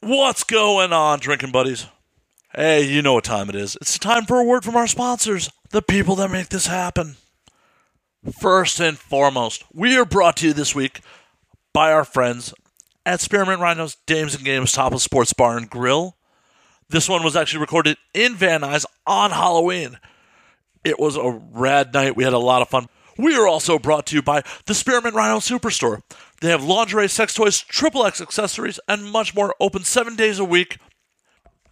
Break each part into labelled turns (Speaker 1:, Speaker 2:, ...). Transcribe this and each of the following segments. Speaker 1: What's going on, drinking buddies? Hey, you know what time it is. It's the time for a word from our sponsors, the people that make this happen. First and foremost, we are brought to you this week by our friends at Spearmint Rhinos Dames and Games Topless Sports Bar and Grill. This one was actually recorded in Van Nuys on Halloween. It was a rad night. We had a lot of fun. We are also brought to you by the Spearmint Rhino Superstore. They have lingerie, sex toys, triple X accessories, and much more open seven days a week.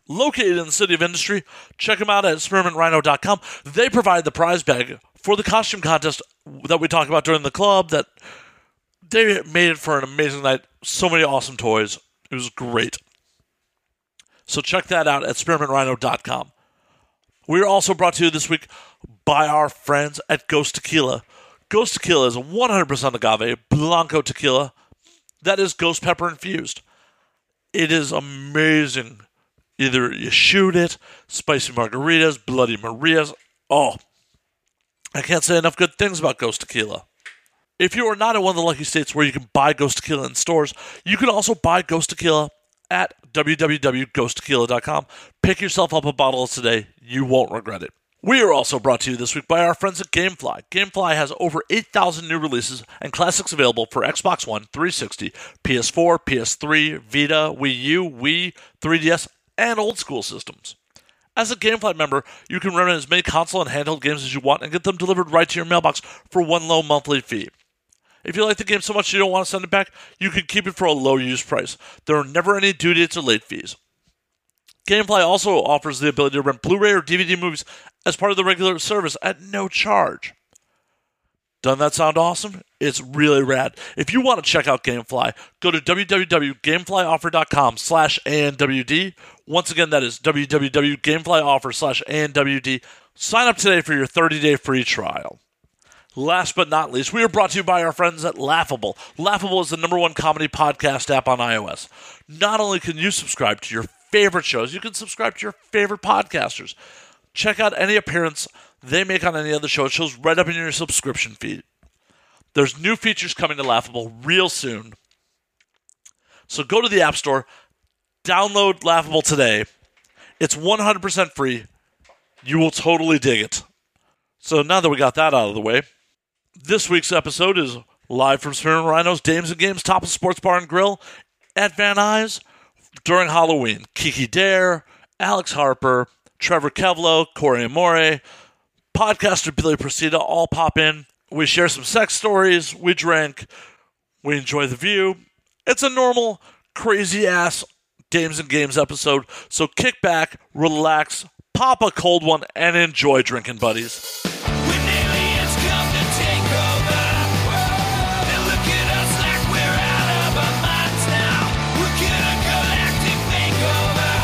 Speaker 1: Located in the city of industry, check them out at experimentrhino.com. They provide the prize bag for the costume contest that we talked about during the club that they made it for an amazing night. So many awesome toys. It was great. So check that out at experimentrhino.com. We are also brought to you this week by our friends at Ghost Tequila. Ghost Tequila is 100% agave Blanco tequila that is ghost pepper infused. It is amazing. Either you shoot it, spicy margaritas, bloody Marias. Oh, I can't say enough good things about Ghost Tequila. If you are not in one of the lucky states where you can buy Ghost Tequila in stores, you can also buy Ghost Tequila at www.ghosttequila.com. Pick yourself up a bottle today. You won't regret it. We are also brought to you this week by our friends at Gamefly. Gamefly has over 8,000 new releases and classics available for Xbox One, 360, PS4, PS3, Vita, Wii U, Wii, 3DS, and old school systems. As a Gamefly member, you can run as many console and handheld games as you want and get them delivered right to your mailbox for one low monthly fee. If you like the game so much you don't want to send it back, you can keep it for a low use price. There are never any due dates or late fees. Gamefly also offers the ability to rent Blu ray or DVD movies as part of the regular service at no charge. Doesn't that sound awesome? It's really rad. If you want to check out Gamefly, go to www.gameflyoffer.com slash ANWD. Once again, that is www.gameflyoffer slash ANWD. Sign up today for your 30-day free trial. Last but not least, we are brought to you by our friends at Laughable. Laughable is the number one comedy podcast app on iOS. Not only can you subscribe to your favorite shows, you can subscribe to your favorite podcasters. Check out any appearance they make on any other show. It shows right up in your subscription feed. There's new features coming to Laughable real soon. So go to the App Store, download Laughable today. It's 100% free. You will totally dig it. So now that we got that out of the way, this week's episode is live from Spearman Rhinos, Dames and Games, Top of Sports Bar and Grill at Van Nuys during Halloween. Kiki Dare, Alex Harper, Trevor Kevlo, Corey Amore, podcaster Billy Presida all pop in. We share some sex stories. We drink. We enjoy the view. It's a normal, crazy ass Dames and Games episode. So kick back, relax, pop a cold one, and enjoy drinking, buddies.
Speaker 2: When aliens come to take over, they look at us like we're out of our minds now. We're gonna galactic makeover,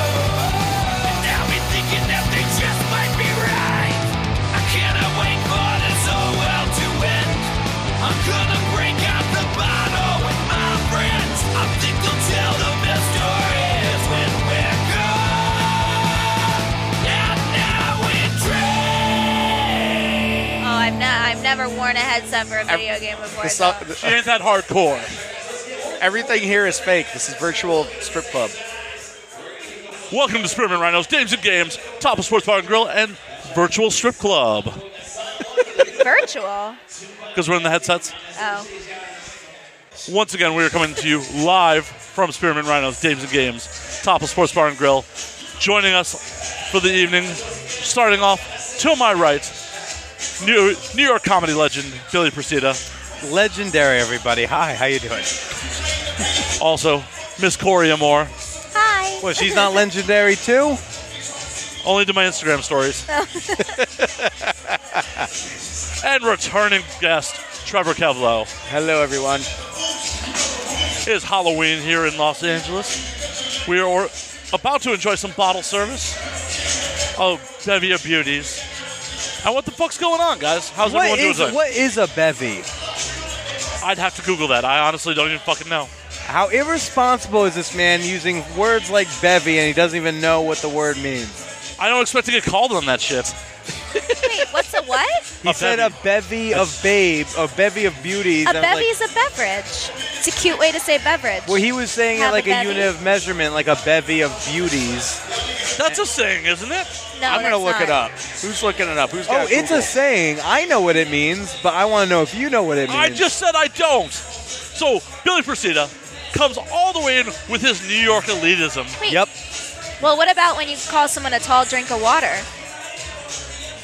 Speaker 2: and now we're thinking that they just might be right. I cannot wait for this whole world to end. I'm gonna break out the bottle with my friends. I think they'll tell the best stories when we're gone. And now we drink.
Speaker 3: Oh, I've not. I've never worn a headset for a video game before.
Speaker 4: This
Speaker 3: so-
Speaker 4: not-
Speaker 1: She ain't that hardcore.
Speaker 4: everything here is fake. This is virtual strip club.
Speaker 1: Welcome to Spearman Rhinos, Dames and Games, Top of Sports Bar and Grill, and Virtual Strip Club.
Speaker 3: Virtual.
Speaker 1: Because we're in the headsets.
Speaker 3: Oh,
Speaker 1: Once again, we are coming to you live from Spearman Rhinos, Dames and Games, Top of Sports Bar and Grill. Joining us for the evening, starting off to my right, New, New York comedy legend Billy Presida.
Speaker 4: Legendary, everybody. Hi, how you doing?
Speaker 1: Also, Miss Corey Amore,
Speaker 3: hi.
Speaker 4: Well, she's not legendary too.
Speaker 1: only to my Instagram stories. and returning guest, Trevor Kevlow.
Speaker 4: Hello, everyone.
Speaker 1: It is Halloween here in Los Angeles. We are or- about to enjoy some bottle service. Oh, bevy of beauties. And what the fuck's going on, guys? How's
Speaker 4: What
Speaker 1: everyone doing
Speaker 4: is,
Speaker 1: today?
Speaker 4: what is a bevy?
Speaker 1: I'd have to Google that. I honestly don't even fucking know.
Speaker 4: How irresponsible is this man using words like bevy and he doesn't even know what the word means?
Speaker 1: I don't expect to get called on that shit.
Speaker 3: Wait, what's a what?
Speaker 4: He
Speaker 1: A
Speaker 4: said
Speaker 1: bevy.
Speaker 4: a bevy of babes, a bevy of beauties.
Speaker 3: A
Speaker 4: and I'm
Speaker 3: bevy
Speaker 4: like,
Speaker 3: is a beverage. It's a cute way to say beverage.
Speaker 4: Well, he was saying it
Speaker 3: Have a
Speaker 4: like a
Speaker 3: bevy.
Speaker 4: unit of measurement, like a bevy of beauties.
Speaker 1: That's a saying, isn't it?
Speaker 3: no,
Speaker 5: I'm gonna
Speaker 3: that's
Speaker 5: look
Speaker 3: not.
Speaker 5: it up. Who's looking it up? Who's
Speaker 4: Oh,
Speaker 5: got
Speaker 4: it's a saying. I know what it means, but I want to know if you know what it means.
Speaker 1: I just said I don't. So Billy Presida comes all the way in with his New York elitism.
Speaker 3: Wait,
Speaker 4: Yep.
Speaker 3: Well, what about when you call someone a tall drink of water?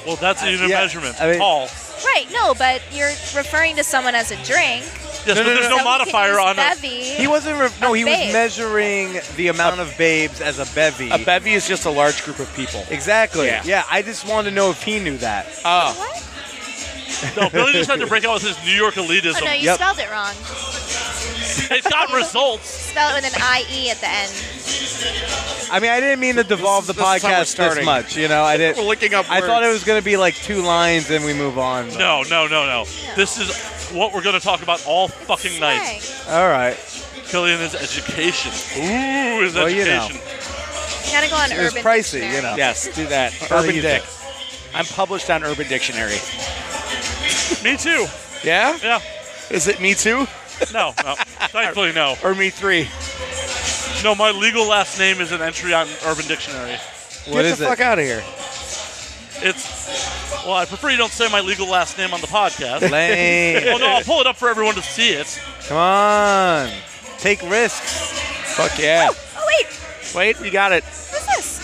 Speaker 1: Well, that's a unit
Speaker 4: Uh, yeah,
Speaker 1: measurement.
Speaker 4: I mean-
Speaker 1: Tall.
Speaker 3: Right. No, but you're referring to someone as a drink.
Speaker 1: Yes,
Speaker 4: no,
Speaker 1: but there's
Speaker 4: no,
Speaker 1: no,
Speaker 3: so we can
Speaker 1: modifier
Speaker 3: use
Speaker 1: on a.
Speaker 3: bevy.
Speaker 4: He wasn't. Re- no, he was
Speaker 3: babe.
Speaker 4: measuring the amount of babes as a bevy.
Speaker 5: A bevy is just a large group of people.
Speaker 4: Exactly.
Speaker 5: Yeah.
Speaker 4: Yeah. I just wanted to know if he knew that.
Speaker 5: Oh,
Speaker 3: What?
Speaker 1: No, Billy just had to break out with his New York
Speaker 3: Oh
Speaker 1: elitism.
Speaker 3: no, you
Speaker 4: Yep.
Speaker 3: spelled it wrong.
Speaker 1: it's got results.
Speaker 3: Spell it with an I E at the end.
Speaker 4: I mean, I didn't mean to devolve
Speaker 5: is-
Speaker 4: the
Speaker 5: this is how we're
Speaker 4: podcast this
Speaker 5: starting.
Speaker 4: much. You know, I
Speaker 5: we're
Speaker 4: didn't.
Speaker 5: looking up.
Speaker 4: I thought it
Speaker 5: words.
Speaker 4: was going to be like two lines and we move on. but-
Speaker 1: No, no, no, no. This is what we're going to talk about all fucking night.
Speaker 3: Slang.
Speaker 4: All right.
Speaker 1: Killian is education. Ooh, is
Speaker 4: Well, you know.
Speaker 1: education.
Speaker 3: You gotta go on
Speaker 4: It was
Speaker 3: Urban
Speaker 4: pricey,
Speaker 3: Dictionary.
Speaker 4: you know.
Speaker 5: Yes, do that.
Speaker 4: Gotta
Speaker 5: Urban
Speaker 4: use
Speaker 5: Dic.
Speaker 4: it.
Speaker 5: I'm published on Urban Dictionary.
Speaker 1: Me too.
Speaker 5: Yeah?
Speaker 1: Yeah.
Speaker 5: Is it me too
Speaker 1: No, no. Thankfully, no.
Speaker 5: or me three?
Speaker 1: No, my legal last name is an entry on Urban Dictionary.
Speaker 4: What
Speaker 5: Get
Speaker 4: is
Speaker 5: the
Speaker 4: it?
Speaker 5: fuck out of here.
Speaker 1: It's well, I prefer you don't say my legal last name on the podcast.
Speaker 4: Lane.
Speaker 1: well, no, I'll pull it up for everyone to see it.
Speaker 4: Come on. Take risks.
Speaker 5: Fuck yeah.
Speaker 3: Oh wait,
Speaker 5: Wait, we got it.
Speaker 3: what's this?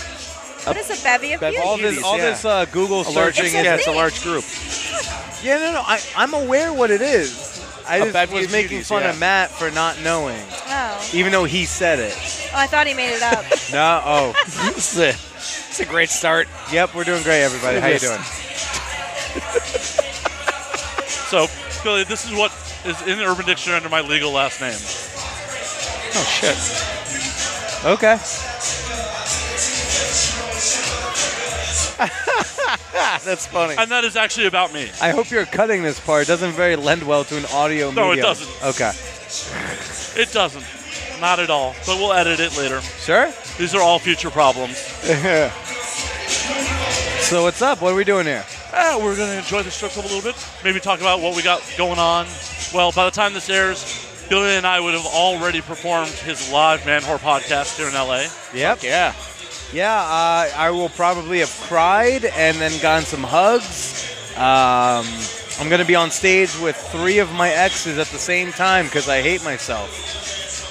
Speaker 3: What is a bevy of
Speaker 5: bev-
Speaker 3: beauty?
Speaker 4: All
Speaker 5: Beauties,
Speaker 4: this, all
Speaker 5: yeah.
Speaker 4: this uh, Google searching.
Speaker 3: a
Speaker 4: is-
Speaker 5: yeah, it's a
Speaker 3: thing.
Speaker 5: large group.
Speaker 4: yeah, no, no. I, I'm aware what it is. I
Speaker 5: A
Speaker 4: just
Speaker 5: bevy
Speaker 4: was
Speaker 5: of
Speaker 4: making
Speaker 5: beauties,
Speaker 4: fun
Speaker 5: yeah.
Speaker 4: of Matt for not knowing,
Speaker 3: Oh.
Speaker 4: even though he said it.
Speaker 3: oh, I thought he made it up.
Speaker 4: No. Oh.
Speaker 5: This is a, it's a great start.
Speaker 4: Yep, we're doing great, everybody. How you doing?
Speaker 1: So, Billy, this is what is in the Urban Dictionary under my legal last name.
Speaker 5: Oh shit.
Speaker 4: Okay.
Speaker 5: That's funny.
Speaker 1: And that is actually about me.
Speaker 4: I hope you're cutting this part. It doesn't very lend well to an audio
Speaker 1: No, it
Speaker 4: medium.
Speaker 1: doesn't.
Speaker 4: Okay.
Speaker 1: It doesn't. Not at all. But we'll edit it later.
Speaker 4: Sure?
Speaker 1: These are all future problems.
Speaker 4: So what's up? What are we doing here?
Speaker 1: Ah, we're going to enjoy the strip club a little bit. Maybe talk about what we got going on. Well, by the time this airs, Billy and I would have already performed his live Man Whore podcast here in LA.
Speaker 4: Yep.
Speaker 5: yeah.
Speaker 4: Yeah, uh, I will probably have cried and then gotten some hugs. Um, I'm going to be on stage with three of my exes at the same time because I hate myself.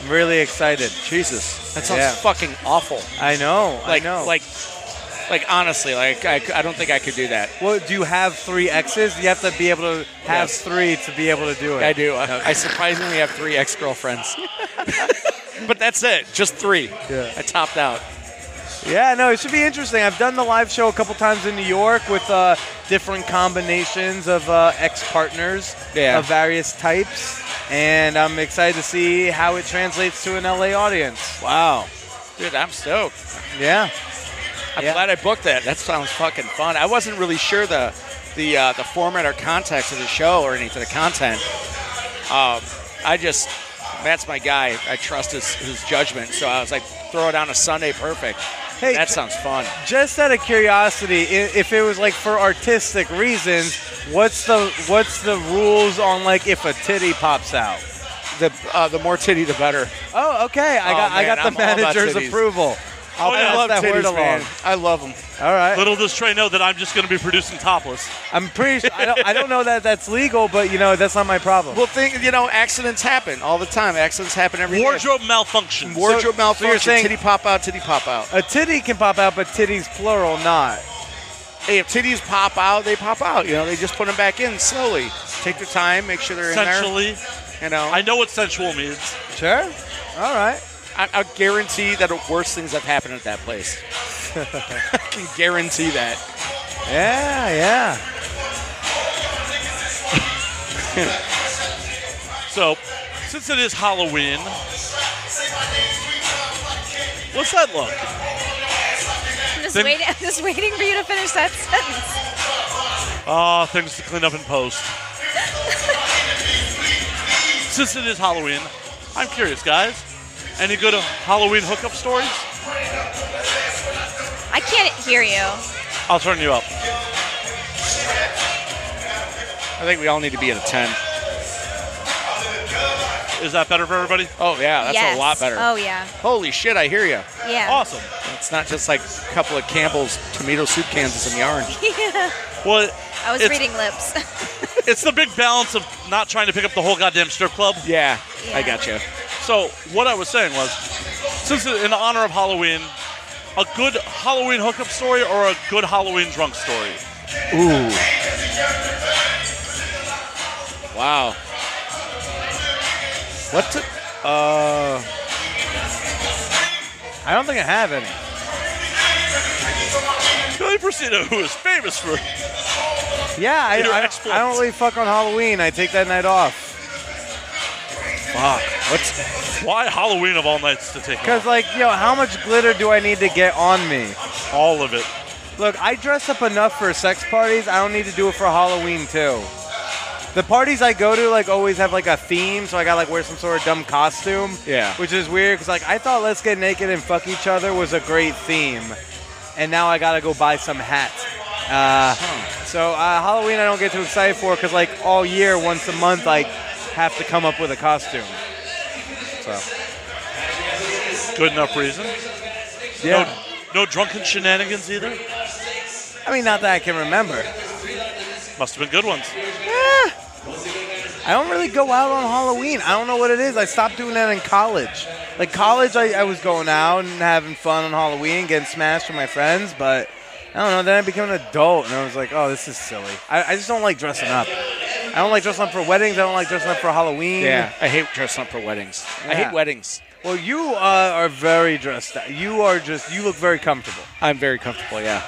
Speaker 4: I'm really excited.
Speaker 5: Jesus. That sounds
Speaker 4: Yeah.
Speaker 5: fucking awful.
Speaker 4: I know.
Speaker 5: Like
Speaker 4: I know.
Speaker 5: like like honestly, like I, I don't think I could do that.
Speaker 4: well, do you have three exes? You have to be able to have
Speaker 5: Yes.
Speaker 4: three to be able to do it.
Speaker 5: I do. I, I surprisingly have three ex-girlfriends. but that's it. Just three.
Speaker 4: Yeah.
Speaker 5: I topped out.
Speaker 4: Yeah, no, it should be interesting. I've done the live show a couple times in New York with uh, different combinations of uh, ex partners
Speaker 5: Yeah.
Speaker 4: of various types, and I'm excited to see how it translates to an LA audience.
Speaker 5: Wow. Dude, I'm stoked.
Speaker 4: Yeah,
Speaker 5: I'm
Speaker 4: Yeah.
Speaker 5: glad I booked that. That sounds fucking fun. I wasn't really sure the the uh, the format or context of the show or anything. The content. Um, I just Matt's my guy. I trust his, his judgment. So I was like, throw it on a Sunday, perfect.
Speaker 4: Hey,
Speaker 5: that
Speaker 4: j-
Speaker 5: sounds fun.
Speaker 4: just out of curiosity, i- if it was like for artistic reasons, what's the what's the rules on like if a titty pops out?
Speaker 5: The uh, the more titty, the better.
Speaker 4: Oh, okay, I
Speaker 5: Oh,
Speaker 4: got I
Speaker 5: man,
Speaker 4: got the
Speaker 5: I'm all about
Speaker 4: manager's
Speaker 5: titties.
Speaker 4: approval. I'll
Speaker 1: Oh, yeah.
Speaker 4: pass
Speaker 1: I love
Speaker 4: that word along.
Speaker 5: I love them.
Speaker 4: All right.
Speaker 1: Little does Trey know that I'm just going to be producing topless.
Speaker 4: I'm pretty. Sure, I, don't, I don't know that that's legal, but you know that's not my problem.
Speaker 5: Well, think you know, accidents happen all the time. Accidents happen every day.
Speaker 1: Wardrobe malfunctions.
Speaker 5: Wardrobe
Speaker 4: So- so
Speaker 5: malfunction.
Speaker 4: you're saying-
Speaker 5: titty pop out. Titty pop out.
Speaker 4: A titty can pop out, but titties plural not.
Speaker 5: Hey, if titties pop out, they pop out. You know, they just put them back in slowly. Take their time. Make sure they're in there.
Speaker 1: Sensually,
Speaker 5: You know,
Speaker 1: I know what sensual means.
Speaker 4: Sure. All right.
Speaker 5: I, I guarantee that worse things have happened at that place. I can guarantee that.
Speaker 4: Yeah, yeah.
Speaker 1: So, since it is Halloween, what's that look?
Speaker 3: I'm just
Speaker 1: Then-
Speaker 3: waiting. I'm just waiting for you to finish that sentence.
Speaker 1: Ah, things to clean up in post. Since it is Halloween, I'm curious, guys. Any good Halloween hookup stories?
Speaker 3: I can't hear you.
Speaker 1: I'll turn you up.
Speaker 5: I think we all need to be at a 10.
Speaker 1: Is that better for everybody?
Speaker 5: Oh yeah, that's
Speaker 3: yes.
Speaker 5: a lot better.
Speaker 3: Oh yeah,
Speaker 5: Holy shit, I hear Oh, you.
Speaker 3: yeah.
Speaker 1: Awesome.
Speaker 5: It's not just like a couple of Campbell's tomato soup cans and some yarn.
Speaker 1: Well,
Speaker 3: I was
Speaker 1: it's,
Speaker 3: reading lips.
Speaker 1: It's the big balance of not trying to pick up the whole goddamn strip club.
Speaker 5: Yeah,
Speaker 3: Yeah.
Speaker 5: I got you.
Speaker 1: So what I was saying was, since in honor of Halloween, a good Halloween hookup story or a good Halloween drunk story.
Speaker 5: Ooh. Wow. What? the-
Speaker 4: uh, I don't think I have any.
Speaker 1: Billy Priscilla, who is famous for
Speaker 4: Yeah, I,
Speaker 1: Your
Speaker 4: I,
Speaker 1: exploits.
Speaker 4: I don't really fuck on Halloween. I take that night off.
Speaker 5: What's?
Speaker 1: why Halloween of all nights to take
Speaker 4: Because, like, yo, how much glitter do I need to get on me?
Speaker 1: all of it.
Speaker 4: Look, I dress up enough for sex parties. I don't need to do it for Halloween, too. The parties I go to, like, always have, like, a theme, so I gotta, like, wear some sort of dumb costume.
Speaker 5: Yeah.
Speaker 4: Which is weird, because, like, I thought Let's Get Naked and Fuck Each Other was a great theme. And now I gotta go buy some hats. Uh, So, uh, Halloween I don't get too excited for, because, like, all year, once a month, I have to come up with a costume. So.
Speaker 1: Good enough reason.
Speaker 4: Yeah.
Speaker 1: No drunken shenanigans either.
Speaker 4: I mean, not that I can remember.
Speaker 1: Must have been good ones.
Speaker 4: I don't really go out on Halloween. I don't know what it is. I stopped doing that in college. Like college, I, I was going out and having fun on Halloween, getting smashed with my friends, but I don't know. Then I became an adult, and I was like, oh, this is silly. I, I just don't like dressing up. I don't like dressing up for weddings. I don't like dressing up for Halloween.
Speaker 5: Yeah, I hate dressing up for weddings. I
Speaker 4: Yeah.
Speaker 5: hate weddings.
Speaker 4: Well, you uh, are very dressed up. You are just. You look very comfortable.
Speaker 5: I'm very comfortable. Yeah.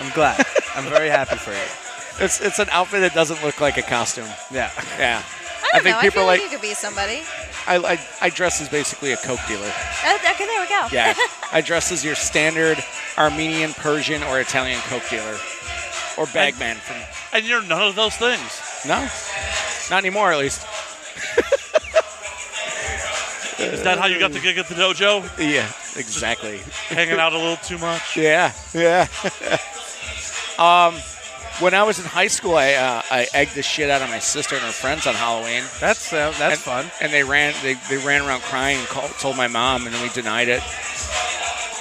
Speaker 4: I'm glad. I'm very happy for you.
Speaker 5: It's it's an outfit that doesn't look like a costume.
Speaker 4: Yeah.
Speaker 5: Yeah.
Speaker 3: I don't
Speaker 5: think
Speaker 3: know. I
Speaker 5: people
Speaker 3: feel like,
Speaker 5: like
Speaker 3: you could be somebody.
Speaker 5: I, I I dress as basically a coke dealer.
Speaker 3: Oh, okay, there we go.
Speaker 5: Yeah. I dress as your standard Armenian, Persian, or Italian coke dealer, or bagman from.
Speaker 1: And you're none of those things.
Speaker 5: No, not anymore. At least.
Speaker 1: Is that how you got the gig at the dojo?
Speaker 5: Yeah. Exactly.
Speaker 1: Hanging out a little too much?
Speaker 5: Yeah, yeah. um, when I was in high school, I uh, I egged the shit out of my sister and her friends on Halloween.
Speaker 4: That's uh, that's
Speaker 5: and,
Speaker 4: fun.
Speaker 5: And they ran they, they ran around crying and called, told my mom, and then we denied it.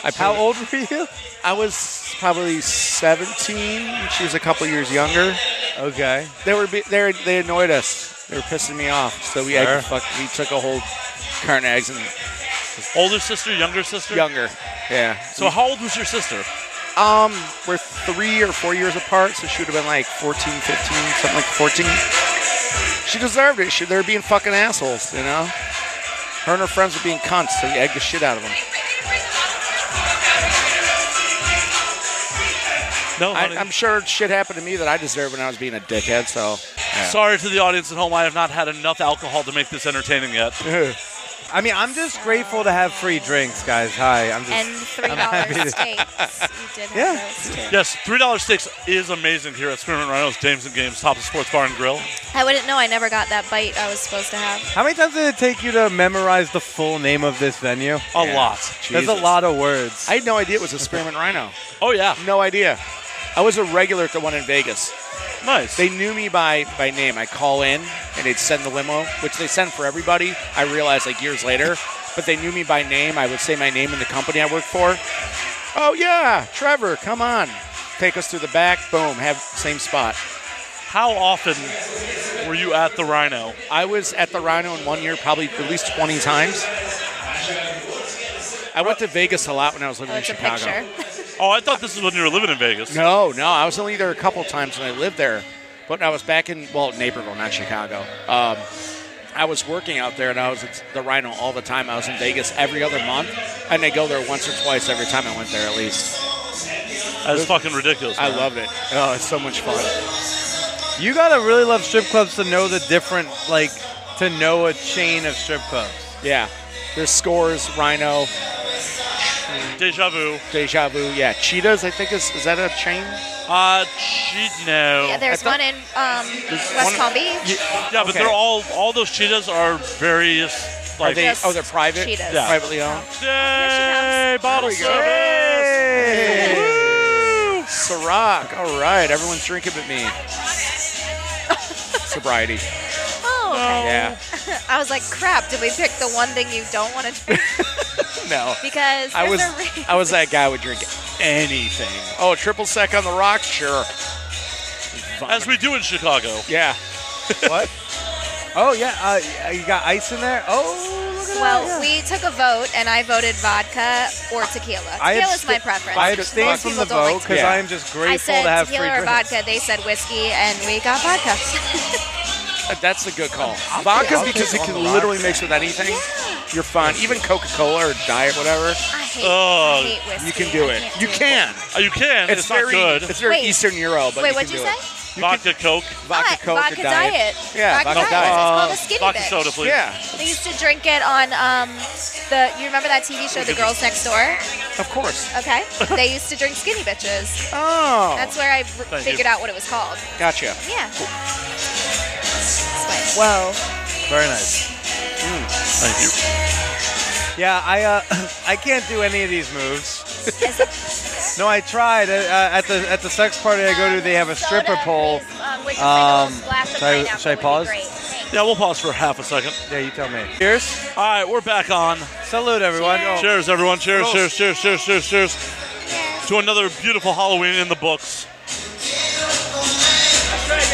Speaker 5: I
Speaker 4: How
Speaker 5: probably-
Speaker 4: old were you?
Speaker 5: I was probably 17. and She was a couple years younger.
Speaker 4: Okay.
Speaker 5: They were be- they were- they annoyed us. They were pissing me off. So we egged the fuck. We took a whole carton of eggs and
Speaker 1: Older sister, younger sister?
Speaker 5: younger. Yeah.
Speaker 1: So how old was your sister?
Speaker 5: Um, we're three or four years apart, so she would have been like 14, 15, something like 14. She deserved it. She, they were being fucking assholes, you know? Her and her friends were being cunts, so you egged the shit out of them.
Speaker 1: No,
Speaker 5: I,
Speaker 1: honey.
Speaker 5: I'm sure shit happened to me that I deserved when I was being a dickhead, so.
Speaker 1: Sorry to the audience at home. I have not had enough alcohol to make this entertaining yet.
Speaker 4: I mean, I'm just grateful to have free drinks, guys. Hi, I'm just.
Speaker 3: And three
Speaker 4: happy to-
Speaker 3: dollars steaks. You did have
Speaker 4: Yeah.
Speaker 3: those too.
Speaker 1: Yes, $3 steaks is amazing here at Spearman Rhinos, Dames and Games, Top of Sports Bar and Grill.
Speaker 3: I wouldn't know. I never got that bite I was supposed to have.
Speaker 4: How many times did it take you to memorize the full name of this venue?
Speaker 1: A
Speaker 5: Yeah.
Speaker 1: lot.
Speaker 4: There's a
Speaker 5: Jesus.
Speaker 4: lot of words.
Speaker 5: I had no idea it was a Spearmint Rhino.
Speaker 1: Oh, yeah.
Speaker 5: No idea. I was a regular at the one in Vegas.
Speaker 1: Nice.
Speaker 5: They knew me by, by name. I call in and they'd send the limo, which they send for everybody. I realized like years later, but they knew me by name. I would say my name and the company I worked for. Oh yeah, Trevor, come on, take us through the back. Boom, have same spot.
Speaker 1: How often were you at the Rhino?
Speaker 5: I was at the Rhino in one year, probably at least 20 times. I went to Vegas a lot when I was living
Speaker 3: Oh,
Speaker 5: in
Speaker 3: it's a
Speaker 5: Chicago.
Speaker 3: picture.
Speaker 1: Oh, I thought this was when you were living in Vegas.
Speaker 5: No, no, I was only there a couple times when I lived there, but I was back in well Naperville, not Chicago. Um, I was working out there, and I was at the Rhino all the time. I was in Vegas every other month, and I go there once or twice every time I went there. At least
Speaker 1: That's fucking ridiculous.
Speaker 5: I
Speaker 1: man.
Speaker 5: loved it. Oh, it's so much fun.
Speaker 4: you gotta really love strip clubs to know the different, like, to know a chain of strip clubs.
Speaker 5: Yeah, there's scores, Rhino,
Speaker 1: Deja vu.
Speaker 5: Deja Vu. Yeah, Cheetahs. I think is is that a chain?
Speaker 1: Uh, cheat, no.
Speaker 3: Yeah, there's
Speaker 5: thought-
Speaker 3: one in um, West
Speaker 5: one-
Speaker 3: Palm Beach.
Speaker 1: Yeah, but
Speaker 5: Okay.
Speaker 1: they're all all those cheetahs are various
Speaker 5: Are
Speaker 1: like
Speaker 5: they?
Speaker 3: Yes.
Speaker 5: Oh, they're private.
Speaker 3: Cheetahs.
Speaker 1: Yeah.
Speaker 5: Privately owned.
Speaker 1: Yay, bottle
Speaker 5: There we
Speaker 1: service.
Speaker 5: go. Ciroc. All right, everyone's drinking but me. Sobriety.
Speaker 3: Oh, okay.
Speaker 5: Yeah.
Speaker 3: I was like, crap, did we pick the one thing you don't want to drink?
Speaker 5: No.
Speaker 3: Because
Speaker 5: I was
Speaker 3: there's a reason.
Speaker 5: I was that guy who would drink anything. Oh, triple sec on the rocks, sure.
Speaker 1: As we do in Chicago.
Speaker 5: Yeah.
Speaker 4: what? Oh yeah, uh, y- you got ice in there. Oh, look at
Speaker 3: well,
Speaker 4: that.
Speaker 3: we took a vote, and I voted vodka or tequila.
Speaker 4: I
Speaker 3: Tequila is
Speaker 4: absta-
Speaker 3: my preference.
Speaker 4: I
Speaker 3: Most
Speaker 4: abstained from
Speaker 3: people
Speaker 4: the
Speaker 3: don't like
Speaker 4: vote because
Speaker 5: Yeah.
Speaker 4: I am just
Speaker 3: I
Speaker 4: grateful
Speaker 3: said
Speaker 4: to have free
Speaker 3: tequila or
Speaker 4: drinks.
Speaker 3: vodka. They said whiskey, and we got vodka.
Speaker 5: That's a good call. Vodka
Speaker 4: I'll
Speaker 5: because it
Speaker 4: take
Speaker 5: can
Speaker 4: one.
Speaker 5: literally mix with anything. You're fine. Even Coca Cola or Diet, whatever.
Speaker 3: I hate,
Speaker 1: Oh,
Speaker 3: I hate whiskey.
Speaker 5: You can do
Speaker 3: I
Speaker 5: it.
Speaker 3: can't
Speaker 5: You
Speaker 3: do
Speaker 5: can.
Speaker 1: Uh, You can. It's, not
Speaker 5: very
Speaker 1: good.
Speaker 5: it's very
Speaker 3: Wait.
Speaker 5: Eastern Europe. But
Speaker 3: Wait,
Speaker 5: you
Speaker 3: what'd
Speaker 5: can
Speaker 3: you
Speaker 5: do
Speaker 3: say?
Speaker 5: It.
Speaker 1: Vodka, Coke.
Speaker 3: Hi,
Speaker 5: Vodka, Coke, or
Speaker 3: vodka diet.
Speaker 5: Yeah,
Speaker 3: vodka,
Speaker 5: vodka
Speaker 3: diet.
Speaker 5: diet.
Speaker 3: It's called a skinny
Speaker 1: Vodka
Speaker 3: bitch.
Speaker 1: soda, please.
Speaker 5: Yeah,
Speaker 3: They used to drink it on um, the. You remember that TV show, The Girls Next Door?
Speaker 5: of course.
Speaker 3: Okay. they used to drink skinny bitches.
Speaker 5: Oh,
Speaker 3: That's where I r-
Speaker 1: Thank
Speaker 3: figured out what it was called.
Speaker 5: gotcha.
Speaker 3: Yeah.
Speaker 4: Well, very nice.
Speaker 1: Mm.
Speaker 6: Thank you.
Speaker 4: Yeah, I uh, I can't do any of these moves.
Speaker 3: Is it-
Speaker 4: No, I tried uh, uh, at the at the sex party I go to. They have a stripper pole. Um, should I- should I pause?
Speaker 1: Yeah, we'll pause for half a second.
Speaker 4: Yeah, you tell me. Cheers.
Speaker 1: All right, we're back on.
Speaker 4: Salute, everyone. Oh,
Speaker 3: Cheers.
Speaker 1: Cheers, everyone. Cheers,
Speaker 4: Gross.
Speaker 1: cheers, cheers, cheers, cheers, cheers. To another beautiful Halloween in the books.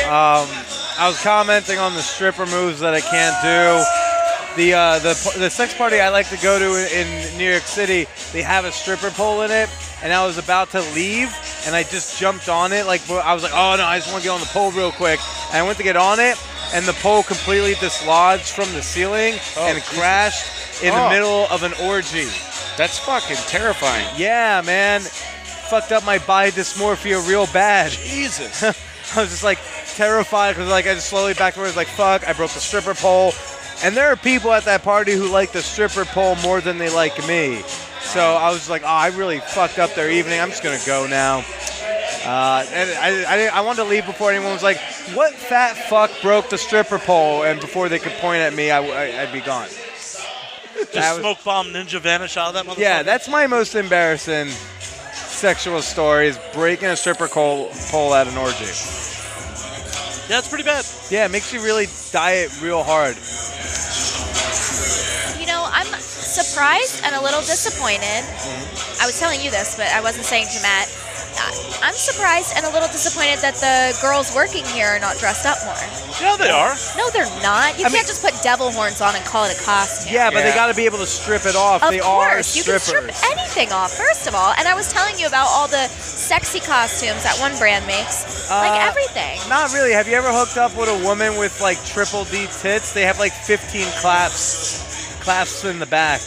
Speaker 4: Um, I was commenting on the stripper moves that I can't do. The uh, the the sex party I like to go to in New York City, they have a stripper pole in it, and I was about to leave, and I just jumped on it. Like I was like, oh no, I just want to get on the pole real quick. And I went to get on it, and the pole completely dislodged from the ceiling and crashed in the
Speaker 5: Oh.
Speaker 4: middle of an orgy.
Speaker 5: That's fucking terrifying.
Speaker 4: Yeah, man, fucked up my body dysmorphia real bad.
Speaker 5: Jesus.
Speaker 4: I was just like terrified because like I just slowly backed away. I was like, "Fuck!" I broke the stripper pole, and there are people at that party who like the stripper pole more than they like me. So I was like, "Oh, I really fucked up their evening. I'm just gonna go now." Uh, and I, I, didn't- I wanted to leave before anyone was like, "What fat fuck broke the stripper pole?" And before they could point at me, I, would be gone. That
Speaker 1: Just
Speaker 4: was-
Speaker 1: smoke bomb ninja vanish out of that motherfucker.
Speaker 4: Yeah, that's my most embarrassing sexual story is breaking a stripper pole, pole at an orgy.
Speaker 1: yeah, it's pretty bad.
Speaker 4: Yeah, it makes you really diet real hard.
Speaker 3: You know, I'm surprised and a little disappointed.
Speaker 4: Mm-hmm.
Speaker 3: I was telling you this, but I wasn't saying to Matt. I- I'm surprised and a little disappointed that the girls working here are not dressed up more.
Speaker 1: Yeah, they are.
Speaker 3: No, they're not. You
Speaker 4: I
Speaker 3: can't
Speaker 4: mean-
Speaker 3: just put devil horns on and call it a costume.
Speaker 4: Yeah, but they
Speaker 5: Yeah.
Speaker 4: got to be able to strip it off.
Speaker 3: Of
Speaker 4: they are
Speaker 3: course, you can
Speaker 4: strippers.
Speaker 3: strip anything off. First of all, and I was telling you about all the sexy costumes that one brand makes, like
Speaker 4: Uh,
Speaker 3: everything.
Speaker 4: Not really. Have you ever hooked up with a woman with like triple D tits? They have like 15 claps, claps in the back.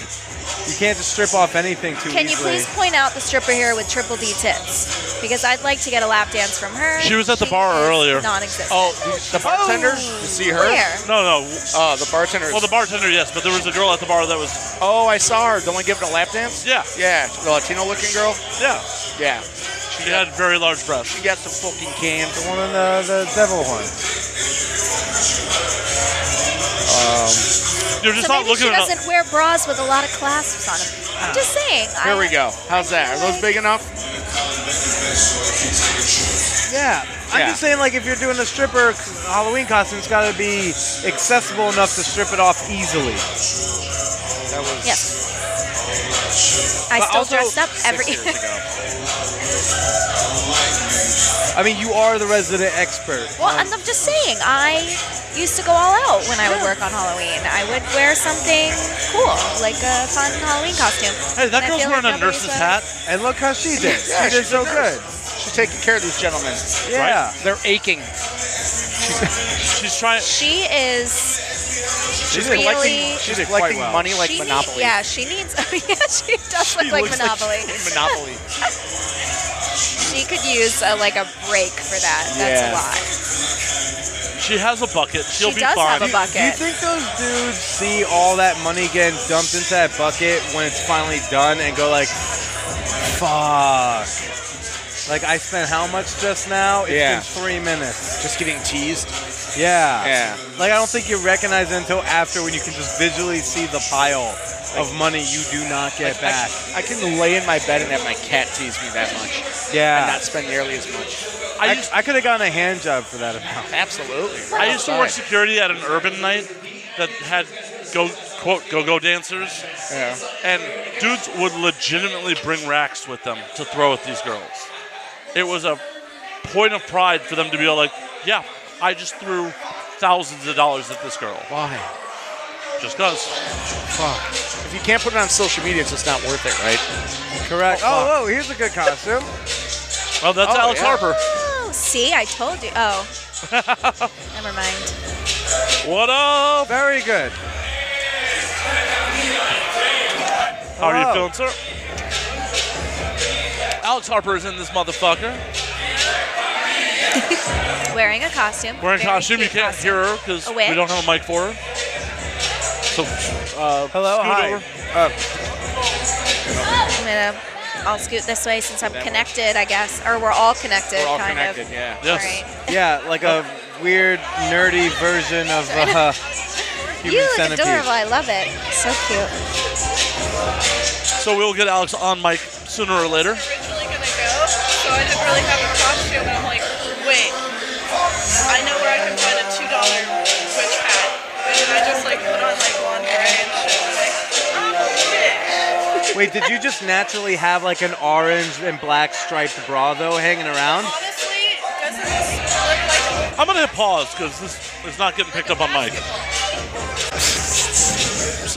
Speaker 4: You can't just strip off anything too
Speaker 3: Can you
Speaker 4: easily.
Speaker 3: please point out the stripper here with triple D tits? Because I'd like to get a lap dance from her.
Speaker 1: She was at the bar
Speaker 3: is
Speaker 1: earlier.
Speaker 3: Non-existent.
Speaker 5: Oh, the bartender? You see her?
Speaker 3: Where?
Speaker 1: No, no.
Speaker 5: Oh, the bartender. is-
Speaker 1: Well, the bartender, yes, but there was a girl at the bar that was.
Speaker 5: oh, I saw her. The one giving a lap dance?
Speaker 1: Yeah,
Speaker 5: Yeah, the Latino looking girl?
Speaker 3: Oh.
Speaker 1: yeah.
Speaker 5: Yeah.
Speaker 1: She had very large breasts.
Speaker 5: She got some fucking cans.
Speaker 4: The one on the, the devil horn.
Speaker 1: You're just
Speaker 3: so
Speaker 1: not
Speaker 3: maybe
Speaker 1: looking
Speaker 3: she
Speaker 1: enough.
Speaker 3: doesn't wear bras with a lot of clasps on them. I'm just saying.
Speaker 5: Here
Speaker 3: I,
Speaker 5: we go. How's that? Are those big enough?
Speaker 4: Yeah. I'm
Speaker 5: Yeah.
Speaker 4: just saying, like, if you're doing a stripper Halloween costume, it's got to be accessible enough to strip it off easily.
Speaker 5: That was
Speaker 3: Yes. I
Speaker 4: But
Speaker 3: still
Speaker 4: also,
Speaker 3: dressed up every.
Speaker 5: six years ago.
Speaker 4: I mean, you are the resident expert. Um,
Speaker 3: well,
Speaker 4: on-
Speaker 3: and I'm just saying. I used to go all out when I would work on Halloween. I would wear something cool, like a fun Halloween costume.
Speaker 1: Hey,
Speaker 3: And I
Speaker 1: that girl's
Speaker 3: feel
Speaker 1: wearing
Speaker 3: like
Speaker 1: a
Speaker 3: nobody's
Speaker 1: nurse's
Speaker 3: wearing-
Speaker 1: hat.
Speaker 4: and look how she did.
Speaker 5: Yeah,
Speaker 4: she did
Speaker 5: she's
Speaker 4: so
Speaker 5: a nurse.
Speaker 4: good.
Speaker 5: She's taking care of these gentlemen.
Speaker 4: Yeah.
Speaker 5: Right? They're aching.
Speaker 1: She's trying.
Speaker 3: She is.
Speaker 5: She's
Speaker 3: Really?
Speaker 5: collecting, she's
Speaker 4: She did quite
Speaker 5: collecting
Speaker 4: well.
Speaker 5: money like
Speaker 3: she need-
Speaker 5: Monopoly.
Speaker 3: yeah, she needs. oh, yeah, she does
Speaker 5: She
Speaker 3: look like
Speaker 5: looks
Speaker 3: Monopoly.
Speaker 5: Like she's in Monopoly.
Speaker 3: she could use a, like a break for that. That's
Speaker 5: Yeah.
Speaker 3: a lot.
Speaker 1: She has a bucket. She'll
Speaker 3: she
Speaker 1: be
Speaker 3: does
Speaker 1: fine.
Speaker 3: have a bucket.
Speaker 4: Do you think those dudes see all that money getting dumped into that bucket when it's finally done and go like, "Fuck"? Like I spent how much just now? It's
Speaker 5: Yeah.
Speaker 4: been three minutes.
Speaker 5: Just getting teased.
Speaker 4: Yeah.
Speaker 5: Yeah.
Speaker 4: Like I don't think you recognize it until after when you can just visually see the pile of money you do not get
Speaker 5: I-
Speaker 4: back.
Speaker 5: I, can lay in my bed and have my cat tease me that much
Speaker 4: yeah.
Speaker 5: and not spend nearly as much.
Speaker 4: I, I could have gotten a hand job for that amount.
Speaker 5: Absolutely.
Speaker 1: I used to work security at an urban night that had go quote go go dancers,
Speaker 5: Yeah.
Speaker 1: and dudes would legitimately bring racks with them to throw at these girls. It was a point of pride for them to be all like, "Yeah, I just threw thousands of dollars at this girl
Speaker 5: Why?
Speaker 1: just cause."
Speaker 5: If you can't put it on social media, it's just not worth it, right?
Speaker 4: Correct. Oh, whoa, here's a good costume.
Speaker 1: Well, that's
Speaker 5: Oh,
Speaker 1: Alex
Speaker 5: yeah.
Speaker 1: Harper.
Speaker 3: Oh, see, I told you. Oh. Never mind.
Speaker 1: What up?
Speaker 4: Very good.
Speaker 1: How are you
Speaker 4: Hello.
Speaker 1: feeling, sir? Alex Harper is in this motherfucker.
Speaker 3: Wearing a costume.
Speaker 1: Wearing a
Speaker 3: Very
Speaker 1: costume. You
Speaker 3: cute
Speaker 1: can't
Speaker 3: costume.
Speaker 1: hear her because
Speaker 3: A
Speaker 1: we don't
Speaker 3: witch.
Speaker 1: have a mic for her. So
Speaker 4: Hello,
Speaker 1: scoot
Speaker 4: hi.
Speaker 1: over.
Speaker 4: Uh,
Speaker 3: I'm gonna. I'll scoot this way since I'm connected, I guess, or we're all connected,
Speaker 5: We're all
Speaker 3: kind
Speaker 5: connected,
Speaker 3: of.
Speaker 5: yeah.
Speaker 1: yes.
Speaker 3: All right.
Speaker 4: yeah, like a weird nerdy version of uh,
Speaker 3: You
Speaker 4: human
Speaker 3: look
Speaker 4: centipede.
Speaker 3: adorable. I love it. So cute.
Speaker 1: So we'll get Alex on mic sooner or later.
Speaker 7: originally gonna go, so I didn't really have a costume, and I'm like, wait, I know where I can find a two dollar witch hat, and then I just like put on like lingerie and shit, and like, I'm a witch.
Speaker 4: Wait, did you just naturally have like an orange and black striped bra though hanging around?
Speaker 7: Honestly, doesn't this look like
Speaker 1: I'm gonna hit pause because this is not getting picked up on mic.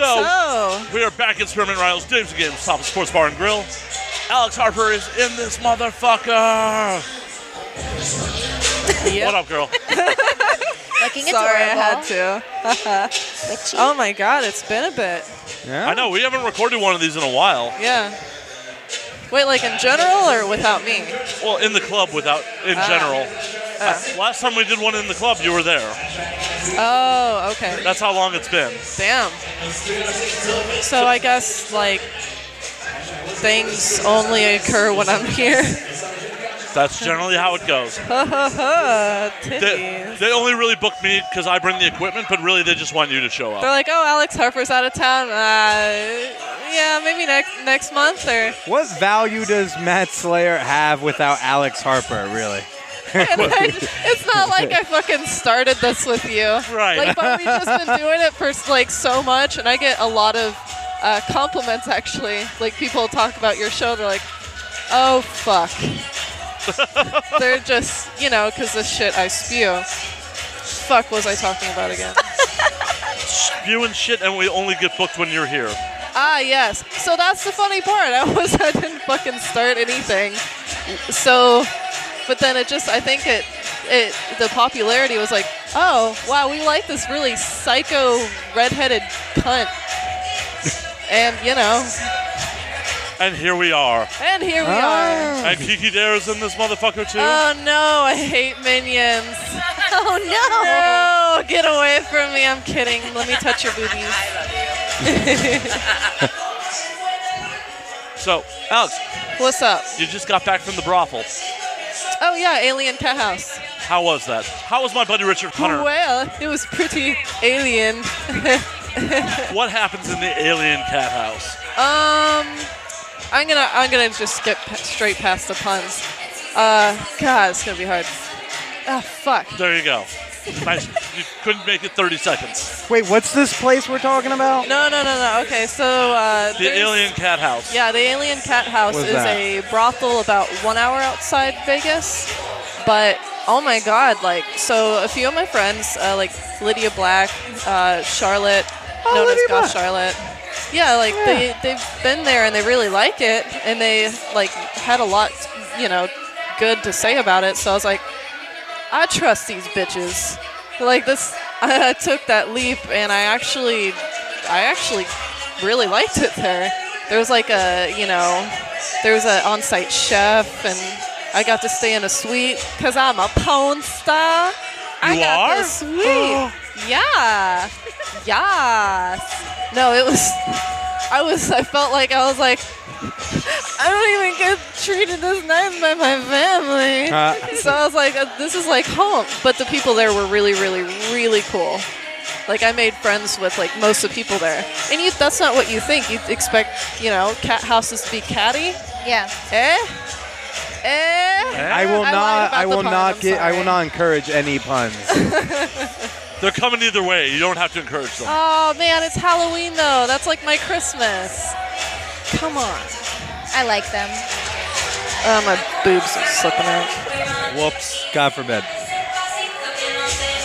Speaker 1: So
Speaker 3: Oh.
Speaker 1: we are back at Spearman Riles, Dave's Games, Top of Sports Bar and Grill. Alex Harper is in this motherfucker. What up, girl?
Speaker 3: Looking
Speaker 8: Sorry,
Speaker 3: adorable.
Speaker 8: I had to.
Speaker 3: Witchy.
Speaker 8: Oh my god, it's been a bit.
Speaker 1: I know we haven't recorded one of these in a while.
Speaker 8: Yeah. Wait, like in general or without me?
Speaker 1: Well, in the club without in
Speaker 8: Ah.
Speaker 1: general.
Speaker 8: Ah.
Speaker 1: Last time we did one in the club, you were there.
Speaker 8: Oh, okay.
Speaker 1: That's how long it's been.
Speaker 8: Damn. So I guess like things only occur when I'm here.
Speaker 1: That's generally how it goes. They,
Speaker 8: Titties.
Speaker 1: they only really book me because I bring the equipment, but really they just want you to show
Speaker 8: They're
Speaker 1: up.
Speaker 8: like, oh, Alex Harper's out of town. Uh, yeah, maybe next next month or.
Speaker 4: What value does Matt Slayer have without Alex Harper, really?
Speaker 8: And I just- it's not like I fucking started this with you.
Speaker 1: Right.
Speaker 8: Like, but we've just been doing it for like so much, and I get a lot of uh, compliments actually. Like people talk about your show, they're like, "Oh fuck." they're just you know because the shit I spew. Fuck was I talking about again?
Speaker 1: You and shit, and we only get booked when you're here.
Speaker 8: ah yes. So that's the funny part. I was I didn't fucking start anything. So, but then it just I think it it the popularity was like, oh wow, we like this really psycho redheaded cunt. And you know,
Speaker 1: And here we are.
Speaker 8: and here we
Speaker 3: Ah.
Speaker 8: are.
Speaker 1: And Kiki Dare is in this motherfucker too.
Speaker 8: Oh no, I hate minions.
Speaker 3: Oh no.
Speaker 8: No, get away from me. I'm kidding. Let me touch your boobies.
Speaker 1: so, Alex,
Speaker 8: What's up?
Speaker 1: you just got back from the brothel.
Speaker 8: Oh yeah, Alien Cat House.
Speaker 1: How was that? How was my buddy Richard Hunter?
Speaker 8: Well, it was pretty alien.
Speaker 1: What happens in the alien cat house?
Speaker 8: Um, I'm gonna I'm gonna just skip pa- straight past the puns. Uh, God, it's gonna be hard. Ah, fuck.
Speaker 1: There you go. Nice. you couldn't make it 30 seconds.
Speaker 4: Wait, what's this place we're talking about?
Speaker 8: No, no, no, no. Okay, so uh,
Speaker 1: The
Speaker 8: there's-
Speaker 1: alien cat house.
Speaker 8: Yeah, the Alien Cat House
Speaker 4: What's
Speaker 8: is
Speaker 4: that?
Speaker 8: a brothel about one hour outside Vegas. But oh my god, like so, a few of my friends, uh, like Lydia Black, uh, Charlotte, known
Speaker 4: Oh, Lydia
Speaker 8: as Gosh
Speaker 4: Black.
Speaker 8: Charlotte. Yeah, like they they've been there and they really like it, and they like had a lot, you know, good to say about it. So I was like, I trust these bitches. Like this, I took that leap, and I actually, I actually really liked it there. There was like a, you know, there was an on-site chef, and I got to stay in a suite because I'm a pawn star. I
Speaker 1: You
Speaker 8: got
Speaker 1: are? Oh.
Speaker 8: the suite. yeah, yes. No, it was. I was. I felt like I was like. I don't even get treated this nice by my family.
Speaker 4: Uh.
Speaker 8: so I was like, uh, this is like home. But the people there were really, really, really cool. Like I made friends with like most of the people there, and you, that's not what you think. You expect, you know, cat houses to be catty,
Speaker 3: Yeah.
Speaker 8: eh? Eh?
Speaker 4: I will not.
Speaker 8: I lied about
Speaker 4: I
Speaker 8: the
Speaker 4: will
Speaker 8: pun,
Speaker 4: not
Speaker 8: I'm
Speaker 4: get. I will
Speaker 8: sorry.
Speaker 4: not encourage any puns.
Speaker 1: They're coming either way. You don't have to encourage them.
Speaker 8: Oh man, it's Halloween though. That's like my Christmas. Come on.
Speaker 3: I like them.
Speaker 8: Oh, my boobs are slipping out.
Speaker 4: Whoops! God forbid.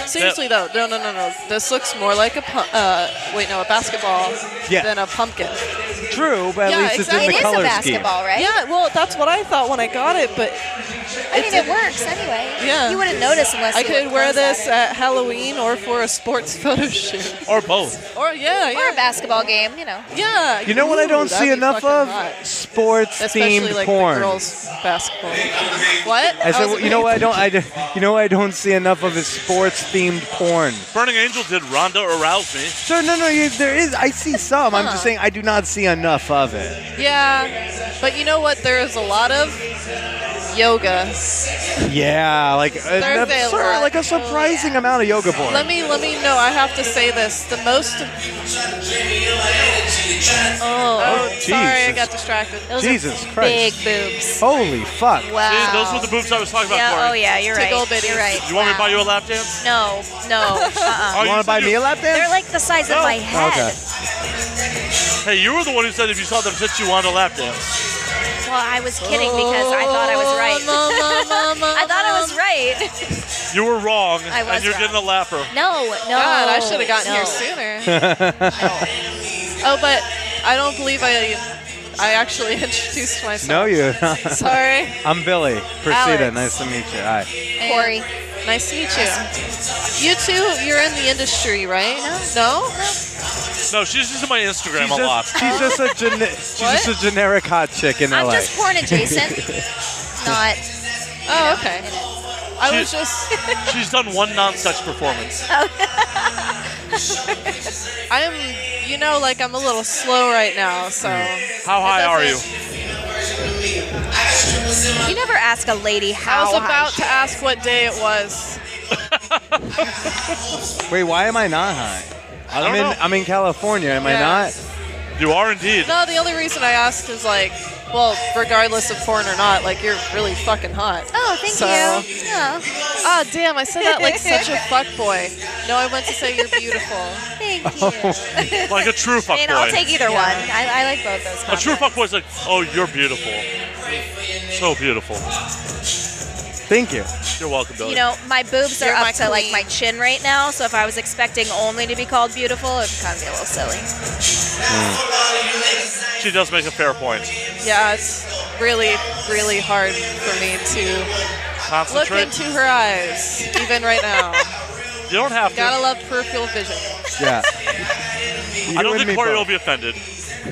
Speaker 8: Seriously though, no, no, no, no. This looks more like a pu- uh, wait, no, a basketball
Speaker 4: Yeah.
Speaker 8: than a pumpkin.
Speaker 4: True, but at
Speaker 8: Yeah,
Speaker 4: least
Speaker 3: It
Speaker 8: exactly.
Speaker 4: it's
Speaker 3: is
Speaker 4: in
Speaker 8: It
Speaker 4: the
Speaker 3: a
Speaker 4: color
Speaker 3: basketball, right?
Speaker 8: Yeah, well, that's what I thought when I got it, but
Speaker 3: I mean, it works anyway.
Speaker 8: Yeah.
Speaker 3: You wouldn't notice unless
Speaker 8: I
Speaker 3: you
Speaker 8: could
Speaker 3: looked
Speaker 8: wear
Speaker 3: close at
Speaker 8: this
Speaker 3: it.
Speaker 8: at Halloween or for a sports photo shoot.
Speaker 1: Or both.
Speaker 8: Or yeah,
Speaker 3: or a
Speaker 8: yeah,
Speaker 3: basketball game. You know.
Speaker 8: yeah.
Speaker 4: scheme. You know what I
Speaker 8: Ooh,
Speaker 4: don't
Speaker 8: that'd
Speaker 4: see
Speaker 8: be
Speaker 4: enough of?
Speaker 8: fucking hot.
Speaker 4: Sports
Speaker 8: Especially
Speaker 4: themed
Speaker 8: like
Speaker 4: porn.
Speaker 8: the girls basketball. What?
Speaker 4: I said,
Speaker 8: was
Speaker 4: well, you know what I
Speaker 8: amazed.
Speaker 4: don't. I, don't- you know what I don't see enough of is sports themed porn.
Speaker 1: Burning Angel did Ronda Arouse Me.
Speaker 4: Sure, no, no, you, there is. I see some. I'm just
Speaker 8: Huh.
Speaker 4: saying I do not see enough of it.
Speaker 8: Yeah, but you know what? There is a lot of yoga.
Speaker 4: Yeah, like an
Speaker 8: There's a
Speaker 4: absurd,
Speaker 8: lot.
Speaker 4: like a surprising amount of yoga porn.
Speaker 8: Let me let me know. I have to say this. The most. Oh, sorry, I
Speaker 4: Jesus.
Speaker 8: got distracted. Those are
Speaker 4: Jesus
Speaker 3: Big
Speaker 4: Christ!
Speaker 3: boobs.
Speaker 4: Holy fuck!
Speaker 3: Wow.
Speaker 1: See, those were the boobs I was talking about,
Speaker 3: yeah.
Speaker 1: Corey.
Speaker 3: Oh yeah. You're right.
Speaker 8: Tickle bitties.
Speaker 3: You're right.
Speaker 1: You want me to
Speaker 3: Wow.
Speaker 1: buy you a lap dance?
Speaker 3: No. No. Uh-uh.
Speaker 1: Oh,
Speaker 4: You want to
Speaker 1: said
Speaker 4: buy me a lap
Speaker 3: They're
Speaker 4: dance?
Speaker 3: like the size
Speaker 1: No.
Speaker 3: of my head.
Speaker 1: Hey, you were the one who said if you saw them tits, you wanted a lap dance.
Speaker 3: Well, I was kidding because I thought I was
Speaker 8: Oh,
Speaker 3: right. I thought I was right.
Speaker 1: You were wrong,
Speaker 3: I was
Speaker 1: and you're
Speaker 3: wrong.
Speaker 1: getting a lapper.
Speaker 3: No, no.
Speaker 8: God, I should have gotten
Speaker 3: no.
Speaker 8: here sooner. oh, but I don't believe I I actually introduced myself.
Speaker 4: no, you.
Speaker 8: Sorry.
Speaker 4: I'm Billy. Priscilla,
Speaker 8: Alex.
Speaker 4: nice to meet you. Hi.
Speaker 8: And
Speaker 3: Corey.
Speaker 8: Nice to meet you. You two, you're in the industry, right? No.
Speaker 1: No, she's using my Instagram
Speaker 4: She's
Speaker 1: a lot.
Speaker 4: just, she's just a gene- she's just a generic hot chick in
Speaker 3: I'm
Speaker 4: LA.
Speaker 3: just porn adjacent. Not.
Speaker 8: Oh, okay. I
Speaker 1: She-
Speaker 8: was just.
Speaker 1: She's done one non-sex performance.
Speaker 8: I'm, you know, like I'm a little slow right now, so.
Speaker 1: How high are you?
Speaker 3: You never ask a lady how.
Speaker 8: I was
Speaker 3: high
Speaker 8: about
Speaker 3: she-
Speaker 8: to ask what day it was.
Speaker 4: Wait, why am I not high? I
Speaker 1: don't
Speaker 4: am in,
Speaker 1: know.
Speaker 4: I'm in California. Am
Speaker 8: Yeah.
Speaker 4: I not?
Speaker 1: You are indeed.
Speaker 8: No, the only reason I asked is like, well, regardless of porn or not, like you're really fucking hot.
Speaker 3: Oh, thank
Speaker 8: So-
Speaker 3: you. Oh, Yeah.
Speaker 8: Ah, damn, I said that like such a fuck boy. No, I meant to say you're beautiful.
Speaker 3: Thank
Speaker 8: Oh
Speaker 3: you.
Speaker 1: Like a true
Speaker 3: I mean, I'll
Speaker 1: fuckboy.
Speaker 3: take either one. I, I like both those.
Speaker 1: A true fuckboy's
Speaker 3: compliments.
Speaker 1: like, oh, you're beautiful. So beautiful.
Speaker 4: Thank you.
Speaker 1: You're welcome, Billy.
Speaker 3: You know, my boobs are
Speaker 8: You're my
Speaker 3: up to like
Speaker 8: queen.
Speaker 3: my chin right now, so if I was expecting only to be called beautiful, it'd kind of be a little silly.
Speaker 1: she does make a fair point.
Speaker 8: Yeah, it's really, really hard for me to look
Speaker 1: Concentrate.
Speaker 8: into her eyes, even right now.
Speaker 1: you don't have to.
Speaker 8: Gotta love peripheral vision.
Speaker 4: Yeah.
Speaker 1: I
Speaker 4: You
Speaker 1: don't
Speaker 4: and
Speaker 1: think
Speaker 4: me
Speaker 1: Corey
Speaker 4: both.
Speaker 1: will be offended.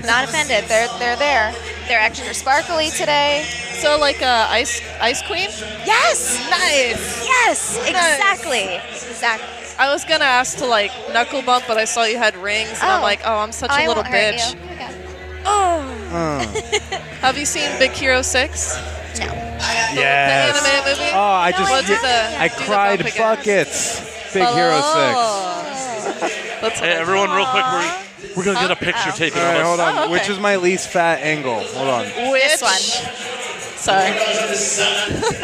Speaker 3: Not offended. They're they're there. They're extra sparkly today.
Speaker 8: So like, uh, ice, ice queen.
Speaker 3: Yes.
Speaker 8: Nice.
Speaker 3: Yes. Exactly. Exactly.
Speaker 8: I was gonna ask to like knuckle bump, but I saw you had rings, and I'm
Speaker 3: Oh.
Speaker 8: like, oh, I'm such a
Speaker 3: I
Speaker 8: little
Speaker 3: won't hurt
Speaker 8: bitch.
Speaker 3: you. Here we go. Oh.
Speaker 8: Have you seen Big Hero Six?
Speaker 3: No.
Speaker 8: The
Speaker 4: Yes.
Speaker 8: animated movie.
Speaker 4: Oh, I
Speaker 3: No,
Speaker 4: just.
Speaker 3: I
Speaker 8: Well, do
Speaker 3: did
Speaker 8: the,
Speaker 4: I
Speaker 8: do the
Speaker 4: cried
Speaker 8: bump again.
Speaker 4: buckets. Big Hero
Speaker 8: Oh.
Speaker 4: 6. All
Speaker 8: Six. That's
Speaker 1: Hey,
Speaker 8: what I-
Speaker 1: everyone, real quick, we're, we're going to get a picture
Speaker 3: Oh.
Speaker 1: taken
Speaker 4: right,
Speaker 1: of
Speaker 4: hold
Speaker 1: us.
Speaker 4: on.
Speaker 8: Oh, okay.
Speaker 4: Which is my least fat angle? Hold on.
Speaker 8: Which
Speaker 3: This one.
Speaker 8: Sorry.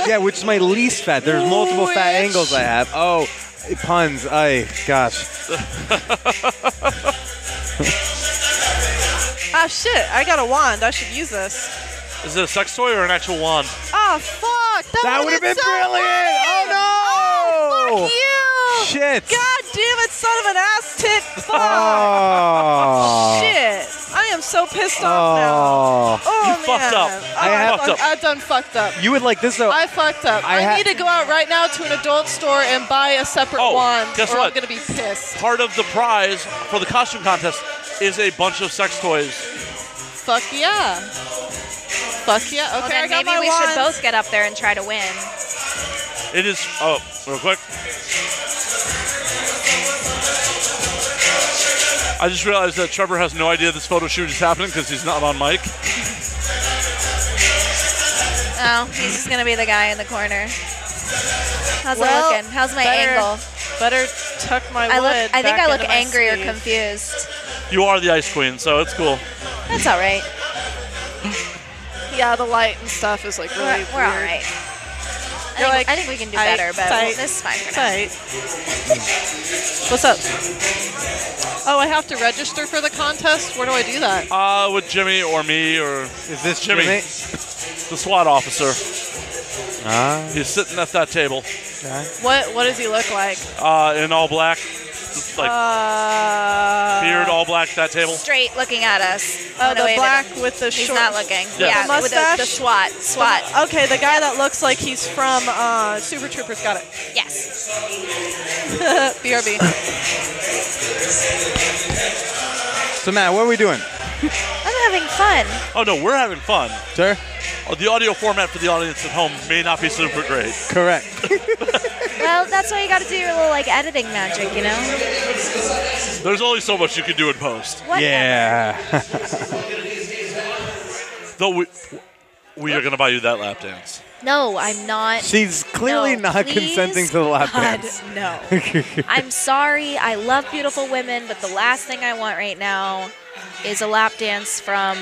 Speaker 4: Yeah, which is my least fat. There's multiple fat
Speaker 8: Which-
Speaker 4: angles I have. Oh, puns. I gosh.
Speaker 8: Ah, shit. I got a wand. I should use this.
Speaker 1: Is it a sex toy or an actual wand?
Speaker 8: Oh, fuck. That,
Speaker 4: That would have
Speaker 8: would've
Speaker 4: been
Speaker 8: so Oh,
Speaker 4: brilliant. Oh no.
Speaker 8: Fuck you.
Speaker 4: Shit.
Speaker 8: God damn it, son of an ass tit. Fuck.
Speaker 4: Oh.
Speaker 8: Shit. I am so pissed off now.
Speaker 4: Oh.
Speaker 8: Oh,
Speaker 1: You
Speaker 8: man.
Speaker 1: fucked up.
Speaker 8: Oh,
Speaker 1: I
Speaker 8: I
Speaker 1: have-
Speaker 8: fucked-
Speaker 1: fucked up.
Speaker 8: I've done fucked up.
Speaker 4: You would like this though.
Speaker 8: I fucked up.
Speaker 4: I
Speaker 8: I,
Speaker 4: ha-
Speaker 8: need to go out right now to an adult store and buy a separate
Speaker 1: Oh,
Speaker 8: wand,
Speaker 1: guess
Speaker 8: or
Speaker 1: what?
Speaker 8: I'm gonna be pissed.
Speaker 1: Part of the prize for the costume contest is a bunch of sex toys.
Speaker 8: Fuck yeah. Fuck yeah. Okay,
Speaker 3: Well,
Speaker 8: I
Speaker 3: then
Speaker 8: got
Speaker 3: maybe
Speaker 8: my
Speaker 3: we
Speaker 8: wand.
Speaker 3: should both get up there and try to win.
Speaker 1: It is. Oh, real quick. I just realized that Trevor has no idea this photo shoot is happening because he's not on mic.
Speaker 3: No, Oh, he's just gonna be the guy in the corner. How's
Speaker 8: Well,
Speaker 3: it looking? How's my
Speaker 8: better-
Speaker 3: angle?
Speaker 8: Better tuck my
Speaker 3: I
Speaker 8: wood.
Speaker 3: look. I think
Speaker 8: back
Speaker 3: I look
Speaker 8: into my
Speaker 3: angry or
Speaker 8: sleeve.
Speaker 3: confused.
Speaker 1: You are the ice queen, so it's cool.
Speaker 3: That's all right.
Speaker 8: Yeah, the light and stuff is like
Speaker 3: We're,
Speaker 8: really
Speaker 3: we're all
Speaker 8: weird.
Speaker 3: right. I
Speaker 8: You're
Speaker 3: think,
Speaker 8: like,
Speaker 3: I think we can do
Speaker 8: "Tight,
Speaker 3: better, but
Speaker 8: tight,
Speaker 3: this is fine for now.
Speaker 8: Tight. What's up? Oh, I have to register for the contest. Where do I do that?
Speaker 1: Uh, with Jimmy or me or
Speaker 4: Is this
Speaker 1: Jimmy.
Speaker 4: Jimmy?
Speaker 1: the SWAT officer.
Speaker 4: Ah,
Speaker 1: He's sitting at that table
Speaker 8: What What does he look like?
Speaker 1: uh, in all black, Just like
Speaker 3: Ah.
Speaker 8: Uh,
Speaker 1: beard all black. That table.
Speaker 3: Straight looking at us.
Speaker 8: Oh,
Speaker 3: On
Speaker 8: the
Speaker 3: way to
Speaker 8: black
Speaker 3: the-
Speaker 8: with the
Speaker 3: He's
Speaker 8: short.
Speaker 3: not looking.
Speaker 1: Yeah.
Speaker 3: Yeah,
Speaker 8: The
Speaker 3: with the, the
Speaker 8: mustache?
Speaker 3: SWAT. SWAT.
Speaker 8: Okay, the guy that looks like he's from uh, Super Troopers. Got it.
Speaker 3: Yes. Uh,
Speaker 8: BRB.
Speaker 4: so Matt, what are we doing,
Speaker 3: I'm having fun.
Speaker 1: Oh no, we're having fun.
Speaker 4: sir?
Speaker 1: Oh, the audio format for the audience at home may not be super great.
Speaker 4: Correct.
Speaker 3: Well, that's why you got to do your little like editing magic, you know.
Speaker 1: There's only so much you can do in post.
Speaker 3: Whatever.
Speaker 4: Yeah.
Speaker 1: Though we, we are gonna buy you that lap dance.
Speaker 3: No, I'm not.
Speaker 4: She's clearly
Speaker 3: No,
Speaker 4: not
Speaker 3: please,
Speaker 4: consenting to the lap
Speaker 3: God,
Speaker 4: dance.
Speaker 3: No. I'm sorry. I love beautiful women, but the last thing I want right now is a lap dance from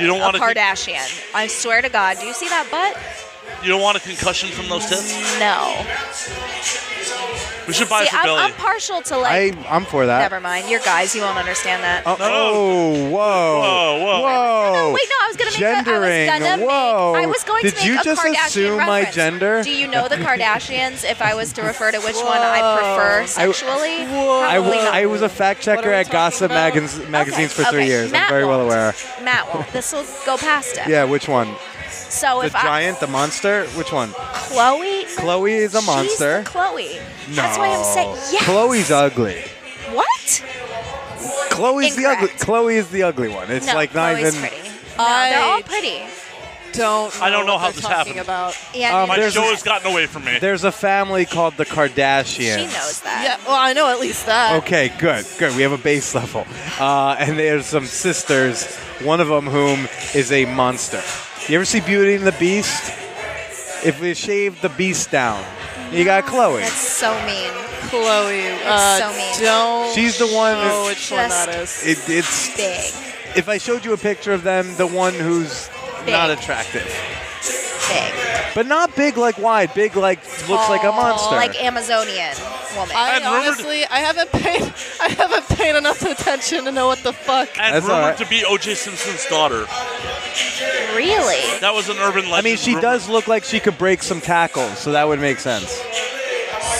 Speaker 1: You don't
Speaker 3: a
Speaker 1: want a, con-
Speaker 3: Kardashian. I swear to God. Do you see that butt?
Speaker 1: you don't want a concussion from those tips.
Speaker 3: No.
Speaker 1: We should buy it
Speaker 3: see,
Speaker 1: for
Speaker 3: I'm,
Speaker 1: Billy.
Speaker 3: I'm partial to like.
Speaker 4: I, I'm for that.
Speaker 3: never mind. You're guys. You won't understand that.
Speaker 4: Oh, oh, whoa.
Speaker 1: Whoa, whoa.
Speaker 4: Whoa.
Speaker 3: Wait, no, I was gonna make
Speaker 4: Oh,
Speaker 3: A,
Speaker 4: Gendering.
Speaker 3: I was gonna
Speaker 4: Whoa.
Speaker 3: Make, I was going
Speaker 4: Did
Speaker 3: to make
Speaker 4: you
Speaker 3: a
Speaker 4: just
Speaker 3: Kardashian
Speaker 4: assume my
Speaker 3: reference.
Speaker 4: gender?
Speaker 3: Do you know the Kardashians? If I was to refer to which one I prefer sexually,
Speaker 8: Whoa.
Speaker 4: I,
Speaker 3: probably
Speaker 4: w-
Speaker 3: not.
Speaker 4: I was a fact
Speaker 8: What are
Speaker 4: checker
Speaker 8: we
Speaker 4: at
Speaker 8: talking
Speaker 4: Gossip
Speaker 8: about?
Speaker 4: magaz- magazines for
Speaker 3: Okay,
Speaker 4: three
Speaker 3: okay.
Speaker 4: years.
Speaker 3: Matt
Speaker 4: I'm very well
Speaker 3: won't.
Speaker 4: aware.
Speaker 3: Matt won't. This will go past him.
Speaker 4: Yeah, which one?
Speaker 3: So
Speaker 4: The
Speaker 3: if I,
Speaker 4: giant, the monster? Which one?
Speaker 3: Chloe,
Speaker 4: Chloe is a
Speaker 3: she's
Speaker 4: monster.
Speaker 3: the Chloe.
Speaker 4: no.
Speaker 3: That's why I'm saying yes.
Speaker 4: Chloe's ugly.
Speaker 3: What?
Speaker 4: Chloe's the ugly.
Speaker 3: Incorrect.
Speaker 4: Chloe is the ugly one. It's
Speaker 3: no,
Speaker 4: like not
Speaker 3: Chloe's
Speaker 4: even.
Speaker 3: pretty. No, they're all
Speaker 8: I-
Speaker 3: pretty.
Speaker 8: Don't. Know
Speaker 1: I don't know
Speaker 8: what
Speaker 1: how
Speaker 8: they're
Speaker 1: this
Speaker 8: talking
Speaker 1: happened.
Speaker 8: about.
Speaker 3: Yeah,
Speaker 4: Um,
Speaker 1: My
Speaker 4: there's
Speaker 1: show
Speaker 4: a-
Speaker 1: has gotten away from me.
Speaker 4: There's a family called the
Speaker 3: she
Speaker 4: Kardashians.
Speaker 3: knows that.
Speaker 8: Yeah. Well, I know at least that.
Speaker 4: Okay, good, good. We have a base level, uh, and there's some sisters. One of them whom is a monster. You ever see Beauty and the Beast? If we shave the Beast down, you got Chloe.
Speaker 3: That's so mean.
Speaker 8: Chloe. uh,
Speaker 3: so mean.
Speaker 8: Don't.
Speaker 4: She's the one.
Speaker 8: know which one
Speaker 3: Just-
Speaker 8: that is.
Speaker 4: It, it's
Speaker 3: Big,
Speaker 4: if I showed you a picture of them, the one who's not
Speaker 3: Big.
Speaker 4: attractive,
Speaker 3: big.
Speaker 4: but not big like wide. Big like looks like a
Speaker 3: Tall,
Speaker 4: monster.
Speaker 3: Like Amazonian woman.
Speaker 8: I
Speaker 1: And rumored-
Speaker 8: honestly, I haven't paid, I haven't paid enough attention to know what the fuck.
Speaker 1: and
Speaker 4: That's all
Speaker 1: rumored
Speaker 4: right.
Speaker 1: to be O.J. Simpson's daughter.
Speaker 3: really?
Speaker 1: That was an urban legend.
Speaker 4: I mean, she
Speaker 1: rumor.
Speaker 4: does look like she could break some tackles, so that would make sense.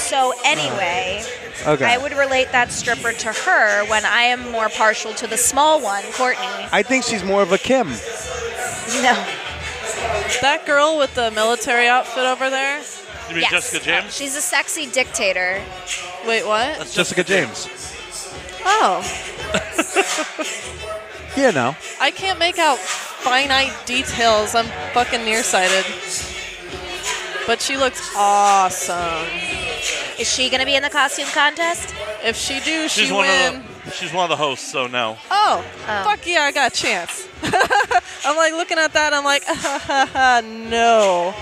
Speaker 3: So
Speaker 4: Uh,
Speaker 3: anyway,
Speaker 4: Okay.
Speaker 3: I would relate that stripper to her when I am more partial to the small one, Courtney.
Speaker 4: I think she's more of a Kim.
Speaker 3: No.
Speaker 8: That girl with the military outfit over there.
Speaker 1: You mean Jessica James?
Speaker 3: Oh, She's a sexy dictator.
Speaker 8: Wait, what?
Speaker 1: That's
Speaker 4: Jessica James.
Speaker 8: Oh,
Speaker 4: Yeah, no.
Speaker 8: I can't make out finite details. I'm fucking nearsighted. But she looks awesome.
Speaker 3: Is she gonna be in the costume contest?
Speaker 8: If she do,
Speaker 1: She's
Speaker 8: she
Speaker 1: one
Speaker 8: win.
Speaker 1: of the. She's one of the hosts, so no.
Speaker 8: Oh,
Speaker 3: Oh.
Speaker 8: fuck yeah, I got a chance. I'm like looking at that. I'm like, no,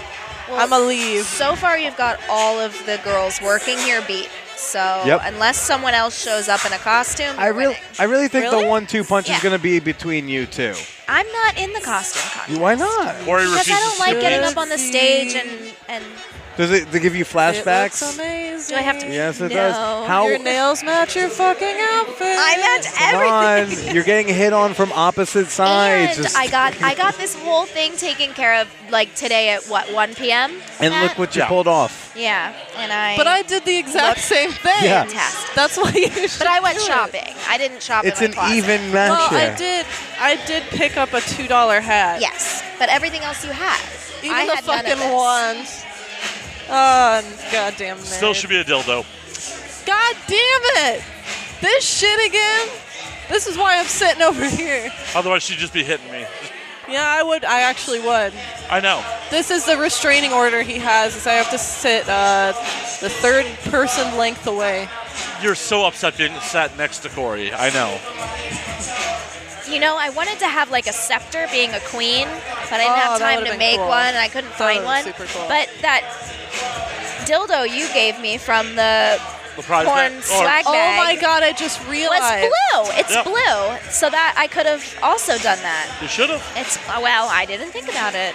Speaker 3: Well,
Speaker 8: I'ma leave.
Speaker 3: So far, you've got all of the girls working here beat. So
Speaker 4: Yep.
Speaker 3: unless someone else shows up in a costume,
Speaker 4: I
Speaker 3: you're
Speaker 4: really,
Speaker 3: winning.
Speaker 4: I really think
Speaker 8: Really?
Speaker 4: the one-two punch
Speaker 3: Yeah.
Speaker 4: is going to be between you two.
Speaker 3: I'm not in the costume contest
Speaker 4: Why not?
Speaker 1: Corey
Speaker 3: because
Speaker 1: refuses
Speaker 3: I don't
Speaker 1: to
Speaker 3: like
Speaker 1: do
Speaker 3: getting
Speaker 1: it.
Speaker 3: up on the stage and and
Speaker 4: Does it they give you
Speaker 8: It looks
Speaker 4: flashbacks?
Speaker 8: amazing.
Speaker 3: do I have to?
Speaker 4: Yes, it
Speaker 3: no.
Speaker 4: does. How-
Speaker 8: Your nails match your fucking outfit.
Speaker 3: I meant
Speaker 4: Come
Speaker 3: everything.
Speaker 4: on, you're getting hit on from opposite sides.
Speaker 3: And
Speaker 4: Just-
Speaker 3: I got I got this whole thing taken care of like today at what 1 p.m.
Speaker 4: and look
Speaker 3: Matt?
Speaker 4: what you
Speaker 1: Yeah.
Speaker 4: pulled off.
Speaker 3: Yeah, and I
Speaker 8: But I did the exact same thing.
Speaker 4: Yeah.
Speaker 3: fantastic.
Speaker 8: That's why you should
Speaker 3: But I went
Speaker 8: do it.
Speaker 3: shopping. I didn't shop.
Speaker 4: It's
Speaker 3: in
Speaker 4: an
Speaker 3: my closet.
Speaker 4: even match
Speaker 8: Well,
Speaker 4: here.
Speaker 8: I did. I did pick up a two dollar hat.
Speaker 3: Yes, but everything else you had.
Speaker 8: Even
Speaker 3: I
Speaker 8: the
Speaker 3: had none of
Speaker 8: fucking
Speaker 3: this.
Speaker 8: wand. Oh, goddamn!
Speaker 1: Still should be a dildo.
Speaker 8: God damn it! This shit again. This is why I'm sitting over here.
Speaker 1: Otherwise, she'd just be hitting me.
Speaker 8: Yeah, I would. I actually would.
Speaker 1: I know.
Speaker 8: This is the restraining order he has. Is I have to sit uh, the third person length away.
Speaker 1: You're so upset being sat next to Corey. I know.
Speaker 3: You know, I wanted to have like a scepter being a queen, but I
Speaker 8: Oh,
Speaker 3: didn't have
Speaker 8: that
Speaker 3: time
Speaker 8: would've
Speaker 3: to
Speaker 8: been
Speaker 3: make
Speaker 8: cool.
Speaker 3: one and I couldn't
Speaker 8: That
Speaker 3: find
Speaker 8: would've
Speaker 3: one.
Speaker 8: been super cool.
Speaker 3: But that dildo you gave me from the
Speaker 1: The prize
Speaker 3: Porn
Speaker 1: bag- or-
Speaker 3: swag
Speaker 8: Oh
Speaker 3: bag
Speaker 8: my god, I just
Speaker 3: was
Speaker 8: realized.
Speaker 3: blue. It's
Speaker 1: Yep.
Speaker 3: blue. So that I could have also done that.
Speaker 1: You should have.
Speaker 3: It's oh, well, I didn't think about it.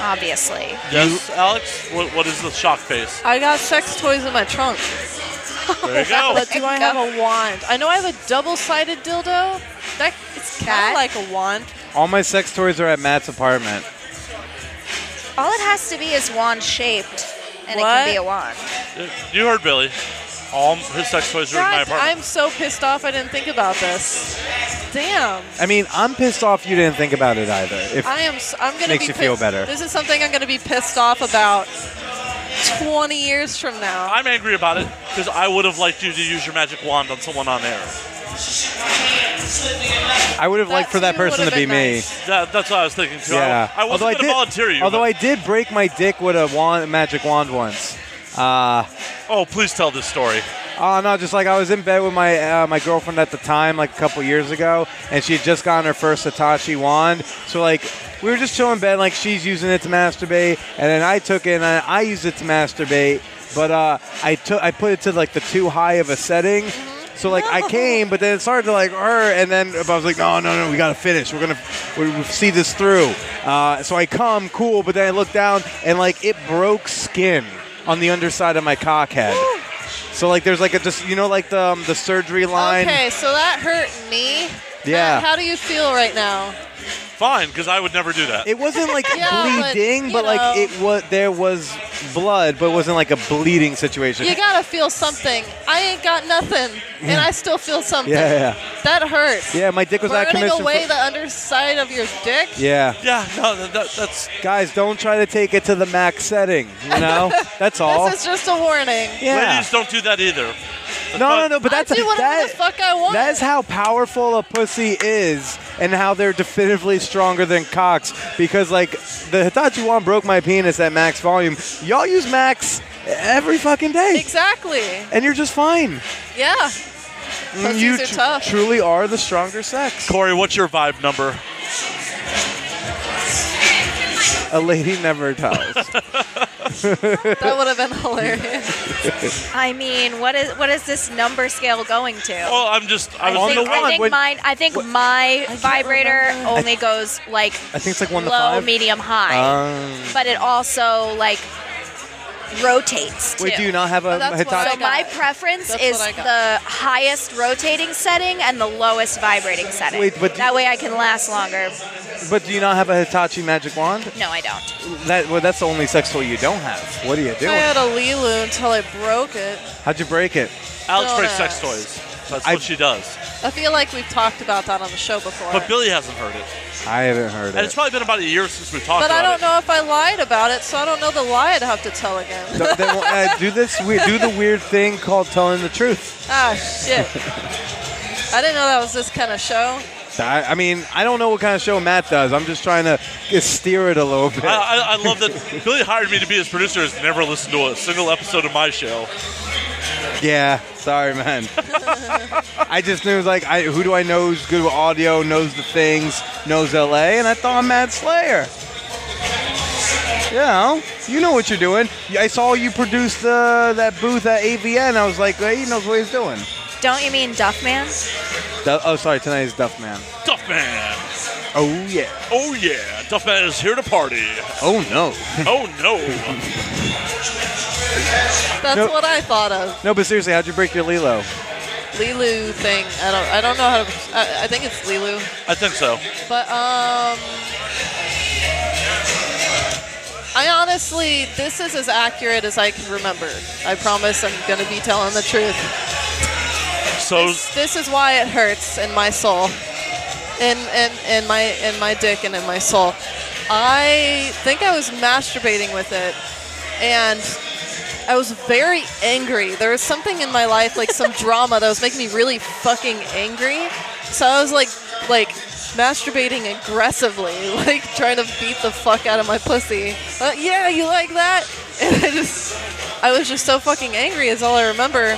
Speaker 3: Obviously.
Speaker 1: Yes, Alex. What, what is the shock face?
Speaker 8: I got sex toys in my trunk.
Speaker 1: There you go.
Speaker 8: But do I have a wand? I know I have a double-sided dildo. That it's kind
Speaker 3: That-
Speaker 8: of like a wand.
Speaker 4: All my sex toys are at Matt's apartment.
Speaker 3: All it has to be is wand shaped and it
Speaker 8: What?
Speaker 3: can be a wand.
Speaker 1: You heard Billy. All his sex toys are in my
Speaker 8: God,
Speaker 1: apartment.
Speaker 8: I'm so pissed off. I didn't think about this. Damn.
Speaker 4: I mean, I'm pissed off you didn't think about it either. If
Speaker 8: I am. s- I'm gonna
Speaker 4: Makes
Speaker 8: be.
Speaker 4: you feel
Speaker 8: pissed-
Speaker 4: better.
Speaker 8: This is something I'm gonna be pissed off about 20 years from now.
Speaker 1: I'm angry about it because I would have liked you to use your magic wand on someone on air.
Speaker 4: I would have liked for that
Speaker 8: too
Speaker 4: person to
Speaker 8: would've
Speaker 4: be
Speaker 8: been
Speaker 4: me.
Speaker 8: nice.
Speaker 1: That, that's what I was thinking too. I-
Speaker 4: Yeah.
Speaker 1: I, wasn't
Speaker 4: Although
Speaker 1: going to
Speaker 4: did-
Speaker 1: volunteer you.
Speaker 4: Although
Speaker 1: but-
Speaker 4: I did break my dick with a wand, magic wand once. Uh,
Speaker 1: oh, please tell this story.
Speaker 4: oh no, just like I was in bed with my uh, my girlfriend at the time, like a couple years ago, and she had just gotten her first Hitachi wand. So like we were just chilling in bed, like she's using it to masturbate, and then I took it and I, I used it to masturbate, but uh, I took I put it to like the too high of a setting. So like I came, but then it started to like her, and then I was like, no, no, no, we gotta finish. We're gonna we we see this through. Uh, so I come, cool, but then I look down and like it broke skin on the underside of my cock head. so like there's like a just you know like the um, the surgery line.
Speaker 8: Okay, so that hurt me.
Speaker 4: Yeah.
Speaker 8: Matt, how do you feel right now?
Speaker 1: Fine, because I would never do that.
Speaker 4: It wasn't like
Speaker 8: Yeah, but,
Speaker 4: bleeding,
Speaker 8: you
Speaker 4: but, like
Speaker 8: know.
Speaker 4: it was there was blood, but it wasn't like a bleeding situation.
Speaker 8: You gotta feel something. I ain't got nothing, and I still feel something.
Speaker 4: yeah, yeah,
Speaker 8: That hurts.
Speaker 4: yeah. My dick was not
Speaker 8: Burning
Speaker 4: commissioned. for-
Speaker 8: away the underside of your dick.
Speaker 4: yeah.
Speaker 1: yeah, no, that, that, that's
Speaker 4: Guys, don't try to take it to the max setting. You know, that's all.
Speaker 8: This is just a warning.
Speaker 4: yeah.
Speaker 1: ladies don't do that either.
Speaker 4: No, no, no. But that's
Speaker 8: I do whatever
Speaker 4: that,
Speaker 8: the fuck I want.
Speaker 4: That's how powerful a pussy is, and how they're definitively stronger than cocks. Because like the Hitachi wand broke my penis at max volume. Y'all use max every fucking day,
Speaker 8: exactly.
Speaker 4: and you're just fine.
Speaker 8: Yeah. Pussies
Speaker 4: you
Speaker 8: are tough.
Speaker 4: truly are the stronger sex.
Speaker 1: Corey, what's your vibe number?
Speaker 4: A lady never tells.
Speaker 8: That would have been hilarious.
Speaker 3: I mean, what is what is this number scale going to?
Speaker 1: Well, I'm just. I was
Speaker 4: On
Speaker 3: I
Speaker 4: the
Speaker 3: think, I
Speaker 4: one,
Speaker 3: think
Speaker 4: when-
Speaker 3: mine. I think my vibrator only goes like
Speaker 4: I think it's like one to
Speaker 3: low,
Speaker 4: five.
Speaker 3: medium, high,
Speaker 4: Um,
Speaker 3: but it also like rotates too.
Speaker 4: wait, do you not have a
Speaker 8: Oh, that's what
Speaker 4: Hitachi?
Speaker 3: so
Speaker 8: I got
Speaker 3: my
Speaker 8: it.
Speaker 3: preference
Speaker 8: That's
Speaker 3: is
Speaker 8: what I got.
Speaker 3: the highest rotating setting and the lowest vibrating setting.
Speaker 4: Wait, but do-
Speaker 3: that way I can last longer.
Speaker 4: But do you not have a Hitachi magic wand?
Speaker 3: No, I don't.
Speaker 4: That well, that's the only sex toy you don't have. What are you
Speaker 8: I
Speaker 4: doing?
Speaker 8: had a Lilu until I broke it.
Speaker 4: How'd you break it?
Speaker 1: Alex
Speaker 8: Don't
Speaker 1: breaks
Speaker 8: ask.
Speaker 1: sex toys. That's
Speaker 4: I-
Speaker 1: what she does.
Speaker 8: I feel like we've talked about that on the show before.
Speaker 1: But Billy hasn't heard it,
Speaker 4: I haven't heard
Speaker 1: and it's
Speaker 4: it.
Speaker 1: probably been about a year since we've talked
Speaker 8: But
Speaker 1: about
Speaker 8: I don't
Speaker 1: it.
Speaker 8: know if I lied about it, so I don't know the lie I'd have to tell again.
Speaker 4: Th- then, uh, do this. We- do the weird thing called telling the truth.
Speaker 8: ah, shit. I didn't know that was this kind of show.
Speaker 4: I, I mean, I don't know what kind of show Matt does. I'm just trying to steer it a little bit.
Speaker 1: I, I, I love that Billy hired me to be his producer. Has never listened to a single episode of my show.
Speaker 4: Yeah, sorry, man. I just knew like, I, who do I know who's good with audio, knows the things, knows LA, and I thought I'm Mad Slayer. Yeah, you know what you're doing. I saw you produce the that booth at AVN. I was like, hey, he knows what he's doing.
Speaker 3: Don't you mean Duffman?
Speaker 4: Du- oh, sorry, tonight is Duff Man.
Speaker 1: Duff man.
Speaker 4: Oh yeah.
Speaker 1: Oh yeah, Duff man is here to party.
Speaker 4: Oh no.
Speaker 1: Oh no.
Speaker 8: That's
Speaker 4: No.
Speaker 8: what I thought of.
Speaker 4: No, but seriously, how'd you break your Lilo?
Speaker 8: Lilu thing. I don't. I don't know how to. I, I think it's Lilu.
Speaker 1: I think so.
Speaker 8: But um, I honestly, this is as accurate as I can remember. I promise I'm gonna be telling the truth.
Speaker 1: So
Speaker 8: This, this is why it hurts in my soul, in in in my in my dick and in my soul. I think I was masturbating with it, and. I was very angry. There was something in my life, like some drama, that was making me really fucking angry. So I was like, like masturbating aggressively, like trying to beat the fuck out of my pussy. Uh, yeah, you like that? And I just, I was just so fucking angry. Is all I remember.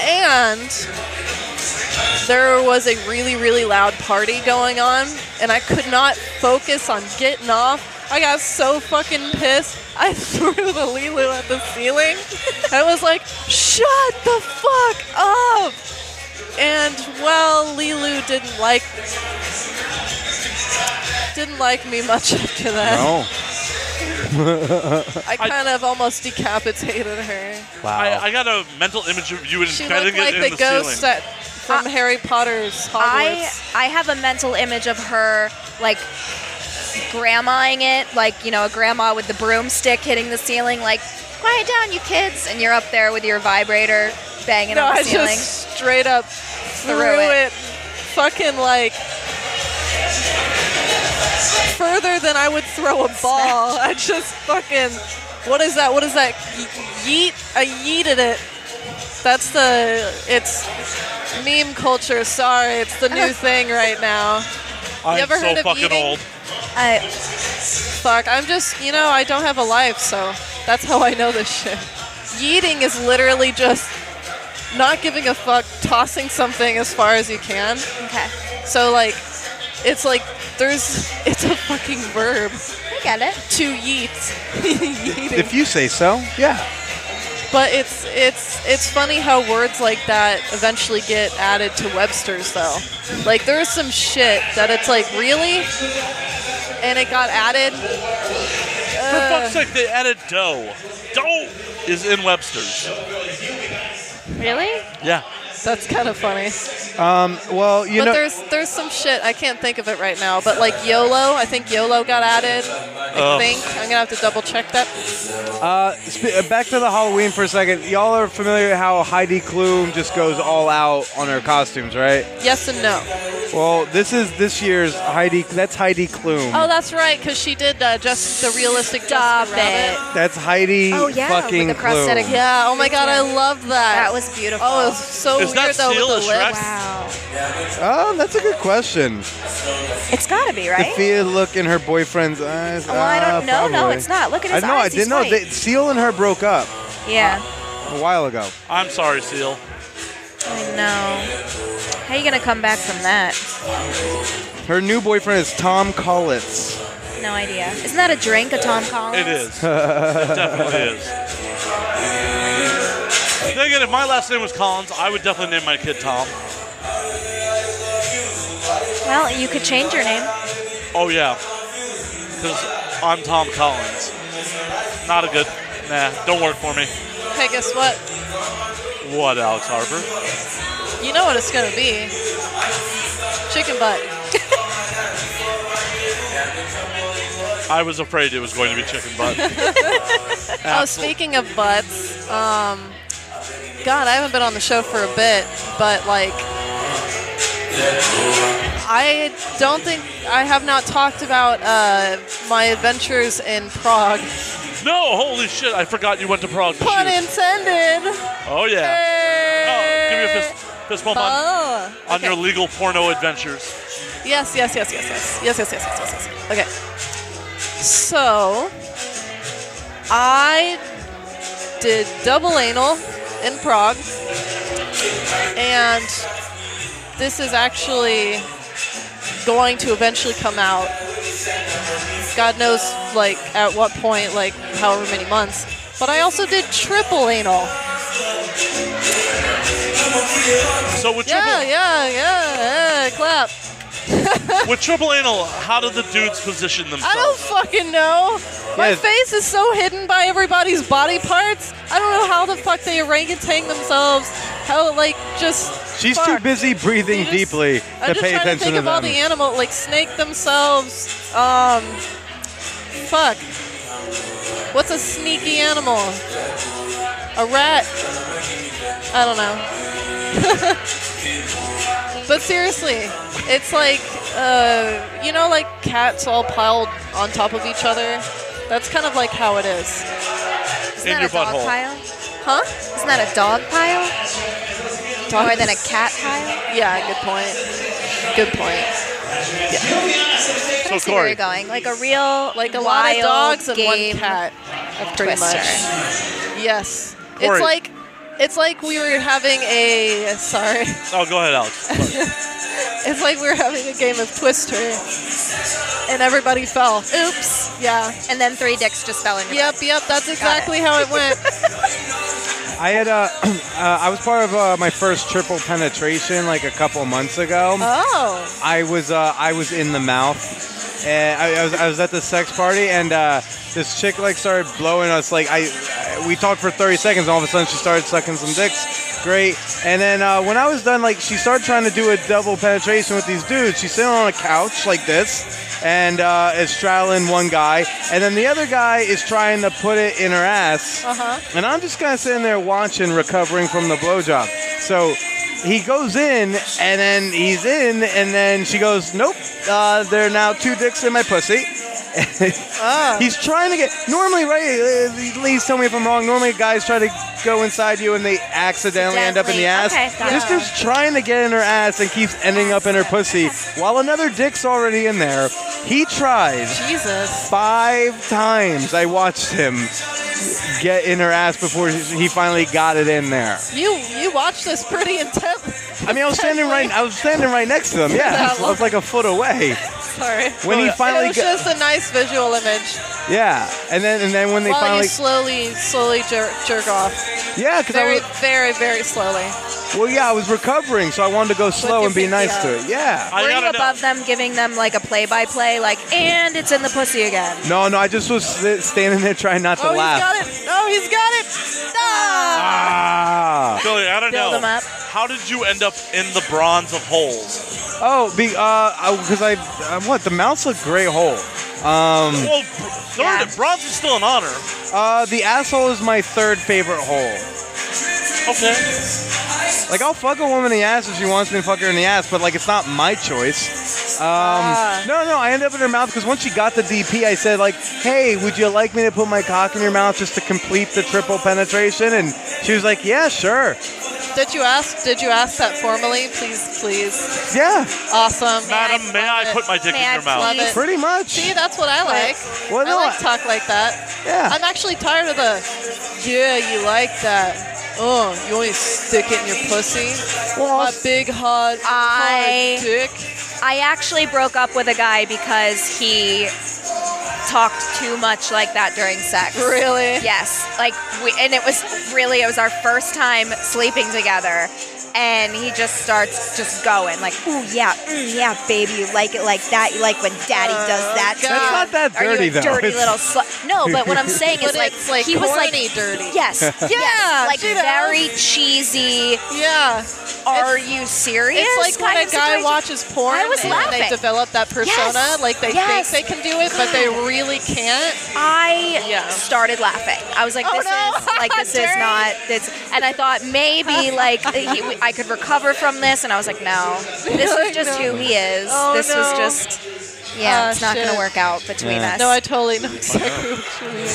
Speaker 8: And there was a really, really loud party going on, and I could not focus on getting off. I got so fucking pissed. I threw the Lilu at the ceiling. I was like, shut the fuck up! And well, Lilu didn't like didn't like me much after that.
Speaker 4: Oh,
Speaker 8: I kind of almost decapitated her.
Speaker 4: wow.
Speaker 1: I, I got a mental image of you
Speaker 8: She
Speaker 1: embedding
Speaker 8: looked like
Speaker 1: it in
Speaker 8: the,
Speaker 1: the
Speaker 8: ghost
Speaker 1: ceiling.
Speaker 8: that from
Speaker 3: Uh,
Speaker 8: Harry Potter's
Speaker 3: I
Speaker 8: Hogwarts.
Speaker 3: I have a mental image of her like grandmaing it, like you know, a grandma with the broomstick hitting the ceiling, like quiet down, you kids, and you're up there with your vibrator banging
Speaker 8: no,
Speaker 3: on the
Speaker 8: I
Speaker 3: ceiling.
Speaker 8: just straight up threw,
Speaker 3: it.
Speaker 8: it. fucking like further than I would throw a ball. I just fucking what is that? What is that? Ye- yeet! I yeeted it. That's the it's meme culture. Sorry, it's the new thing right now. you ever
Speaker 1: so
Speaker 8: heard of
Speaker 1: fucking
Speaker 8: yeeting?
Speaker 1: old.
Speaker 3: I,
Speaker 8: Fuck, I'm just, you know, I don't have a life, so that's how I know this shit. Yeeting is literally just not giving a fuck, tossing something as far as you can.
Speaker 3: okay,
Speaker 8: So, like, it's like, there's, it's a fucking verb
Speaker 3: I get it.
Speaker 8: to yeet. Yeeting.
Speaker 4: If you say so, yeah.
Speaker 8: But it's, it's, it's funny how words like that eventually get added to Webster's, though. Like, there's some shit that it's like, really? And it got added.
Speaker 1: For fuck's sake, they added dough. Dough is in Webster's.
Speaker 3: Really?
Speaker 1: Yeah.
Speaker 8: That's kind of funny.
Speaker 4: Well, you
Speaker 8: but
Speaker 4: know,
Speaker 8: there's there's some shit I can't think of it right now. But like YOLO, I think YOLO got added.
Speaker 1: Oh.
Speaker 8: I think I'm gonna have to double check that.
Speaker 4: uh, sp- uh, back to the Halloween for a second. Y'all are familiar with how Heidi Klum just goes all out on her costumes, right?
Speaker 8: Yes and no.
Speaker 4: Well, this is this year's Heidi. That's Heidi Klum.
Speaker 8: Oh, that's right, because she did uh, just the realistic
Speaker 3: Stop
Speaker 8: Jessica Rabbit.
Speaker 4: That's Heidi
Speaker 3: Oh, yeah, with
Speaker 4: fucking
Speaker 3: the prosthetic-
Speaker 4: Klum.
Speaker 8: Yeah. Oh my god, I love that.
Speaker 3: That was beautiful.
Speaker 8: Oh, it was so
Speaker 1: Is that
Speaker 8: weird though
Speaker 1: Seal
Speaker 8: with the
Speaker 1: a Shrek?
Speaker 8: lips.
Speaker 3: wow.
Speaker 4: Oh, that's a good question.
Speaker 3: It's gotta be right.
Speaker 4: The fear look in her boyfriend's eyes.
Speaker 3: well, Oh, I
Speaker 4: Ah,
Speaker 3: don't. No, no,
Speaker 4: probably.
Speaker 3: it's not. Look at his
Speaker 4: I know.
Speaker 3: eyes.
Speaker 4: I
Speaker 3: He's
Speaker 4: didn't know.
Speaker 3: white.
Speaker 4: They, Seal and her broke up
Speaker 3: yeah.
Speaker 4: a while ago.
Speaker 1: I'm sorry, Seal.
Speaker 3: I know. How you gonna come back from that?
Speaker 4: Her new boyfriend is Tom Collins.
Speaker 3: No idea. Isn't that a drink, a Tom Collins?
Speaker 1: It is. it definitely is. Then again, if my last name was Collins, I would definitely name my kid Tom.
Speaker 3: Well, you could change your name.
Speaker 1: Oh yeah, because I'm Tom Collins. Not a good. Nah, don't work for me.
Speaker 8: Hey, guess what?
Speaker 1: What, Alex Harper?
Speaker 8: You know what it's gonna be. Chicken butt.
Speaker 1: I was afraid it was going to be chicken butt.
Speaker 8: Oh, speaking of butts, um, God, I haven't been on the show for a bit, but like, I don't think I have not talked about uh, my adventures in Prague.
Speaker 1: no, holy shit! I forgot you went to Prague. to
Speaker 8: Pun
Speaker 1: shoot.
Speaker 8: intended.
Speaker 1: Oh yeah. Oh, give me a fist, fist bump on,
Speaker 8: Oh,
Speaker 1: on
Speaker 8: okay.
Speaker 1: your legal porno adventures.
Speaker 8: Yes, yes, yes, yes, yes, yes, yes, yes, yes, yes, yes. Okay. So, I did double anal in Prague, and this is actually going to eventually come out. God knows, like at what point, like however many months. But I also did triple anal.
Speaker 1: So with
Speaker 8: Yeah,
Speaker 1: triple
Speaker 8: yeah, yeah, yeah. Clap.
Speaker 1: with triple anal, how do the dudes position themselves?
Speaker 8: I don't fucking know. My
Speaker 4: Yeah.
Speaker 8: face is so hidden by everybody's body parts. I don't know how the fuck they orangutan themselves. How like just
Speaker 4: She's
Speaker 8: fuck.
Speaker 4: too busy breathing
Speaker 8: They just-
Speaker 4: deeply
Speaker 8: I'm
Speaker 4: to
Speaker 8: just
Speaker 4: pay
Speaker 8: trying
Speaker 4: attention
Speaker 8: to think
Speaker 4: to
Speaker 8: of all
Speaker 4: them.
Speaker 8: the animal like snake themselves. Um, fuck. What's a sneaky animal? A rat. I don't know. but seriously, it's like uh, you know, like cats all piled on top of each other. That's kind of like how it is,
Speaker 3: Isn't
Speaker 1: In
Speaker 3: that
Speaker 1: your
Speaker 3: a dog
Speaker 1: butthole.
Speaker 3: pile?
Speaker 8: huh?
Speaker 3: Isn't that a dog pile? More than a cat pile?
Speaker 8: Yeah, good point. Good point.
Speaker 3: I
Speaker 1: so
Speaker 3: see where
Speaker 1: Corey,
Speaker 3: you're going. Like a real
Speaker 8: like a lot
Speaker 3: wild
Speaker 8: of dogs and one
Speaker 3: game
Speaker 8: cat. uh,
Speaker 3: of
Speaker 8: pretty
Speaker 3: Twister.
Speaker 8: much. Yes,
Speaker 1: Corey.
Speaker 8: it's like It's like we were having a sorry.
Speaker 1: Oh, go ahead, Alex.
Speaker 8: It's like we were having a game of Twister, and everybody fell. Oops. Yeah.
Speaker 3: And then three dicks just fell in your
Speaker 8: Yep. Yep. That's exactly how it went.
Speaker 4: I had uh, uh, I was part of uh, my first triple penetration like a couple months ago.
Speaker 8: Oh.
Speaker 4: I was uh, I was in the mouth, and I, I was I was at the sex party, and uh, this chick like started blowing us. Like I, I- we talked for 30 seconds. And all of a sudden, she started sucking some dicks. Great. And then uh, when I was done, like she started trying to do a double penetration with these dudes. She's sitting on a couch like this, and uh, is straddling one guy, and then the other guy is trying to put it in her ass.
Speaker 8: Uh huh.
Speaker 4: And I'm just kind of sitting there watching, recovering from the blowjob. So he goes in, and then he's in, and then she goes, Nope, uh, there are now two dicks in my pussy.
Speaker 3: Ah.
Speaker 4: he's trying to get. Normally, right? uh, Please tell me if I'm wrong. Normally, guys try to go inside you and they accidentally end up in the ass.
Speaker 3: Okay, got
Speaker 4: this
Speaker 3: it.
Speaker 4: dude's trying to get in her ass and keeps ending up in her pussy while another dick's already in there. He tries
Speaker 8: Jesus.
Speaker 4: five times I watched him get in her ass before he finally got it in there.
Speaker 8: You you watched this pretty intense.
Speaker 4: I mean, I was standing right, I was standing right next to him. Yeah, I was like a foot away.
Speaker 8: Sorry.
Speaker 4: When he
Speaker 8: it
Speaker 4: finally
Speaker 8: was
Speaker 4: got-
Speaker 8: just a nice visual image
Speaker 4: Yeah, and then and then when they
Speaker 8: while
Speaker 4: finally,
Speaker 8: you slowly slowly jerk, jerk off
Speaker 4: yeah, because I
Speaker 8: very
Speaker 4: was
Speaker 8: very very slowly.
Speaker 4: well, yeah, I was recovering, so I wanted to go slow
Speaker 8: your
Speaker 4: and be
Speaker 8: pinky
Speaker 4: nice
Speaker 8: up.
Speaker 4: to it. Yeah.
Speaker 1: I
Speaker 3: Were you
Speaker 1: gotta know.
Speaker 3: above them, giving them like a play-by-play, like, and it's in the pussy again?
Speaker 4: No, no, I just was st- standing there trying not to
Speaker 8: oh,
Speaker 4: laugh.
Speaker 8: he's got it. Oh, he's got it. Ah!
Speaker 4: Ah.
Speaker 1: Billy, I don't
Speaker 3: Build
Speaker 1: know.
Speaker 3: them up.
Speaker 1: How did you end up in the bronze of holes?
Speaker 4: Oh, because uh, because I, uh, what the mouse looked great hole. Um,
Speaker 6: Hmm.
Speaker 1: Well, br- third,
Speaker 3: Yeah.
Speaker 1: bronze is still an honor.
Speaker 4: uh, the asshole is my third favorite hole.
Speaker 1: Okay.
Speaker 4: Like I'll fuck a woman in the ass if she wants me to fuck her in the ass, but like it's not my choice. Um,
Speaker 8: Ah.
Speaker 4: No, no, I end up in her mouth because once she got the DP, I said like, "Hey, would you like me to put my cock in your mouth just to complete the triple penetration?" And she was like, "Yeah, sure,
Speaker 8: Did you ask? Did you ask that formally? Please, please.
Speaker 4: yeah,
Speaker 8: Awesome.
Speaker 1: Madam, may I
Speaker 3: love
Speaker 1: put
Speaker 3: it.
Speaker 1: my dick
Speaker 3: May
Speaker 1: in
Speaker 3: I
Speaker 1: your mouth?
Speaker 8: Love it.
Speaker 4: pretty
Speaker 8: See,
Speaker 4: much."
Speaker 8: that's what I like.
Speaker 4: Well,
Speaker 8: I
Speaker 4: no,
Speaker 8: like
Speaker 4: I-
Speaker 8: talk like that.
Speaker 4: Yeah.
Speaker 8: I'm actually tired of the. Yeah, you like that. Oh, you want to stick it in your pussy?
Speaker 4: Well,
Speaker 8: My
Speaker 4: s-
Speaker 8: big hard,
Speaker 3: I-
Speaker 8: hard dick.
Speaker 3: I actually broke up with a guy because he talked too much like that during sex.
Speaker 8: Really?
Speaker 3: Yes. Like we and it was really it was our first time sleeping together. And he just starts just going like, ooh yeah, mm, yeah, baby, you like it like that. You like when daddy does that. to you.
Speaker 8: Oh, God. That's
Speaker 4: not that
Speaker 3: Are you a
Speaker 4: dirty, though.
Speaker 3: Dirty
Speaker 4: It's-
Speaker 3: little slut. No, but what I'm saying
Speaker 8: But
Speaker 3: is like,
Speaker 8: it's like
Speaker 3: he was like,
Speaker 8: corny dirty.
Speaker 3: yes, yeah,
Speaker 8: Yeah,
Speaker 3: like
Speaker 8: you know.
Speaker 3: very cheesy.
Speaker 8: Yeah.
Speaker 3: Are you serious?
Speaker 8: It's like
Speaker 3: kind
Speaker 8: when
Speaker 3: of
Speaker 8: a guy
Speaker 3: situation.
Speaker 8: watches porn
Speaker 3: I was
Speaker 8: and they
Speaker 3: laughing.
Speaker 8: develop that persona.
Speaker 3: Yes.
Speaker 8: Like they
Speaker 3: Yes. Mm.
Speaker 8: think they can do it, but they really can't.
Speaker 3: I
Speaker 8: Yeah.
Speaker 3: started laughing. I was like,
Speaker 8: Oh,
Speaker 3: "This
Speaker 8: no.
Speaker 3: is like this is
Speaker 8: Dirty.
Speaker 3: not this." And I thought maybe like he, I could recover from this, and I was like, "No, this is just who he is.
Speaker 8: Oh,
Speaker 3: this was
Speaker 8: no.
Speaker 3: just yeah,
Speaker 8: Oh,
Speaker 3: it's not going
Speaker 8: shit.
Speaker 3: to work out between us."
Speaker 8: No, I totally know exactly what you mean.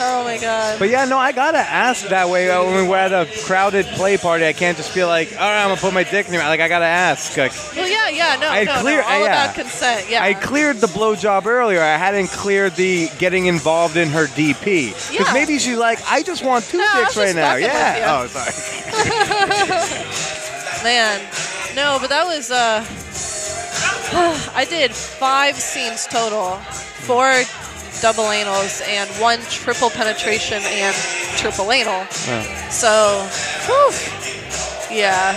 Speaker 8: Oh my god.
Speaker 4: But yeah, no, I gotta ask that way uh, when we're at a crowded play party. I can't just be like, "All right, I'm gonna put my dick in your mouth." Like I gotta ask. Like
Speaker 8: Well, yeah, yeah, no,
Speaker 4: I
Speaker 8: no, no,
Speaker 4: clear-
Speaker 8: all
Speaker 4: I- yeah.
Speaker 8: about consent. Yeah,
Speaker 4: I cleared the blowjob earlier. I hadn't cleared the getting involved in her DP. Because
Speaker 8: Yeah.
Speaker 4: maybe she's like, I just want two
Speaker 8: No, I
Speaker 4: dicks
Speaker 8: was
Speaker 4: right
Speaker 8: just
Speaker 4: now.
Speaker 8: fucking
Speaker 4: Yeah. Oh,
Speaker 8: with
Speaker 4: sorry.
Speaker 8: man. No, but that was. Uh, I did five scenes total, four double anals and one triple penetration and triple anal. So, whew, yeah.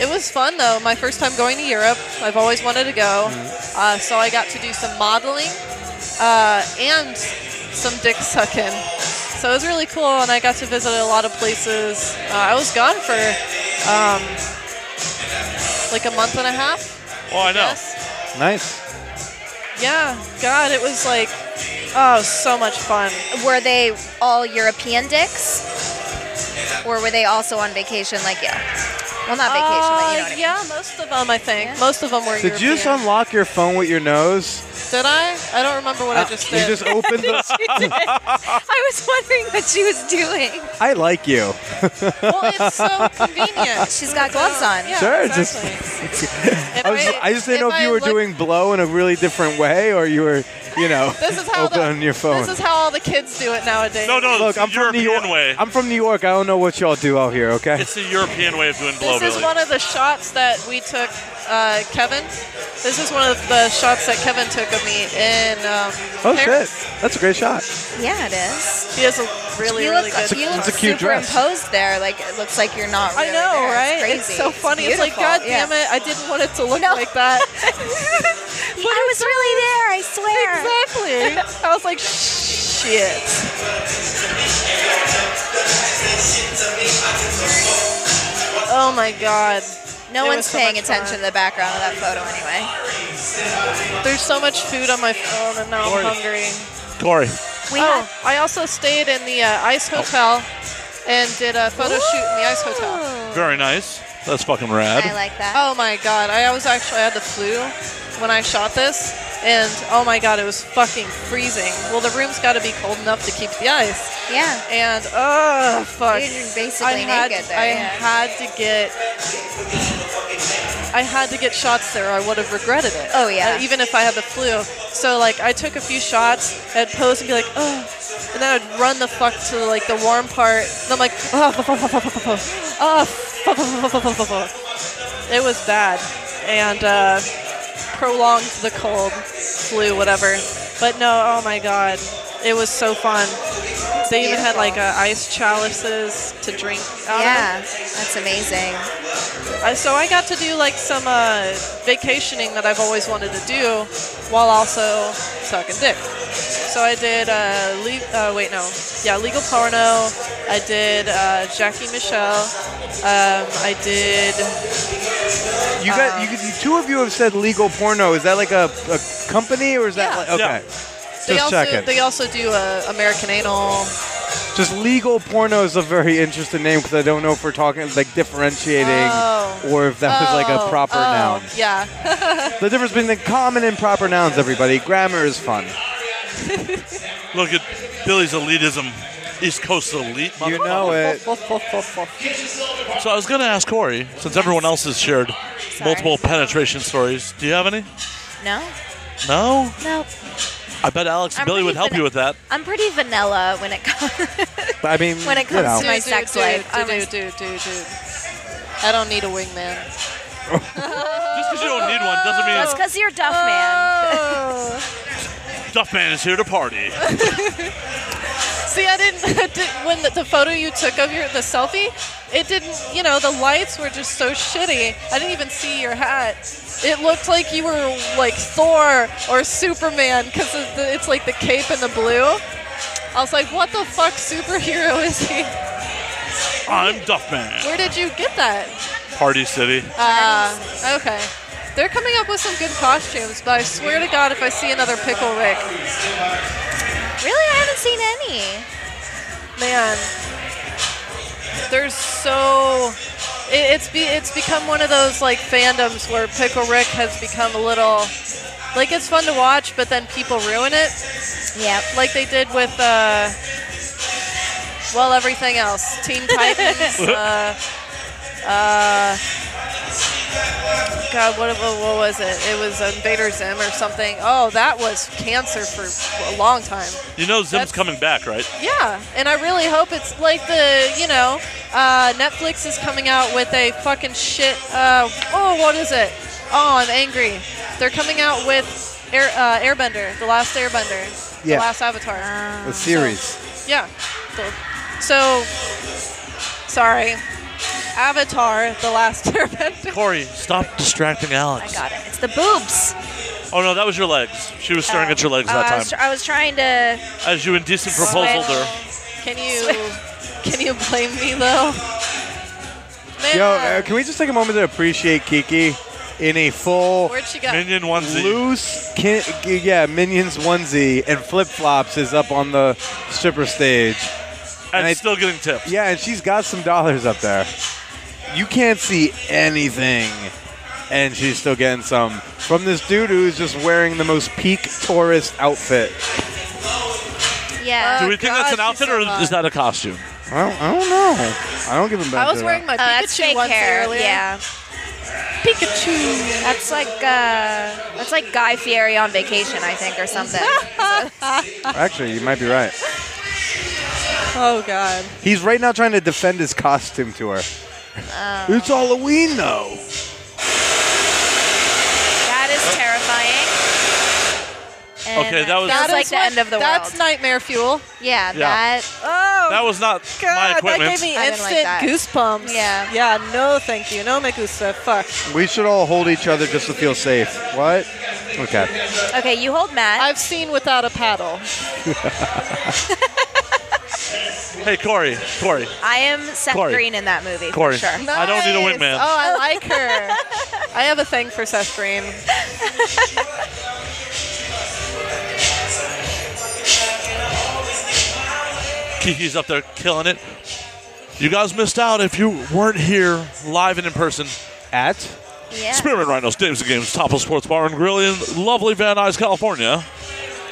Speaker 8: It was fun though. My first time going to Europe. I've always wanted to go. Uh, so I got to do some modeling uh, and some dick sucking. So it was really cool, and I got to visit a lot of places. Uh, I was gone for um, like a month and a half.
Speaker 1: Oh, I know.
Speaker 8: Yes.
Speaker 4: Nice.
Speaker 8: Yeah. God, it was like, oh, so much fun.
Speaker 3: were they all European dicks, or were they also on vacation? Like yeah, well, not vacation, but you know
Speaker 8: Uh,
Speaker 3: what I mean.
Speaker 8: yeah, most of them, I think. Most of them were.
Speaker 4: Did you just
Speaker 8: European.
Speaker 4: unlock your phone with your nose?
Speaker 8: Did I? I don't remember what I just
Speaker 4: Uh, you
Speaker 8: did.
Speaker 4: just opened the.
Speaker 3: I was wondering what she was doing.
Speaker 4: I like you.
Speaker 8: well, it's so convenient.
Speaker 3: She's got gloves on.
Speaker 8: Oh, Yeah,
Speaker 4: Sure, just-
Speaker 8: exactly. If
Speaker 4: I, was, I just didn't know
Speaker 8: if
Speaker 4: if you
Speaker 8: I
Speaker 4: were
Speaker 8: look-
Speaker 4: doing blow in a really different way or you were, you know,
Speaker 8: This is how
Speaker 4: open
Speaker 8: the,
Speaker 4: on your phone.
Speaker 8: This is how all the kids do it nowadays.
Speaker 1: No, no, it's
Speaker 4: Look,
Speaker 1: the
Speaker 4: I'm from New
Speaker 1: European
Speaker 4: York.
Speaker 1: way.
Speaker 4: I'm from New York. I don't know what y'all do out here. Okay.
Speaker 1: it's the European way of doing blow,
Speaker 8: This is
Speaker 1: Billy.
Speaker 8: one of the shots that we took, uh, Kevin. This is one of the shots that Kevin took of me in um,
Speaker 4: oh
Speaker 8: Paris.
Speaker 4: shit, that's a great shot.
Speaker 3: Yeah, it is.
Speaker 8: He has a really,
Speaker 3: You
Speaker 8: really
Speaker 3: look,
Speaker 8: good.
Speaker 3: you look
Speaker 4: That's a cute dress.
Speaker 3: superimposed there. Like it looks like you're not.
Speaker 8: I
Speaker 3: really
Speaker 8: know,
Speaker 3: there.
Speaker 8: right?
Speaker 3: It's crazy.
Speaker 8: so funny. It's, like, God damn it, I didn't want it to look
Speaker 3: No.
Speaker 8: like that.
Speaker 3: I was really there. I swear.
Speaker 8: exactly. I was like, shit. Oh my god.
Speaker 3: No
Speaker 8: It was
Speaker 3: one's
Speaker 8: so
Speaker 3: paying
Speaker 8: much
Speaker 3: attention
Speaker 8: fun.
Speaker 3: to the background of that photo anyway.
Speaker 8: There's so much food on my phone, and now I'm hungry.
Speaker 6: Corey.
Speaker 3: We
Speaker 8: oh,
Speaker 3: had
Speaker 8: I also stayed in the uh, Ice Hotel and did a photo shoot in the Ice Hotel.
Speaker 1: Very nice.
Speaker 6: That's fucking rad.
Speaker 3: I like that.
Speaker 8: Oh my god, I was actually I had the flu when I shot this, and oh my god, it was fucking freezing. Well, the room's got to be cold enough to keep the ice,
Speaker 3: Yeah.
Speaker 8: and oh fuck,
Speaker 3: You're
Speaker 8: I
Speaker 3: basically
Speaker 8: had
Speaker 3: naked there.
Speaker 8: I
Speaker 3: yeah.
Speaker 8: had to get. I had to get shots there. or I would have regretted it.
Speaker 3: Oh, yeah.
Speaker 8: Uh, even if I had the flu. So like I took a few shots. I'd pose and be like, oh, and then I'd run the fuck to like the warm part. And I'm like, oh, fuck, fuck, fuck, fuck, fuck, fuck, fuck. oh, fuck, fuck, fuck, fuck, fuck, fuck, fuck, fuck." it was bad, and uh, prolonged the cold, flu, whatever. But no, oh my god, it was so fun. They even had
Speaker 3: Beautiful.
Speaker 8: like uh, ice chalices to drink out of.
Speaker 3: yeah, that's amazing.
Speaker 8: I, so I got to do like some uh, vacationing that I've always wanted to do, while also sucking dick. So I did uh, le- uh wait no yeah legal porno. I did uh, Jackie Michelle. Um, I did
Speaker 4: You got
Speaker 8: Um,
Speaker 4: you, you. Two of you have said legal porno. Is that like a, a company or is that
Speaker 8: Yeah.
Speaker 4: like okay?
Speaker 8: they
Speaker 4: Just
Speaker 8: also
Speaker 4: checking.
Speaker 8: they also do uh, American anal.
Speaker 4: Just legal porno is a very interesting name because I don't know if we're talking like differentiating
Speaker 8: Oh.
Speaker 4: or if that was like a
Speaker 8: Oh,
Speaker 4: proper
Speaker 8: oh,
Speaker 4: noun.
Speaker 8: Yeah.
Speaker 4: The difference between the common and proper nouns, everybody. Grammar is fun.
Speaker 1: Look at Billy's elitism. East Coast elite.
Speaker 4: You know it.
Speaker 6: So I was going to ask Corey, since everyone else has shared multiple penetration stories, do you have any?
Speaker 3: No,
Speaker 6: No?
Speaker 3: no.
Speaker 6: I bet Alex and
Speaker 3: I'm
Speaker 6: Billy
Speaker 3: pretty
Speaker 6: would help
Speaker 3: van-
Speaker 6: you with that.
Speaker 3: I'm pretty vanilla when it comes.
Speaker 4: I mean,
Speaker 3: When it
Speaker 4: you
Speaker 3: comes
Speaker 8: Oh,
Speaker 4: know.
Speaker 3: to- my sex life.
Speaker 8: Dude,
Speaker 3: I'm a-
Speaker 8: dude, dude, dude, dude. Oh, I don't need a wingman.
Speaker 1: Just because you don't need one doesn't mean
Speaker 3: That's because you're Duff Man.
Speaker 8: Oh.
Speaker 1: Duffman is here to party.
Speaker 8: See, I didn't. did- when the, the photo you took of your the selfie, it didn't. You know, the lights were just so shitty. I didn't even see your hat. It looked like you were like Thor or Superman because it's like the cape and the blue. I was like, what the fuck superhero is he?
Speaker 1: I'm Duffman.
Speaker 8: Where did you get that?
Speaker 1: Party City.
Speaker 8: Uh, okay. They're coming up with some good costumes, but I swear to God, if I see another pickle Rick,
Speaker 3: Really, I haven't seen any.
Speaker 8: man, there's so it, it's be, it's become one of those like fandoms where Pickle Rick has become a little like it's fun to watch, but then people ruin it,
Speaker 3: Yep.
Speaker 8: like they did with uh, well everything else, Teen Titans. uh, uh, God, what, what was it? It was Invader Zim or something. Oh, that was cancer for a long time.
Speaker 1: You know Zim's
Speaker 8: That's-
Speaker 1: coming back, right?
Speaker 8: Yeah, and I really hope it's like the you know uh, Netflix is coming out with a fucking shit. Uh, oh, what is it? Oh, I'm angry. They're coming out with Air, uh, Airbender, the last Airbender,
Speaker 4: Yeah.
Speaker 8: the last Avatar.
Speaker 4: the series.
Speaker 8: yeah. So, so, sorry, Avatar, the last Airbender.
Speaker 6: Corey,
Speaker 8: Oh
Speaker 6: stop distracting
Speaker 3: I
Speaker 6: Alex.
Speaker 3: got it. It's the boobs. Oh,
Speaker 1: Oh no, that was your legs. She was staring at your legs
Speaker 8: Uh,
Speaker 1: that
Speaker 3: I,
Speaker 1: time
Speaker 3: was tr- I was trying to.
Speaker 1: as you indecent proposal her.
Speaker 8: Can you can you blame me though? Man,
Speaker 4: Yo, uh, can we just take a moment to appreciate Kiki in a full
Speaker 8: where'd she go?
Speaker 1: Minion onesie.
Speaker 4: loose, kin- g- yeah, minions onesie and flip flops is up on the stripper stage.
Speaker 1: and
Speaker 4: I-
Speaker 1: still getting tips.
Speaker 4: Yeah, and she's got some dollars up there. You can't see anything, and she's still getting some from this dude who's just wearing the most peak tourist outfit.
Speaker 3: Yeah.
Speaker 8: Uh,
Speaker 1: Do we think that's an
Speaker 8: God, she's
Speaker 1: outfit
Speaker 8: so
Speaker 1: or
Speaker 8: hot.
Speaker 1: is that a costume?
Speaker 4: I don't, I don't know. I don't give him back.
Speaker 8: I was wearing my
Speaker 3: oh, that's
Speaker 8: Pikachu
Speaker 3: fake
Speaker 8: once
Speaker 3: hair.
Speaker 8: earlier.
Speaker 3: Yeah.
Speaker 8: Pikachu.
Speaker 3: That's like uh, that's like Guy Fieri on vacation, I think, or something.
Speaker 4: Actually, you might be right.
Speaker 8: Oh God.
Speaker 4: He's right now trying to defend his costume to her.
Speaker 8: Oh.
Speaker 4: It's Halloween though.
Speaker 3: that is terrifying. And
Speaker 1: Okay, that was-
Speaker 3: feels
Speaker 8: That
Speaker 3: like
Speaker 8: is
Speaker 3: the
Speaker 8: what-
Speaker 3: end of the
Speaker 8: That's
Speaker 3: world.
Speaker 8: nightmare fuel.
Speaker 3: yeah, that.
Speaker 8: Oh.
Speaker 1: That was not my
Speaker 8: God, that
Speaker 1: equipment.
Speaker 8: gave me
Speaker 3: I didn't like
Speaker 8: instant
Speaker 3: that.
Speaker 8: goosebumps.
Speaker 3: Yeah.
Speaker 8: Yeah. No, thank you. No, me gusta. Fuck.
Speaker 4: We should all hold each other just to feel safe. What? Okay.
Speaker 3: Okay, you hold Matt.
Speaker 8: I've seen without a paddle.
Speaker 1: hey, Corey, Corey,
Speaker 3: I am Seth
Speaker 1: Corey.
Speaker 3: Green in that movie
Speaker 1: Corey.
Speaker 3: for sure.
Speaker 1: I don't need a
Speaker 8: Nice.
Speaker 1: wingman.
Speaker 8: Oh, I like her. I have a thing for Seth Green.
Speaker 1: Kiki's up there killing it. You guys missed out if you weren't here live and in person.
Speaker 4: At
Speaker 3: Yeah.
Speaker 1: Spearman Rhinos, Dames and Games, Topo Sports Bar and Grill in lovely Van Nuys, California.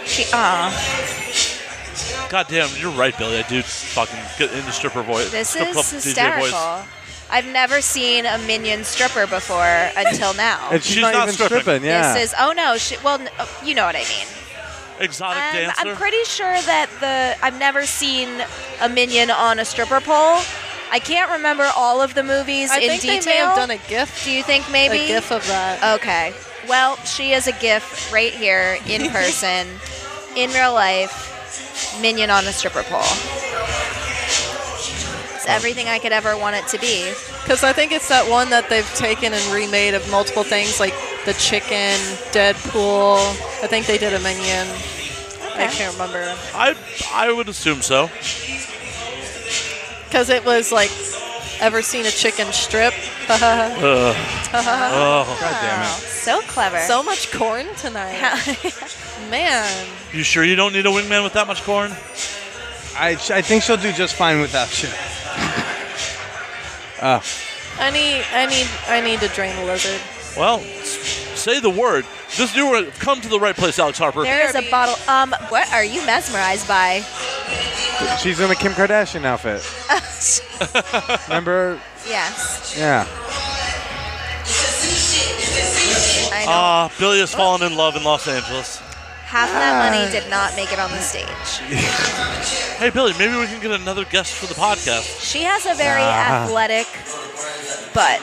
Speaker 3: She, aw.
Speaker 1: God damn, you're right, Billy. I do fucking get in the stripper voice.
Speaker 3: This
Speaker 1: strip club
Speaker 3: is
Speaker 1: DJ voice.
Speaker 3: hysterical. I've never seen a minion stripper before until now.
Speaker 4: and she's,
Speaker 1: She's
Speaker 4: not,
Speaker 1: not
Speaker 4: even
Speaker 1: stripping.
Speaker 4: stripping. Yeah.
Speaker 3: This is oh no, she, well n- oh, you know what I mean.
Speaker 1: Exotic
Speaker 3: Um,
Speaker 1: dancer.
Speaker 3: I'm pretty sure that the I've never seen a minion on a stripper pole. I can't remember all of the movies
Speaker 8: I
Speaker 3: in
Speaker 8: think
Speaker 3: detail.
Speaker 8: they may have done a gif.
Speaker 3: Do you think maybe
Speaker 8: A gif of that. Uh,
Speaker 3: Okay. Well, she is a GIF right here in person, in real life, minion on a stripper pole. It's everything I could ever want it to be.
Speaker 8: Because I think it's that one that they've taken and remade of multiple things, like the chicken, Deadpool. I think they did a minion. I can't remember.
Speaker 1: I I would assume so.
Speaker 8: Because it was like, ever seen a chicken strip?
Speaker 1: Oh,
Speaker 3: So clever.
Speaker 8: so much corn tonight. Man.
Speaker 1: you sure you don't need a wingman with that much corn?
Speaker 4: I, I think she'll do just fine without you.
Speaker 8: I need, I need, I need to drain a lizard.
Speaker 1: Well, s- say the word. This you were come to the right place, Alex Harper.
Speaker 3: there is a bottle. Um, what are you mesmerized by?
Speaker 4: She's in a Kim Kardashian outfit. Remember?
Speaker 3: Yes,
Speaker 4: Yeah.
Speaker 3: I know.
Speaker 1: Ah, Billy has fallen in love in Los Angeles.
Speaker 3: Half of that money did not make it on the stage.
Speaker 1: Hey, Billy, maybe we can get another guest for the podcast.
Speaker 3: She has a very athletic butt.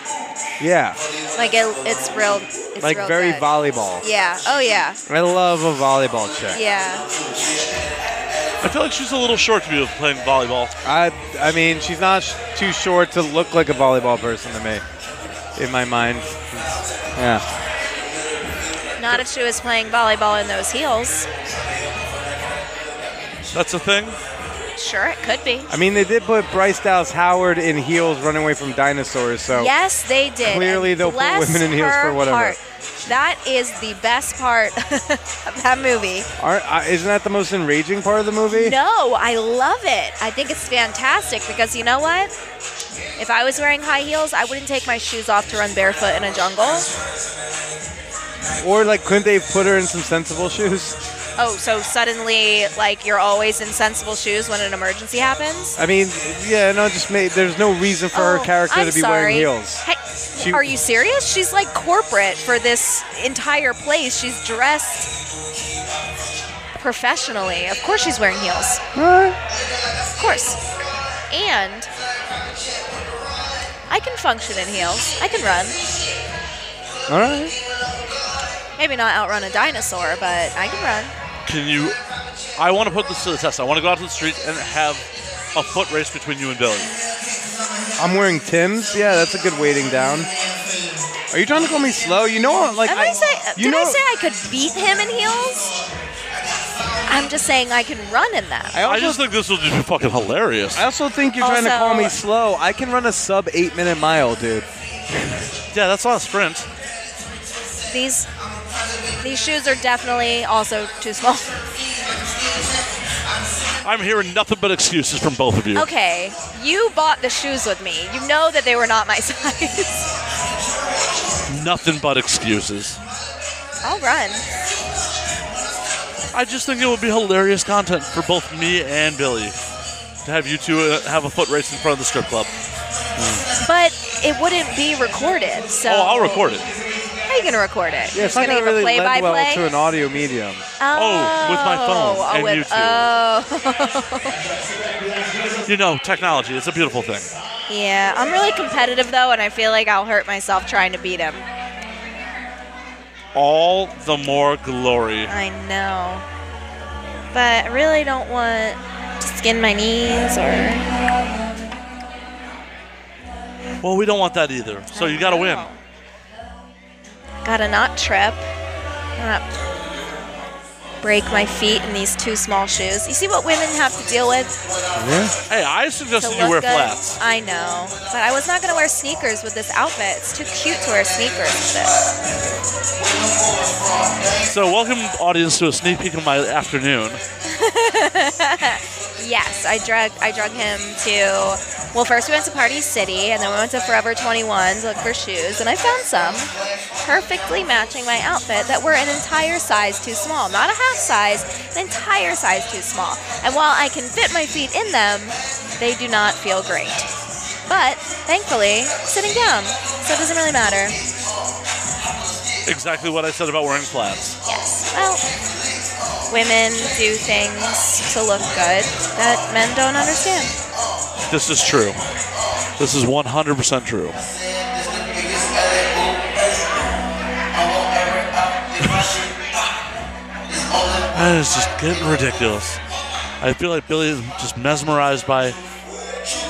Speaker 4: Yeah.
Speaker 3: Like it, it's real. It's
Speaker 4: like
Speaker 3: real
Speaker 4: very
Speaker 3: good.
Speaker 4: volleyball.
Speaker 3: Yeah. Oh yeah.
Speaker 4: I love a volleyball chick.
Speaker 3: Yeah.
Speaker 1: I feel like she's a little short to be playing volleyball.
Speaker 4: I I mean, she's not sh- too short to look like a volleyball person to me, in my mind. Yeah.
Speaker 3: Not if she was playing volleyball in those heels.
Speaker 1: That's a thing.
Speaker 3: Sure, it could be.
Speaker 4: I mean, they did put Bryce Dallas Howard in heels running away from dinosaurs, so
Speaker 3: Yes, they did.
Speaker 4: Oh. Clearly,
Speaker 3: And
Speaker 4: they'll put
Speaker 3: bless
Speaker 4: women in heels for
Speaker 3: her
Speaker 4: whatever.
Speaker 3: heart. That is the best part of that movie.
Speaker 4: aren't, uh, isn't that the most enraging part of the movie?
Speaker 3: No, I love it. I think it's fantastic because you know what? If I was wearing high heels, I wouldn't take my shoes off to run barefoot in a jungle.
Speaker 4: Or like, couldn't they put her in some sensible shoes?
Speaker 3: Oh, so suddenly, like, you're always in sensible shoes when an emergency happens?
Speaker 4: I mean, yeah, no, just made, there's no reason for her
Speaker 3: Oh,
Speaker 4: character
Speaker 3: I'm
Speaker 4: to be
Speaker 3: sorry.
Speaker 4: wearing heels.
Speaker 3: Hey,
Speaker 4: She-
Speaker 3: are you serious? She's like corporate for this entire place. She's dressed professionally. Of course, she's wearing heels. Of course. And I can function in heels. I can run.
Speaker 4: All right.
Speaker 3: Maybe not outrun a dinosaur, but I can run.
Speaker 1: Can you? I want to put this to the test. I want to go out to the street and have a foot race between you and Billy.
Speaker 4: I'm wearing Tim's. Yeah, that's a good weighting down. Are you trying to call me slow? You know, like
Speaker 3: Am I say, uh,
Speaker 4: you
Speaker 3: did I
Speaker 4: know-
Speaker 3: say I could beat him in heels? I'm just saying I can run in them.
Speaker 4: I
Speaker 1: I
Speaker 4: also
Speaker 1: just think this will just be fucking hilarious.
Speaker 4: I also think you're trying to
Speaker 3: Also-
Speaker 4: call me slow. I can run a sub eight minute mile, dude.
Speaker 1: Yeah, that's not a sprint.
Speaker 3: These these shoes are definitely also too small.
Speaker 1: I'm hearing nothing but excuses from both of you.
Speaker 3: Okay, you bought the shoes with me. You know that they were not my size.
Speaker 1: Nothing but excuses.
Speaker 3: I'll run.
Speaker 1: I just think it would be hilarious content for both me and Billy to have you two uh, have a foot race in front of the strip club.
Speaker 3: But it wouldn't be recorded, so.
Speaker 1: Oh, I'll record it.
Speaker 3: How are you gonna record it?
Speaker 4: Yeah, it's
Speaker 3: You're gonna
Speaker 4: not going
Speaker 3: give
Speaker 4: to really
Speaker 3: a
Speaker 4: lend
Speaker 3: play-by-play.
Speaker 4: well to an audio medium.
Speaker 1: Oh, with my phone
Speaker 3: Oh,
Speaker 1: and
Speaker 3: with-
Speaker 1: YouTube.
Speaker 3: Oh,
Speaker 1: You know, technology, it's a beautiful thing.
Speaker 3: yeah. I'm really competitive though, and I feel like I'll hurt myself trying to beat him.
Speaker 1: All the more glory.
Speaker 3: I know, but I really don't want to skin my knees or.
Speaker 1: Well, we don't want that either. So you got to win.
Speaker 3: Gotta not trip. Not break my feet in these two small shoes. You see what women have to deal with
Speaker 1: Hey, I
Speaker 3: to
Speaker 1: suggested
Speaker 3: look
Speaker 1: you wear
Speaker 3: good.
Speaker 1: flats.
Speaker 3: I know, but I was not gonna wear sneakers with this outfit. It's too cute to wear sneakers with this.
Speaker 1: So welcome, audience, to a sneak peek of my afternoon.
Speaker 3: Yes, I drug I drug him to. Well, first we went to Party City, and then we went to Forever 21 to look for shoes, and I found some perfectly matching my outfit that were an entire size too small, not a half size, an entire size too small. And while I can fit my feet in them, they do not feel great. But thankfully, sitting down, so it doesn't really matter.
Speaker 1: Exactly what I said about wearing flats.
Speaker 3: Yes. Well, women do things to look good that men don't understand.
Speaker 1: This is true. This is 100% true. that is just getting ridiculous. I feel like Billy is just mesmerized by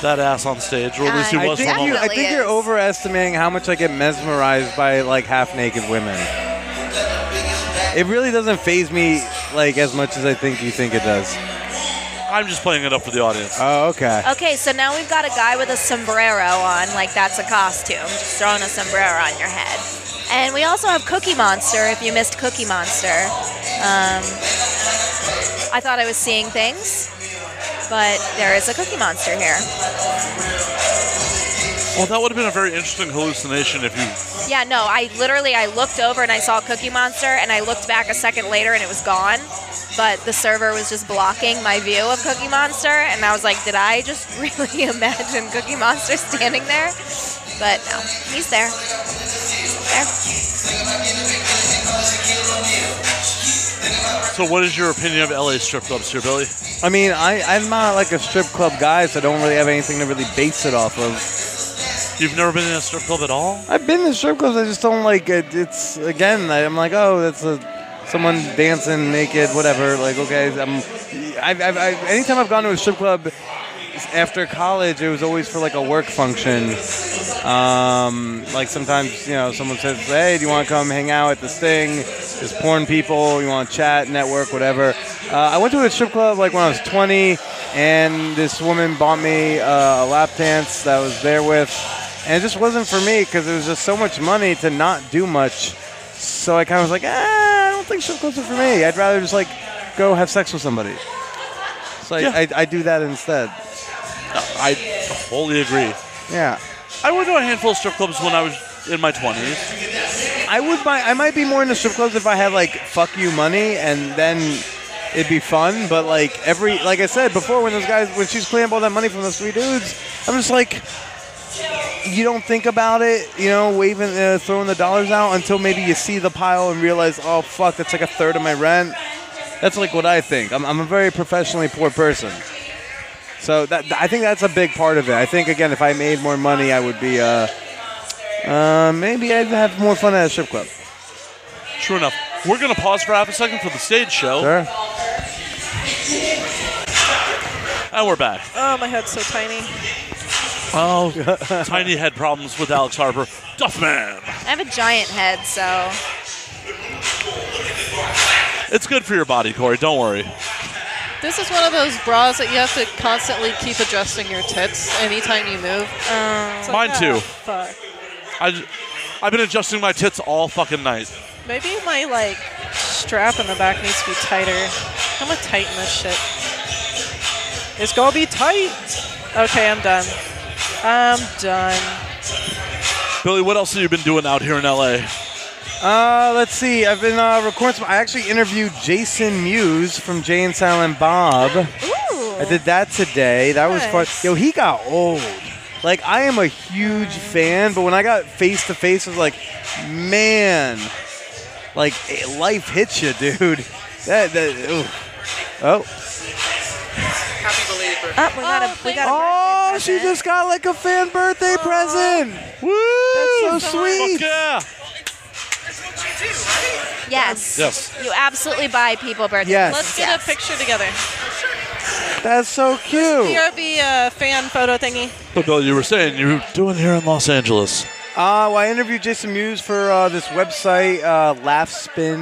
Speaker 1: that ass on stage, or at least he
Speaker 3: I
Speaker 1: was for a
Speaker 4: think,
Speaker 1: moment.
Speaker 4: you, I
Speaker 3: Definitely
Speaker 4: think you're
Speaker 3: is.
Speaker 4: overestimating how much I get mesmerized by like half naked women. It really doesn't phase me like as much as I think you think it does.
Speaker 1: I'm just playing it up for the audience.
Speaker 4: Oh, okay.
Speaker 3: Okay, so now we've got a guy with a sombrero on, like that's a costume, just throwing a sombrero on your head. And we also have Cookie Monster, if you missed Cookie Monster. Um, I thought I was seeing things, but there is a Cookie Monster here.
Speaker 1: Well, that would have been a very interesting hallucination if you.
Speaker 3: Yeah, no, I literally, I looked over and I saw Cookie Monster, and I looked back a second later and it was gone. But the server was just blocking my view of Cookie Monster, and I was like, did I just really imagine Cookie Monster standing there? But no, he's there. There.
Speaker 1: So, what is your opinion of LA strip clubs here, Billy?
Speaker 4: I mean, I, I'm not like a strip club guy, so I don't really have anything to really base it off of.
Speaker 1: You've never been in a strip club at all?
Speaker 4: I've been to strip clubs, I just don't like it. It's again, I- I'm like, oh, that's a someone dancing naked, whatever. Like, okay, I'm. I've, I've, I've, anytime I've gone to a strip club after college, it was always for like a work function. Um, like sometimes, you know, someone says, "Hey, do you want to come hang out at this thing? There's porn people. You want to chat, network, whatever." Uh, I went to a strip club like when I was 20, and this woman bought me uh, a lap dance that I was there with, and it just wasn't for me because it was just so much money to not do much. So I kind of was like, ah, I don't think strip clubs are for me. I'd rather just like go have sex with somebody. So I,
Speaker 1: Yeah.
Speaker 4: I, I do that instead.
Speaker 1: I wholly agree.
Speaker 4: Yeah.
Speaker 1: I went to a handful of strip clubs when I was in my 20s.
Speaker 4: I would buy. I might be more into strip clubs if I had like fuck you money, and then it'd be fun. But like every, like I said before, when those guys, when she's cleaning up all that money from those three dudes, I'm just like, you don't think about it, you know, waving, uh, throwing the dollars out until maybe you see the pile and realize, oh fuck, that's like a third of my rent. That's like what I think. I'm, I'm a very professionally poor person. So that, I think that's a big part of it. I think again, if I made more money, I would be. Uh, uh, maybe I'd have more fun at a strip club.
Speaker 1: True enough. We're going to pause for half a second for the stage show,
Speaker 4: Sure.
Speaker 1: and we're back.
Speaker 8: Oh, my head's so tiny.
Speaker 1: Oh, tiny head problems with Alex Harper. Duffman.
Speaker 3: I have a giant head, so
Speaker 1: It's good for your body, Corey. Don't worry.
Speaker 8: This is one of those bras that you have to constantly keep adjusting your tits anytime you move. It's
Speaker 1: Mine too.
Speaker 8: "Ah, Fuck.
Speaker 1: I, j- I've been adjusting my tits all fucking night.
Speaker 8: Maybe my like strap in the back needs to be tighter. I'm gonna tighten this shit. It's gonna be tight. Okay, I'm done. I'm done.
Speaker 1: Billy, what else have you been doing out here in LA?
Speaker 4: Uh, let's see. I've been uh, recording. Some, I actually interviewed Jason Mewes from Jay and Silent Bob.
Speaker 8: Ooh.
Speaker 4: I did that today. That was
Speaker 8: Nice.
Speaker 4: fun. Yo, he got old. Like I am a huge fan, but when I got face to face, I was like, man, like eh, life hits you, dude. That, that ooh. oh
Speaker 7: Happy believer.
Speaker 9: Oh, we got
Speaker 8: Oh,
Speaker 9: a, we
Speaker 8: thank
Speaker 9: got a
Speaker 4: oh,
Speaker 9: birthday
Speaker 4: she
Speaker 9: present.
Speaker 4: just got like a fan birthday present. Woo! That's so, sweet.
Speaker 1: Yeah.
Speaker 7: That's what you do, right?
Speaker 3: Yes.
Speaker 1: Yes.
Speaker 3: You absolutely buy people birthday.
Speaker 4: Yes.
Speaker 9: Let's get a picture together.
Speaker 4: That's so cute.
Speaker 9: PRB uh, fan photo thingy.
Speaker 6: But Bill, you were saying you were doing here in Los Angeles.
Speaker 4: Uh, well, I interviewed Jason Mewes for uh, this website, uh,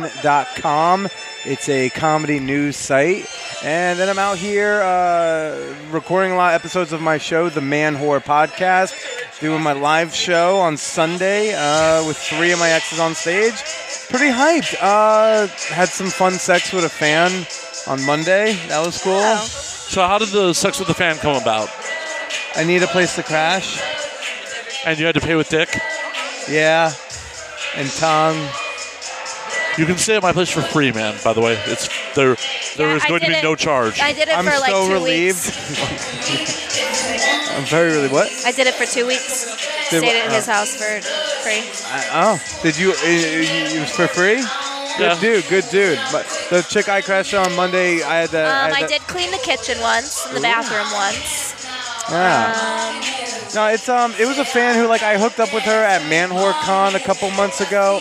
Speaker 4: laughspin.com. It's a comedy news site. And then I'm out here uh, recording a lot of episodes of my show, The Man Whore Podcast, doing my live show on Sunday uh, with three of my exes on stage. Pretty hyped. Uh, had some fun sex with a fan on Monday. That was cool.
Speaker 1: So how did the sex with the fan come about?
Speaker 4: I need a place to crash.
Speaker 1: And you had to pay with dick.
Speaker 4: Yeah. And tongue.
Speaker 1: You can stay at my place for free, man. By the way, it's there. There
Speaker 3: Yeah,
Speaker 1: is
Speaker 3: I
Speaker 1: going to
Speaker 3: did
Speaker 1: be
Speaker 3: it-
Speaker 1: no charge.
Speaker 3: I did it
Speaker 4: I'm
Speaker 3: for like
Speaker 4: so
Speaker 3: two
Speaker 4: relieved.
Speaker 3: weeks.
Speaker 4: I'm very really what?
Speaker 3: I did it for two weeks.
Speaker 4: Did
Speaker 3: Stayed
Speaker 4: what?
Speaker 3: at his house for free.
Speaker 4: I- Oh, did you? uh, you- It was for free.
Speaker 1: Yeah.
Speaker 4: Good dude, good dude. But the chick I crashed on Monday, I had that.
Speaker 3: Um,
Speaker 4: had
Speaker 3: I
Speaker 4: that-
Speaker 3: did clean the kitchen once and the bathroom once. um,
Speaker 4: Yeah. No, it's um, it was a fan who like I hooked up with her at ManhorCon a couple months ago.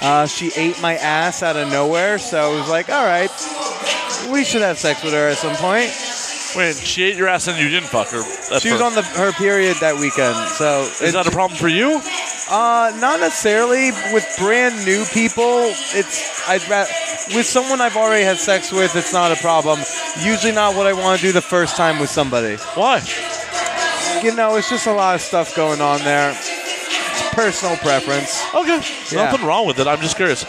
Speaker 4: Uh, she ate my ass out of nowhere, so I was like, all right, we should have sex with her at some point.
Speaker 1: Wait, she ate your ass and you didn't fuck her. at
Speaker 4: She was
Speaker 1: first.
Speaker 4: on the her period that weekend, so
Speaker 1: Is that a problem for you?
Speaker 4: Uh, not necessarily with brand new people. It's I'd ra- with someone I've already had sex with. It's not a problem. Usually not what I want to do the first time with somebody.
Speaker 1: Why?
Speaker 4: You know, it's just a lot of stuff going on there. It's personal preference.
Speaker 1: Okay.
Speaker 4: Yeah.
Speaker 1: Nothing wrong with it. I'm just curious.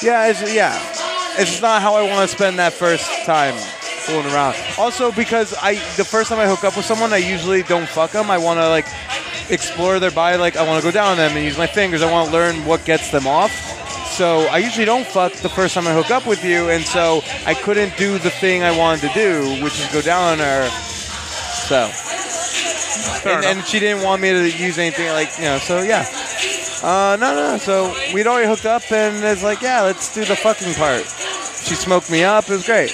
Speaker 4: Yeah, it's, yeah. It's just not how I want to spend that first time fooling around. Also, because I the first time I hook up with someone, I usually don't fuck them. I want to like explore their body. Like I want to go down on them and use my fingers. I want to learn what gets them off. So I usually don't fuck the first time I hook up with you, and so I couldn't do the thing I wanted to do, which is go down on her. So. And, and she didn't want me to use anything like you know. So yeah. Uh, no, no, no. So we'd already hooked up, and it's like, yeah, let's do the fucking part. She smoked me up. It was great.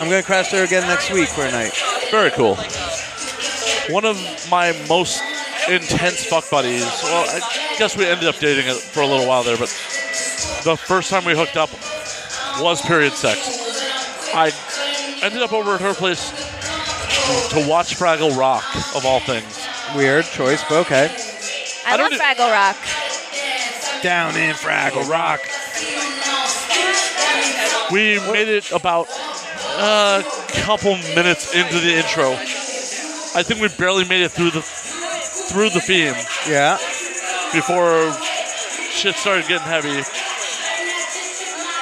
Speaker 4: I'm gonna crash there again next week for a night.
Speaker 1: Very cool. One of my most intense fuck buddies. Well, I guess we ended up dating it for a little while there, but the first time we hooked up was period sex. I ended up over at her place to watch Fraggle Rock of all things.
Speaker 4: Weird choice, but okay.
Speaker 3: I,
Speaker 1: I
Speaker 3: love
Speaker 1: don't do-
Speaker 3: Fraggle Rock.
Speaker 4: Down in Fraggle Rock.
Speaker 1: We made it about a couple minutes into the intro. I think we barely made it through the through the theme.
Speaker 4: Yeah.
Speaker 1: before shit started getting heavy.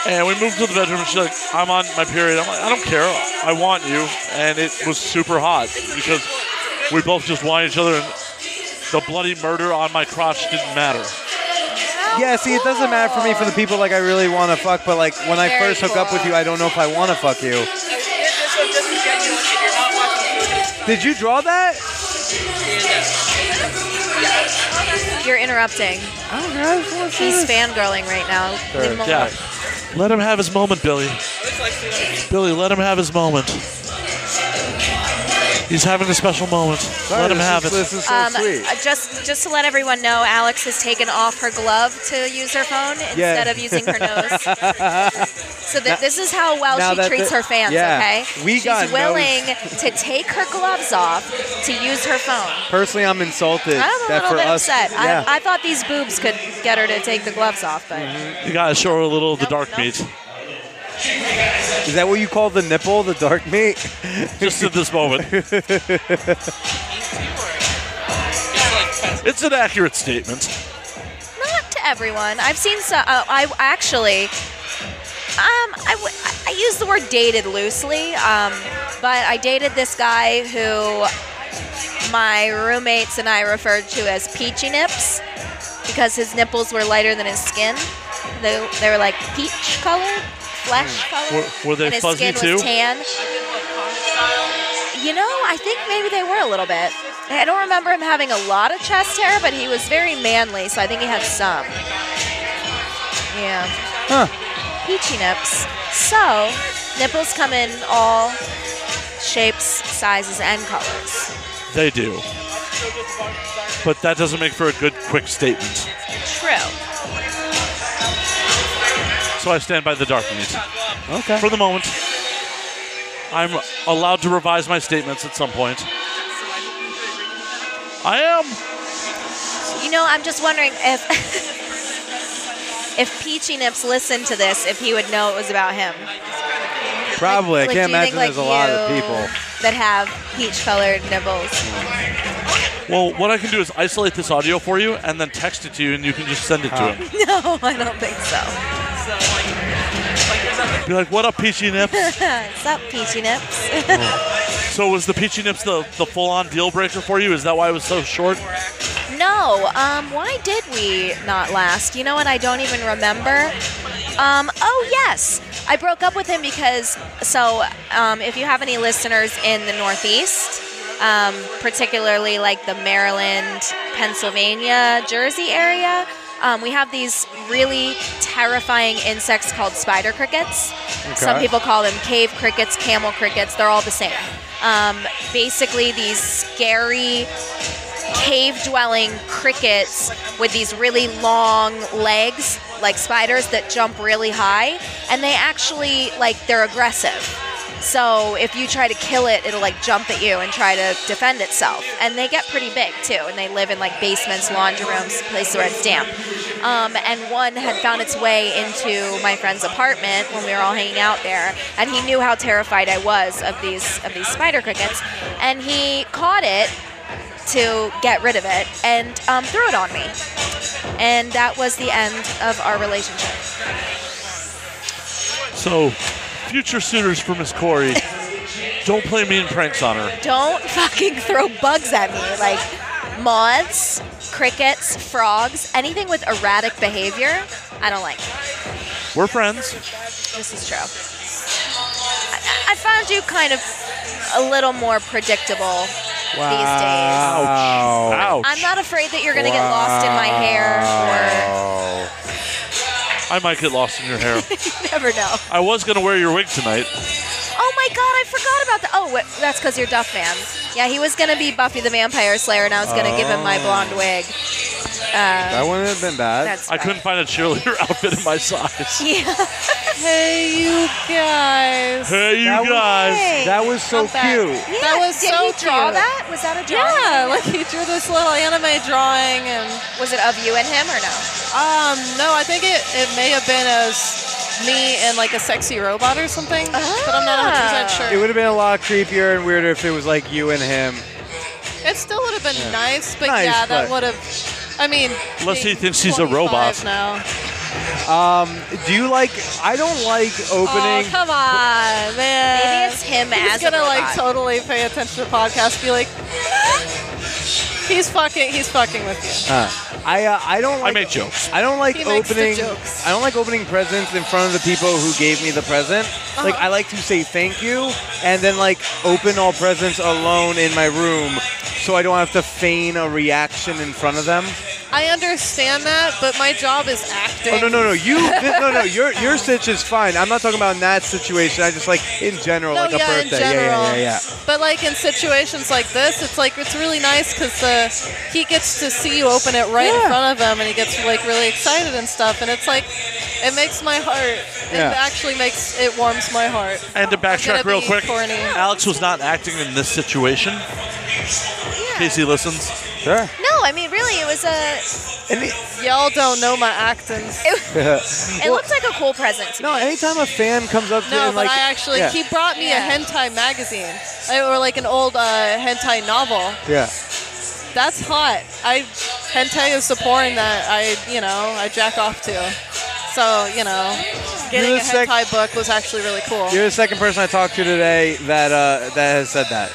Speaker 1: And we moved to the bedroom. She's like, I'm on my period. I'm like, I don't care. I want you. And it was super hot because we both just wanted each other. And the bloody murder on my crotch didn't matter.
Speaker 4: Yeah. See, it doesn't matter for me for the people like I really want to fuck, but like when I
Speaker 3: Very
Speaker 4: first hook up
Speaker 3: cool.
Speaker 4: with you, I don't know if I want to fuck you.
Speaker 7: This one doesn't get you if you're not watching the movie.
Speaker 4: Did you draw that?
Speaker 3: You're interrupting.
Speaker 4: I don't know. I just wanna see
Speaker 3: He's
Speaker 4: this.
Speaker 3: fangirling right now. Leave him alone.
Speaker 1: Yeah. Let him have his moment, Billy. Billy, let him have his moment. He's having a special moment.
Speaker 4: Sorry,
Speaker 1: let him
Speaker 4: this
Speaker 1: have
Speaker 4: is-
Speaker 1: it.
Speaker 4: This is so
Speaker 3: Um,
Speaker 4: sweet.
Speaker 3: uh, just just to let everyone know, Alex has taken off her glove to use her phone
Speaker 4: Yeah.
Speaker 3: instead of using her nose. so that this is how well
Speaker 4: Now
Speaker 3: she
Speaker 4: that
Speaker 3: treats
Speaker 4: the-
Speaker 3: her fans.
Speaker 4: yeah.
Speaker 3: Okay,
Speaker 4: We
Speaker 3: she's
Speaker 4: got
Speaker 3: willing to take her gloves off to use her phone.
Speaker 4: Personally, I'm insulted
Speaker 3: I'm a
Speaker 4: that
Speaker 3: little
Speaker 4: for
Speaker 3: bit
Speaker 4: us.
Speaker 3: upset.
Speaker 4: Yeah.
Speaker 3: I, I thought these boobs could get her to take the gloves off, but
Speaker 1: You gotta show her a little of the
Speaker 3: Nope,
Speaker 1: dark
Speaker 3: nope.
Speaker 1: meat.
Speaker 4: is that what you call the nipple, the dark meat?
Speaker 1: just at this moment. it's an accurate statement.
Speaker 3: not to everyone. I've seen some. Uh, I actually, um, I, w- I use the word dated loosely, um, but I dated this guy who my roommates and I referred to as Peachy Nips. because his nipples were lighter than his skin. They, they were like peach colored, flesh colored.
Speaker 6: Hmm. Were- were they
Speaker 3: and his
Speaker 6: fuzzy
Speaker 3: skin
Speaker 6: too?
Speaker 3: Was tan. You know, I think maybe they were a little bit. I don't remember him having a lot of chest hair, but he was very manly, so I think he had some. Yeah.
Speaker 4: Huh.
Speaker 3: Peachy nips. So, nipples come in all shapes, sizes, and colors.
Speaker 6: They do. But that doesn't make for a good quick statement.
Speaker 3: True.
Speaker 6: So I stand by the dark meat.
Speaker 4: Okay.
Speaker 6: For the moment, I'm allowed to revise my statements at some point. I am.
Speaker 3: You know, I'm just wondering if if Peachy Nips listened to this, if he would know it was about him.
Speaker 4: Probably.
Speaker 3: Like,
Speaker 4: I can't
Speaker 3: do you
Speaker 4: imagine
Speaker 3: think, like,
Speaker 4: there's a lot of
Speaker 3: you
Speaker 4: people.
Speaker 3: that have peach-colored nipples.
Speaker 6: Well, what I can do is isolate this audio for you and then text it to you, and you can just send it to him.
Speaker 3: No, I don't think so.
Speaker 6: Be like, "What up, Peachy Nips?"
Speaker 3: What's up, Uh, Peachy Nips?
Speaker 6: so was the Peachy Nips the, the full on deal breaker for you? Is that why it was so short?
Speaker 3: no, um, why did we not last? You know what? I don't even remember. Um, oh yes, I broke up with him because. So, um, if you have any listeners in the Northeast, um, particularly like the Maryland, Pennsylvania, Jersey area, um, we have these really terrifying insects called spider crickets. Some people call them cave crickets, camel crickets. They're all the same. Um, basically, these scary cave dwelling crickets with these really long legs like spiders that jump really high and they actually like they're aggressive so if you try to kill it it'll like jump at you and try to defend itself and they get pretty big too and they live in like basements laundry rooms places where it's damp um, and one had found its way into my friend's apartment when we were all hanging out there and he knew how terrified i was of these of these spider crickets and he caught it to get rid of it and um, threw it on me. And that was the end of our relationship.
Speaker 6: So, future suitors for Miss Corey, don't play mean pranks on her.
Speaker 3: Don't fucking throw bugs at me. Like moths, crickets, frogs, anything with erratic behavior, I don't like.
Speaker 6: We're friends.
Speaker 3: This is true. I, I found you kind of a little more predictable these days.
Speaker 4: Wow.
Speaker 6: Ouch.
Speaker 3: I'm not afraid that you're going to get lost in my hair
Speaker 4: Wow.
Speaker 6: I might get lost in your hair.
Speaker 3: or you never know.
Speaker 6: I was gonna wear your wig tonight.
Speaker 3: Oh my god, I forgot about that. Oh, wh- that's because you're Duff Man. Yeah, he was gonna be Buffy the Vampire Slayer, and I was gonna give him my blonde wig.
Speaker 4: That wouldn't have been bad.
Speaker 3: That's
Speaker 6: I couldn't find a cheerleader outfit in my size.
Speaker 3: Yeah.
Speaker 8: Hey, you guys.
Speaker 6: Hey, you
Speaker 4: That was-
Speaker 6: guys.
Speaker 4: that was so
Speaker 3: Come back.
Speaker 4: cute.
Speaker 3: Yeah,
Speaker 8: That was
Speaker 3: did
Speaker 8: so
Speaker 3: he draw
Speaker 8: cute.
Speaker 3: that? Was that a drawing?
Speaker 8: Yeah, like he drew this little anime drawing, and
Speaker 3: Was it of you and him or no?
Speaker 8: um, no, I think it, it may have been as me and like a sexy robot or something, but I'm not 100
Speaker 4: It
Speaker 8: sure.
Speaker 4: would have been a lot creepier and weirder if it was like you and him.
Speaker 8: It still would have been nice, but
Speaker 4: Nice,
Speaker 8: yeah,
Speaker 4: but-
Speaker 8: that would have. I mean,
Speaker 6: Unless he
Speaker 8: being
Speaker 6: thinks he's a robot.
Speaker 8: 25 now.
Speaker 4: Do you like? I don't like
Speaker 8: Oh,
Speaker 4: opening.
Speaker 8: come on, man.
Speaker 3: Maybe it's him
Speaker 8: He's
Speaker 3: as
Speaker 8: gonna
Speaker 3: a
Speaker 8: like
Speaker 3: robot.
Speaker 8: totally pay attention to the podcast. Be like, he's fucking, he's fucking with you.
Speaker 4: Uh, I uh, I don't
Speaker 6: I
Speaker 4: like.
Speaker 6: make jokes.
Speaker 4: I don't like
Speaker 8: He makes the
Speaker 4: opening.
Speaker 8: jokes.
Speaker 4: I don't like opening presents in front of the people who gave me the present.
Speaker 8: Uh-huh.
Speaker 4: Like I like to say thank you and then like open all presents alone in my room, so I don't have to feign a reaction in front of them.
Speaker 8: I understand that, but my job is acting.
Speaker 4: Oh no no no you thi- no no your your stitch is fine. I'm not talking about in that situation. I just like in general
Speaker 8: No,
Speaker 4: like a
Speaker 8: yeah,
Speaker 4: birthday.
Speaker 8: in general.
Speaker 4: Yeah yeah yeah
Speaker 8: But like in situations like this, it's like it's really nice because the he gets to see you open it right in front of him, and he gets like really excited and stuff. And it's like, it makes my heart.
Speaker 4: Yeah.
Speaker 8: It actually makes it warms my heart.
Speaker 6: And to
Speaker 8: gonna
Speaker 6: backtrack real
Speaker 8: be
Speaker 6: quick,
Speaker 8: corny.
Speaker 6: Alex was not acting in this situation. Casey listens.
Speaker 4: yeah. Sure.
Speaker 3: No, I mean really, it was a.
Speaker 4: And it-
Speaker 8: Y'all don't know my acting.
Speaker 3: It looked like a cool present. To
Speaker 4: no,
Speaker 3: me.
Speaker 4: anytime a fan comes up to
Speaker 8: No,
Speaker 4: you
Speaker 8: but
Speaker 4: and like
Speaker 8: I actually
Speaker 4: yeah,
Speaker 8: he brought me
Speaker 3: Yeah.
Speaker 8: a hentai magazine I- or like an old uh, hentai novel.
Speaker 4: yeah.
Speaker 8: That's hot. I hentai is the porn that I you know I jack off to. So you know, getting a
Speaker 4: the sec-
Speaker 8: hentai book was actually really cool.
Speaker 4: You're the second person I talked to today that uh, that has said that.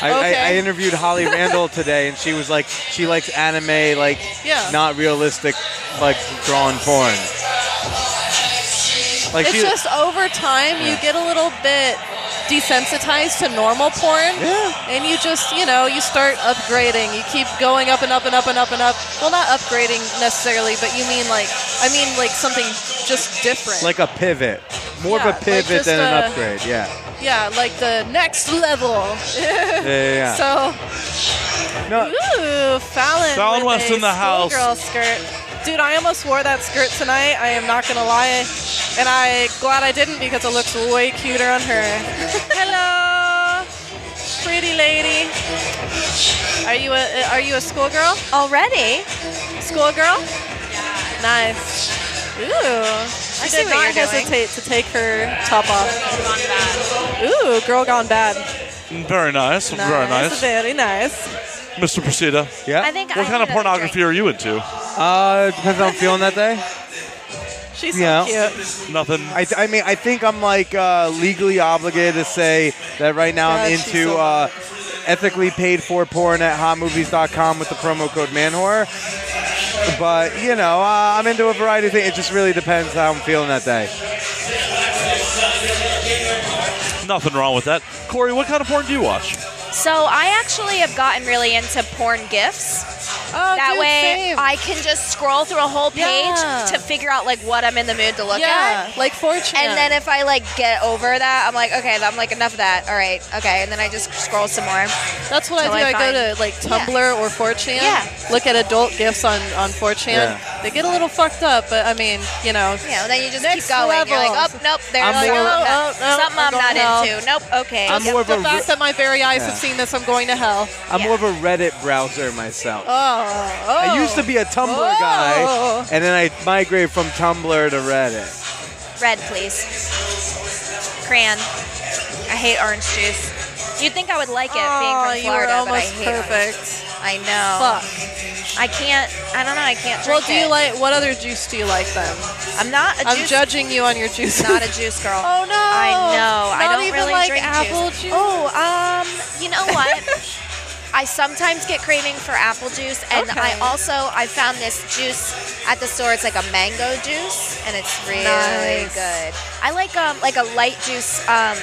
Speaker 4: I, I, I
Speaker 8: Okay.
Speaker 4: interviewed Holly Randall today, and she was like, she likes anime, like
Speaker 8: Yeah.
Speaker 4: not realistic, like drawn porn. Like
Speaker 8: It's
Speaker 4: she,
Speaker 8: just over time you get a little bit desensitized to normal porn.
Speaker 4: Yeah.
Speaker 8: And you just, you know, you start upgrading. You keep going up and up and up and up and up. Well, not upgrading necessarily, but you mean like I mean like something just different.
Speaker 4: like a pivot, more
Speaker 8: Yeah,
Speaker 4: of
Speaker 8: like
Speaker 4: a pivot
Speaker 8: just
Speaker 4: than
Speaker 8: a-
Speaker 4: an upgrade. Yeah,
Speaker 8: yeah, like the next level.
Speaker 4: yeah, yeah. yeah.
Speaker 8: So
Speaker 4: no,
Speaker 9: Ooh, Fallon.
Speaker 1: Fallon
Speaker 9: with
Speaker 1: West
Speaker 9: a
Speaker 1: in the house.
Speaker 9: schoolgirl skirt. Dude, I almost wore that skirt tonight. I am not gonna lie, and I glad I didn't because it looks way cuter on her. Hello, pretty lady. Are you a are you a schoolgirl?
Speaker 3: Already?
Speaker 9: Schoolgirl? Nice. Ooh, she
Speaker 3: see
Speaker 9: did
Speaker 3: what
Speaker 9: not
Speaker 3: you're doing.
Speaker 9: hesitate to take her top off. Ooh, girl gone bad.
Speaker 6: Mm,
Speaker 1: Very nice. Very nice.
Speaker 9: Very nice.
Speaker 1: Mr. Procida,
Speaker 4: yeah.
Speaker 3: I think I
Speaker 1: what kind of
Speaker 3: need another
Speaker 1: pornography
Speaker 3: drink.
Speaker 1: are you into?
Speaker 4: uh, it depends how I'm feeling that day.
Speaker 9: She's so
Speaker 4: Yeah.
Speaker 9: cute.
Speaker 1: Nothing.
Speaker 4: I, I mean, I think I'm like uh, legally obligated to say that right now I'm
Speaker 8: God, she's
Speaker 4: into
Speaker 8: so
Speaker 4: uh, ethically paid for porn at hotmovies.com with the promo code manhor. But you know, uh, I'm into a variety of things. It just really depends how I'm feeling that day.
Speaker 1: Nothing wrong with that. Corey, what kind of porn do you watch?
Speaker 3: So I actually have gotten really into porn gifts.
Speaker 8: oh,
Speaker 3: That
Speaker 8: dude,
Speaker 3: way
Speaker 8: same.
Speaker 3: I can just scroll through a whole page
Speaker 8: Yeah.
Speaker 3: to figure out like what I'm in the mood to look at.
Speaker 8: yeah, like fortune.
Speaker 3: And then if I like get over that, I'm like, okay, I'm like enough of that. All right, okay. And then I just scroll some more.
Speaker 8: That's what I do.
Speaker 3: Until I
Speaker 8: I, go
Speaker 3: find-
Speaker 8: to like
Speaker 3: Yeah.
Speaker 8: Tumblr or 4chan.
Speaker 3: Yeah.
Speaker 8: Look at adult gifs on on 4chan.
Speaker 4: Yeah.
Speaker 8: They get a little fucked up, but I mean, you know.
Speaker 3: You know, then you just
Speaker 8: Next
Speaker 3: keep going. You're
Speaker 8: level.
Speaker 3: like, oh, nope, there's
Speaker 4: I'm
Speaker 3: something, I'm
Speaker 4: more-
Speaker 3: not,
Speaker 8: oh, no,
Speaker 3: something
Speaker 8: I'm
Speaker 3: I'm not
Speaker 8: going hell.
Speaker 3: into. Nope, okay.
Speaker 4: I'm
Speaker 3: Yep.
Speaker 4: more of
Speaker 8: The
Speaker 4: a re-
Speaker 8: fact that my very eyes
Speaker 4: Yeah.
Speaker 8: have seen this, I'm going to hell.
Speaker 4: I'm
Speaker 3: Yeah.
Speaker 4: more of a Reddit browser myself.
Speaker 8: Oh, oh.
Speaker 4: I used to be a Tumblr
Speaker 8: Oh.
Speaker 4: guy, and then I migrated from Tumblr to Reddit.
Speaker 3: Red, please. Crayon. I hate orange juice. You'd think I would like it
Speaker 8: Oh,
Speaker 3: being from
Speaker 8: you were
Speaker 3: Florida, but I
Speaker 8: almost
Speaker 3: hate orange
Speaker 8: perfect.
Speaker 3: juice. I know.
Speaker 8: Fuck.
Speaker 3: I can't. I don't know. I can't
Speaker 8: Well,
Speaker 3: drink
Speaker 8: do you
Speaker 3: it.
Speaker 8: like what other juice do you like then?
Speaker 3: I'm not a
Speaker 8: I'm
Speaker 3: juice.
Speaker 8: judging you on your juice.
Speaker 3: not a juice girl.
Speaker 8: oh no!
Speaker 3: I know. I
Speaker 8: Not
Speaker 3: don't
Speaker 8: even
Speaker 3: really
Speaker 8: like
Speaker 3: drink
Speaker 8: apple
Speaker 3: juice.
Speaker 8: juice.
Speaker 3: Oh, um, you know what? I sometimes get craving for apple juice, and
Speaker 8: Okay.
Speaker 3: I also I found this juice at the store. It's like a mango juice, and it's really
Speaker 8: Nice.
Speaker 3: good. I like um like a light juice. Um,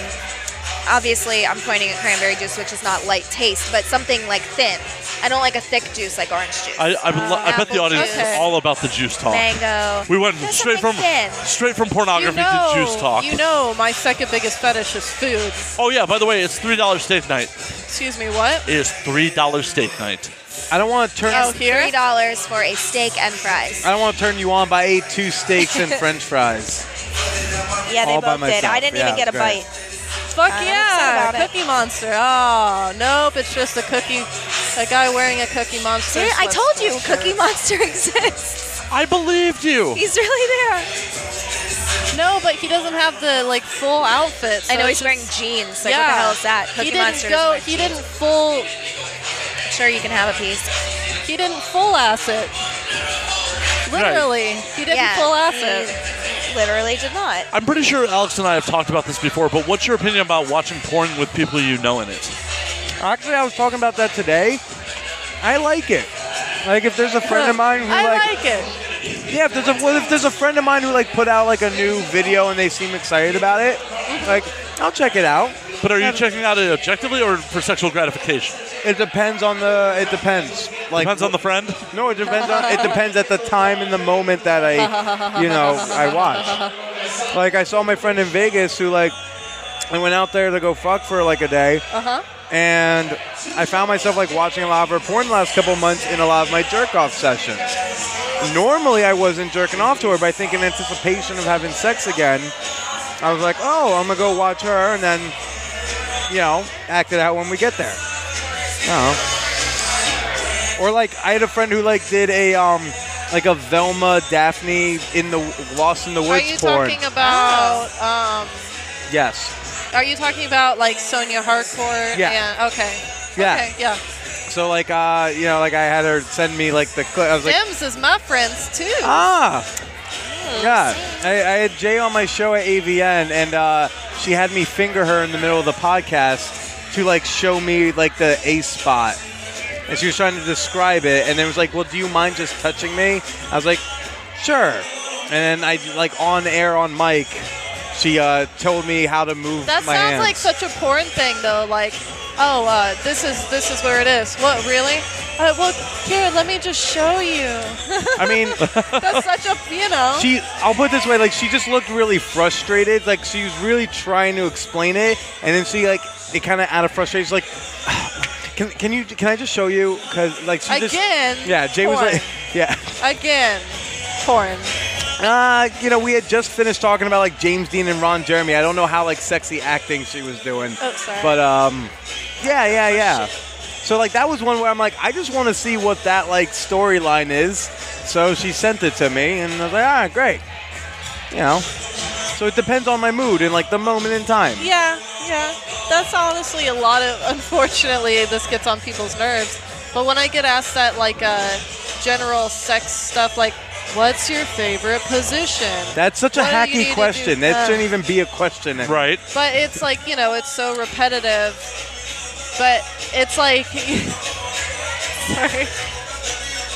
Speaker 3: obviously I'm pointing at cranberry juice, which is not light taste, but something like thin. I don't like a thick juice like orange juice.
Speaker 1: I, I'm, lo- I bet the
Speaker 3: Uh, apple
Speaker 1: audience
Speaker 8: juice.
Speaker 1: is all about the juice talk.
Speaker 3: mango.
Speaker 1: We went
Speaker 3: There's
Speaker 1: straight
Speaker 3: something
Speaker 1: from
Speaker 3: thin.
Speaker 1: straight from
Speaker 8: You
Speaker 1: pornography
Speaker 8: know,
Speaker 1: to juice talk.
Speaker 8: you know, my second biggest fetish is food.
Speaker 1: Oh yeah, by the way, it's three dollar steak night.
Speaker 8: Excuse me, what?
Speaker 1: It is three dollar steak night.
Speaker 4: I don't want to turn.
Speaker 8: Oh,
Speaker 3: Yes,
Speaker 8: here?
Speaker 3: three dollars for a steak and fries.
Speaker 4: I don't want to turn you on, but I ate two steaks and French fries.
Speaker 3: Yeah, they
Speaker 4: all by
Speaker 3: both did. I
Speaker 4: myself.
Speaker 3: didn't
Speaker 4: Yeah,
Speaker 3: even get a
Speaker 4: great.
Speaker 3: bite.
Speaker 8: Fuck
Speaker 3: I'm
Speaker 8: yeah,
Speaker 3: upset about it.
Speaker 8: Cookie Monster. Oh nope, it's just a cookie. A guy wearing a Cookie Monster.
Speaker 3: See, I
Speaker 8: slip-
Speaker 3: told you,
Speaker 8: shirt.
Speaker 3: Cookie Monster exists.
Speaker 1: I believed you.
Speaker 3: He's really there.
Speaker 8: No, but he doesn't have the like full outfit. so
Speaker 3: I know
Speaker 8: it's
Speaker 3: he's wearing
Speaker 8: just-
Speaker 3: jeans. Like,
Speaker 8: Yeah.
Speaker 3: what the hell is that? Cookie
Speaker 8: he didn't
Speaker 3: Monster.
Speaker 8: go. He didn't full.
Speaker 3: Sure, you can have a piece.
Speaker 8: He didn't full ass it. Literally, he didn't
Speaker 3: Yeah,
Speaker 8: full ass
Speaker 3: he-
Speaker 8: it.
Speaker 3: Literally did not.
Speaker 1: I'm pretty sure Alex and I have talked about this before, but what's your opinion about watching porn with people you know in it?
Speaker 4: Actually, I was talking about that today. I like it. Like if there's a friend of mine who
Speaker 8: I
Speaker 4: like,
Speaker 8: like it.
Speaker 4: yeah, if there's a well, if there's a friend of mine who like put out like a new video and they seem excited about it, like I'll check it out.
Speaker 1: But are you checking out it objectively or for sexual gratification?
Speaker 4: It depends on the it depends. Like
Speaker 1: Depends on the friend.
Speaker 4: no, it depends on it depends at the time and the moment that I you know I watch. Like I saw my friend in Vegas who like I went out there to go fuck for like a day.
Speaker 8: Uh huh.
Speaker 4: and I found myself like watching a lot of her porn the last couple of months in a lot of my jerk off sessions. Normally, I wasn't jerking off to her, but I think in anticipation of having sex again, I was like, oh, I'm gonna go watch her, and then, you know, act it out when we get there. Oh. Or like, I had a friend who like did a um, like a Velma Daphne in the Lost in the
Speaker 8: Are
Speaker 4: Woods
Speaker 8: you
Speaker 4: porn.
Speaker 8: talking about? Um,
Speaker 4: yes.
Speaker 8: are you talking about like Sonia Hardcore?
Speaker 4: Yeah.
Speaker 8: And, okay.
Speaker 4: Yeah.
Speaker 8: Okay, yeah.
Speaker 4: So like, uh, you know, like I had her send me like the clip. I was like,
Speaker 8: Tim's is my friends too.
Speaker 4: Ah.
Speaker 8: Mm,
Speaker 4: Yeah, I, I had Jay on my show at AVN, and uh, she had me finger her in the middle of the podcast. to like show me like the A spot. And she was trying to describe it and then was like, Well, do you mind just touching me? I was like, Sure. And then I like on air on mic, she uh, told me how to move
Speaker 8: That
Speaker 4: my
Speaker 8: sounds
Speaker 4: hands.
Speaker 8: like such a porn thing, though. Like, oh, uh, this is this is where it is. What really? Uh, well, here, let me just show you.
Speaker 4: I mean,
Speaker 8: That's such a you know.
Speaker 4: she I'll put it this way, like she just looked really frustrated. Like she was really trying to explain it and then she like it kind of out of frustration she's like can, can you can I just show you cuz like she just
Speaker 8: Again,
Speaker 4: Yeah, Jay was
Speaker 8: porn.
Speaker 4: like yeah.
Speaker 8: again, porn.
Speaker 4: Uh, you know, we had just finished talking about like James Dean and Ron Jeremy. I don't know how like sexy acting she was doing,
Speaker 8: Oh, sorry.
Speaker 4: but um, yeah, yeah, yeah. So like that was one where I'm like, I just want to see what that like storyline is. So she sent it to me, and I was like, ah, great. You know, so it depends on my mood and like the moment in time.
Speaker 8: Yeah, yeah. That's honestly a lot of. Unfortunately, this gets on people's nerves. But when I get asked that, like, uh, general sex stuff, like, what's your favorite position?
Speaker 4: That's such a
Speaker 8: What do you need to
Speaker 4: hacky
Speaker 8: do?
Speaker 4: question. That
Speaker 8: Uh,
Speaker 4: shouldn't even be a question. anymore.
Speaker 1: Right.
Speaker 8: but it's like you know, it's so repetitive. But it's like, sorry,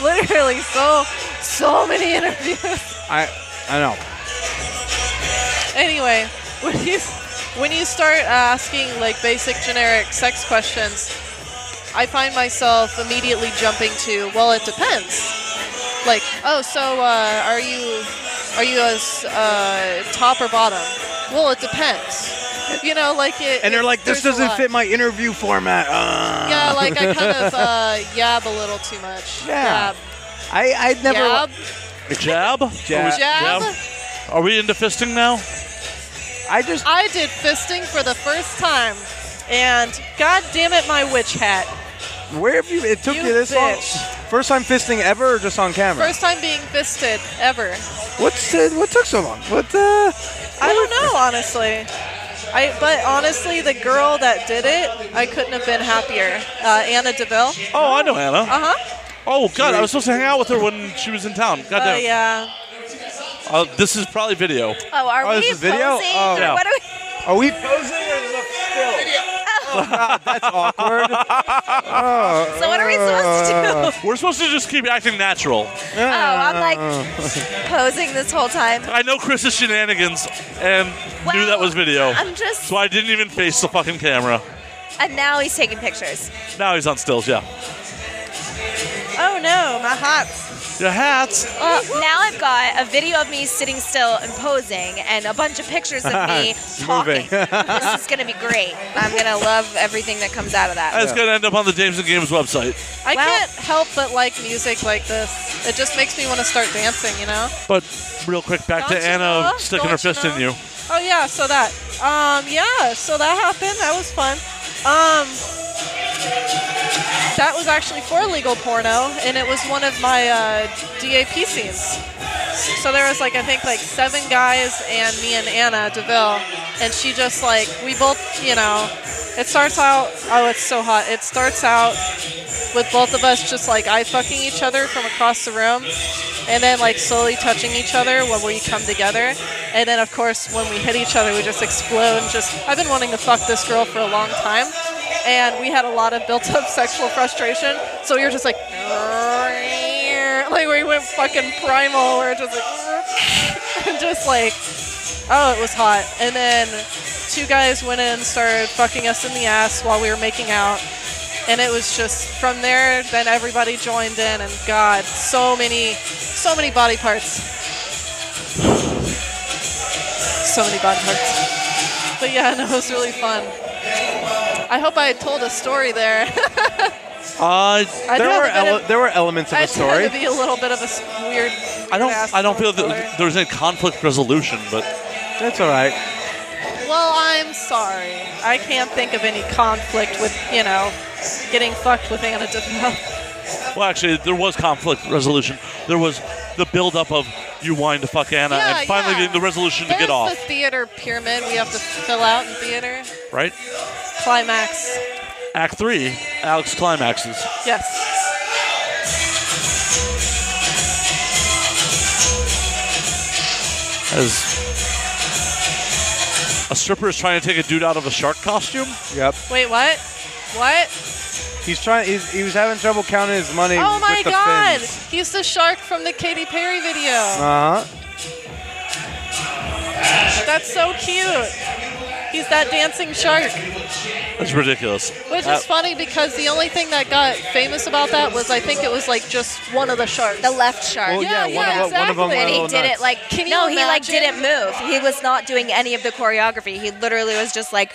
Speaker 8: literally so so many interviews.
Speaker 4: I, I know.
Speaker 8: anyway, when you when you start asking like basic generic sex questions, I find myself immediately jumping to well, it depends. Like, oh, so uh, are you are you as uh, top or bottom? Well, it depends. You know, like it.
Speaker 4: And they're
Speaker 8: it-
Speaker 4: like, this
Speaker 8: there's a
Speaker 4: doesn't
Speaker 8: lot.
Speaker 4: fit my interview format. Uh.
Speaker 8: Yeah, like I kind of uh, yab a little too much.
Speaker 4: Yeah. I, I'd
Speaker 8: Yab.
Speaker 4: never.
Speaker 8: Yab.
Speaker 1: Jab?
Speaker 4: Yeah.
Speaker 8: Jab.
Speaker 1: Yab? Are we into fisting now?
Speaker 4: I just
Speaker 8: I did fisting for the first time, and god damn it, my witch hat.
Speaker 4: Where have you? It took you,
Speaker 8: You
Speaker 4: this long.
Speaker 8: bitch.
Speaker 4: First time fisting ever, or just on camera?
Speaker 8: First time being fisted ever.
Speaker 4: What's uh, what took so long? What? Uh,
Speaker 8: I don't know, honestly. I, but honestly, the girl that did it, I couldn't have been happier. Uh, Anna Deville.
Speaker 1: Oh, I know Anna.
Speaker 8: Uh huh.
Speaker 1: Oh, God, I was supposed to hang out with her when she was in town. God
Speaker 8: Oh
Speaker 1: damn.
Speaker 8: yeah.
Speaker 1: Uh, this is probably video.
Speaker 3: Oh, are
Speaker 4: Oh,
Speaker 3: we
Speaker 4: this is video?
Speaker 3: posing?
Speaker 4: Oh.
Speaker 3: Or
Speaker 1: Yeah.
Speaker 3: What are we?
Speaker 4: are we posing or is it still? that's awkward. oh,
Speaker 3: So what are we supposed to do?
Speaker 1: We're supposed to just keep acting natural.
Speaker 3: Oh, I'm like posing this whole time.
Speaker 1: I know Chris's shenanigans and knew that was video.
Speaker 3: I'm just,
Speaker 1: so I didn't even face the fucking camera.
Speaker 3: and now he's taking pictures.
Speaker 1: Now he's on stills, yeah.
Speaker 8: Oh no, my hats.
Speaker 1: Your hats.
Speaker 4: Oh,
Speaker 3: now I've got a video of me sitting still and posing, and a bunch of pictures of me talking.
Speaker 4: Moving.
Speaker 3: this is gonna be great. I'm gonna love everything that comes out of that.
Speaker 1: That's gonna end up on the James and Games website.
Speaker 8: I
Speaker 3: Well-
Speaker 8: can't help but like music like this. It just makes me want to start dancing, you know.
Speaker 1: But real quick, back
Speaker 8: Don't
Speaker 1: to
Speaker 8: you
Speaker 1: Anna
Speaker 8: know?
Speaker 1: sticking
Speaker 8: Don't
Speaker 1: her
Speaker 8: you
Speaker 1: fist
Speaker 8: know?
Speaker 1: in you.
Speaker 8: Oh yeah, so that. Um yeah, so that happened. That was fun. Um That was actually for legal porno and it was one of my uh, DAP scenes. So there was like I think like seven guys and me and Anna Deville and she just like we both, you know, it starts out oh it's so hot. It starts out with both of us just like eye fucking each other from across the room and then like slowly touching each other when we come together and then of course when we hit each other we just explode and just i've been wanting to fuck this girl for a long time and we had a lot of built up sexual frustration so we were just like like we went fucking primal we were just like and just like oh it was hot and then two guys went in and started fucking us in the ass while we were making out and it was just from there then everybody joined in and god so many so many body parts so many body parts but yeah no, it was really fun i hope i told a story there
Speaker 1: Uh,
Speaker 8: I do
Speaker 4: there
Speaker 8: have
Speaker 4: were
Speaker 8: a bit
Speaker 4: ele-
Speaker 8: of-
Speaker 4: there were elements of
Speaker 8: I
Speaker 4: a
Speaker 8: do have
Speaker 4: story.
Speaker 8: to be a little bit of a s- weird
Speaker 1: I don't.
Speaker 8: ass
Speaker 1: I don't feel
Speaker 8: story.
Speaker 1: that there's any conflict resolution, but
Speaker 4: That's all right.
Speaker 8: well i'm sorry i can't think of any conflict with you know getting fucked with anna DeVille.
Speaker 1: well, actually, there was conflict resolution. There was the buildup of you wanting to fuck Anna,
Speaker 8: Yeah,
Speaker 1: Uh, and finally
Speaker 8: yeah.
Speaker 1: getting the resolution to
Speaker 8: There's
Speaker 1: get off.
Speaker 8: the theater pyramid we have to fill out in theater
Speaker 1: Right.
Speaker 8: climax
Speaker 1: Act three. Alex climaxes.
Speaker 8: yes
Speaker 1: As A stripper is trying to take a dude out of a shark costume?
Speaker 4: Yep.
Speaker 8: Wait, what? What?
Speaker 4: He's trying. He's, he was having trouble counting his money.
Speaker 8: Oh my
Speaker 4: with the
Speaker 8: God!
Speaker 4: Fins.
Speaker 8: He's the shark from the Katy Perry video.
Speaker 4: Uh huh.
Speaker 8: That's so cute. He's that dancing shark,
Speaker 1: That's ridiculous.
Speaker 8: which
Speaker 1: Uh,
Speaker 8: is funny because the only thing that got famous about that was I think it was like just one of the sharks.
Speaker 3: The left shark.
Speaker 4: Well, Oh, yeah,
Speaker 8: yeah,
Speaker 4: one, of, them- one of them.
Speaker 8: exactly.
Speaker 4: went a
Speaker 8: And he
Speaker 4: little
Speaker 3: He did
Speaker 4: nuts.
Speaker 3: it like
Speaker 8: Can you
Speaker 3: no, he like didn't
Speaker 8: imagine?
Speaker 3: move. He was not doing any of the choreography. He literally was just like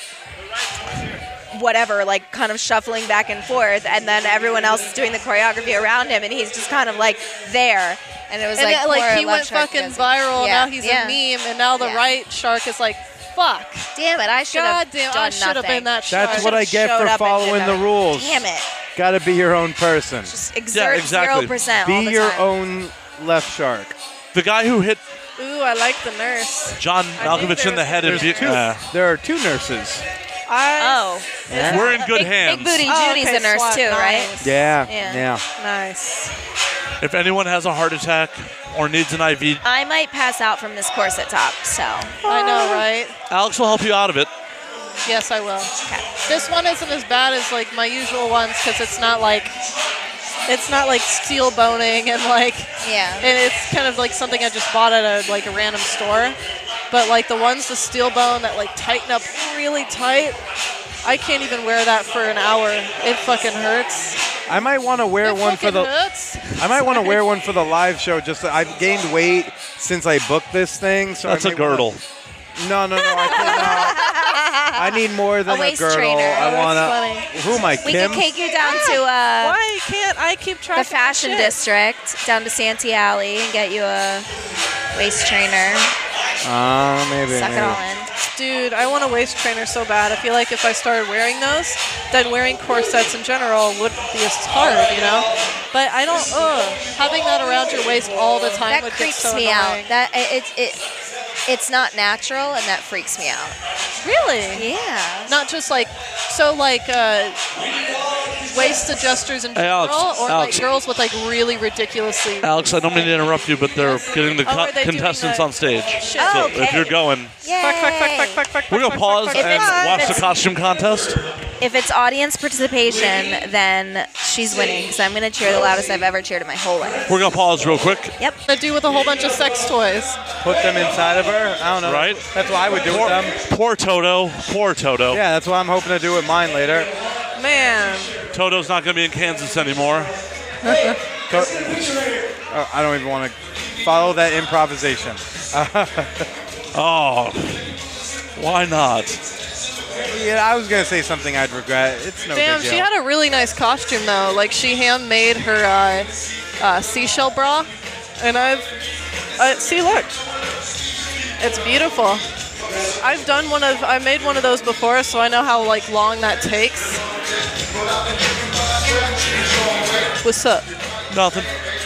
Speaker 3: whatever, like kind of shuffling back and forth, and then everyone else is doing the choreography around him, and he's just kind of like there. And it was
Speaker 8: and
Speaker 3: like,
Speaker 8: it- like
Speaker 3: poor
Speaker 8: he went
Speaker 3: left shark
Speaker 8: fucking
Speaker 3: dancing.
Speaker 8: viral.
Speaker 3: Yeah,
Speaker 8: Now he's
Speaker 3: yeah.
Speaker 8: a meme, and now the
Speaker 3: Yeah.
Speaker 8: right shark is like, fuck.
Speaker 3: Damn it! I should
Speaker 8: God
Speaker 3: have
Speaker 8: damn,
Speaker 3: done
Speaker 8: I should have
Speaker 3: nothing.
Speaker 8: been that shark.
Speaker 4: That's what I get
Speaker 3: Showed
Speaker 4: for
Speaker 3: up and
Speaker 4: following
Speaker 3: did
Speaker 4: the
Speaker 3: nothing.
Speaker 4: rules.
Speaker 3: Damn it!
Speaker 4: Got to be your own person.
Speaker 3: Just exert
Speaker 1: exactly.
Speaker 3: zero percent. all
Speaker 4: Be
Speaker 3: the
Speaker 4: your
Speaker 3: time.
Speaker 4: own left shark.
Speaker 1: The guy who hit
Speaker 10: Ooh, I like the nurse.
Speaker 1: John
Speaker 10: think
Speaker 1: Malkovich in
Speaker 10: there-
Speaker 1: the head and
Speaker 10: there's
Speaker 1: beat.
Speaker 4: Two.
Speaker 1: Uh,
Speaker 4: There are two nurses.
Speaker 10: I
Speaker 3: Oh,
Speaker 1: we're in good
Speaker 3: big,
Speaker 1: hands.
Speaker 3: Big booty
Speaker 10: Oh,
Speaker 3: Judy's
Speaker 10: okay,
Speaker 3: a nurse
Speaker 10: SWAT,
Speaker 3: too, right?
Speaker 10: nice.
Speaker 4: Yeah.
Speaker 3: Yeah.
Speaker 4: Yeah.
Speaker 10: Nice.
Speaker 1: If anyone has a heart attack or needs an IV,
Speaker 3: I might pass out from this corset top, so
Speaker 8: I know, right?
Speaker 1: Alex will help you out of it.
Speaker 8: Ah. Yes, I will.
Speaker 3: okay.
Speaker 8: This one isn't as bad as like my usual ones because it's not like it's not like steel boning and like
Speaker 3: yeah.
Speaker 8: and it's kind of like something I just bought at a like a random store. But like the ones the steel bone that like tighten up really tight, I can't even wear that for an hour. It fucking hurts.
Speaker 4: I might want to wear
Speaker 8: It
Speaker 4: one for
Speaker 8: fucking
Speaker 4: the.
Speaker 8: hurts.
Speaker 4: I might want to wear one for the live show. Just I've gained weight since I booked this thing, so I
Speaker 1: That's a
Speaker 4: might wanna-
Speaker 1: girdle.
Speaker 4: no, no, no. I, cannot. I need more than
Speaker 3: A
Speaker 4: a,
Speaker 3: waist
Speaker 4: girdle.
Speaker 3: trainer.
Speaker 4: I
Speaker 3: Oh,
Speaker 4: want to. Who am I,
Speaker 3: We
Speaker 4: Kim?
Speaker 3: can take you down to uh,
Speaker 10: Why can't I keep track
Speaker 3: the
Speaker 10: of my
Speaker 3: fashion
Speaker 10: shit?
Speaker 3: district, down to Santee Alley, and get you a waist trainer.
Speaker 4: Oh, maybe.
Speaker 3: Suck
Speaker 4: maybe.
Speaker 3: it all in.
Speaker 10: Dude, I want a waist trainer so bad. I feel like if I started wearing those, then wearing corsets in general would be as hard, you know?
Speaker 8: But I don't. Ugh. Having that around your waist all the time
Speaker 3: That
Speaker 8: would get
Speaker 3: creeps
Speaker 8: so
Speaker 3: me
Speaker 8: annoying.
Speaker 3: out. That it, it it it's not natural, and that freaks me out.
Speaker 8: really.
Speaker 3: Yeah.
Speaker 8: Not just like so like uh, waist adjusters in
Speaker 1: Hey,
Speaker 8: general,
Speaker 1: Alex,
Speaker 8: or
Speaker 1: Alex.
Speaker 8: like girls with like really ridiculously.
Speaker 1: Alex, I don't mean to interrupt you, but they're getting the
Speaker 10: Oh,
Speaker 1: co-
Speaker 10: are they doing
Speaker 1: contestants
Speaker 10: the-
Speaker 1: on stage.
Speaker 10: Shit.
Speaker 3: Oh,
Speaker 1: If
Speaker 3: okay.
Speaker 1: you're going,
Speaker 3: Yay.
Speaker 10: Fuck, fuck, fuck, fuck, fuck, fuck,
Speaker 1: we're
Speaker 10: fuck,
Speaker 1: gonna
Speaker 10: fuck,
Speaker 1: pause
Speaker 10: fuck,
Speaker 3: If
Speaker 1: and
Speaker 3: it's- if
Speaker 1: watch the
Speaker 3: it's-
Speaker 1: costume contest.
Speaker 3: If it's audience participation, then she's winning because I'm gonna cheer the loudest I've ever cheered in my whole life.
Speaker 1: We're gonna pause real quick.
Speaker 3: Yep.
Speaker 8: I do with a whole bunch of sex toys.
Speaker 4: Put them inside of her. I don't know.
Speaker 1: Right?
Speaker 4: That's what I would do with them.
Speaker 1: Poor Toto. Poor Toto.
Speaker 4: Yeah, that's what I'm hoping to do with mine later.
Speaker 10: fuck. Man.
Speaker 1: Toto's not gonna be in Kansas anymore.
Speaker 4: Co- Oh, I don't even want to follow that improvisation.
Speaker 1: Oh, why not?
Speaker 4: Yeah, I was gonna say something I'd regret. It's no
Speaker 8: Damn,
Speaker 4: big deal.
Speaker 8: she had a really nice costume though. Like she handmade her uh, uh, seashell bra, and I've uh, see look, it's beautiful. I've done one of I made one of those before, so I know how like long that takes. What's up?
Speaker 1: Nothing.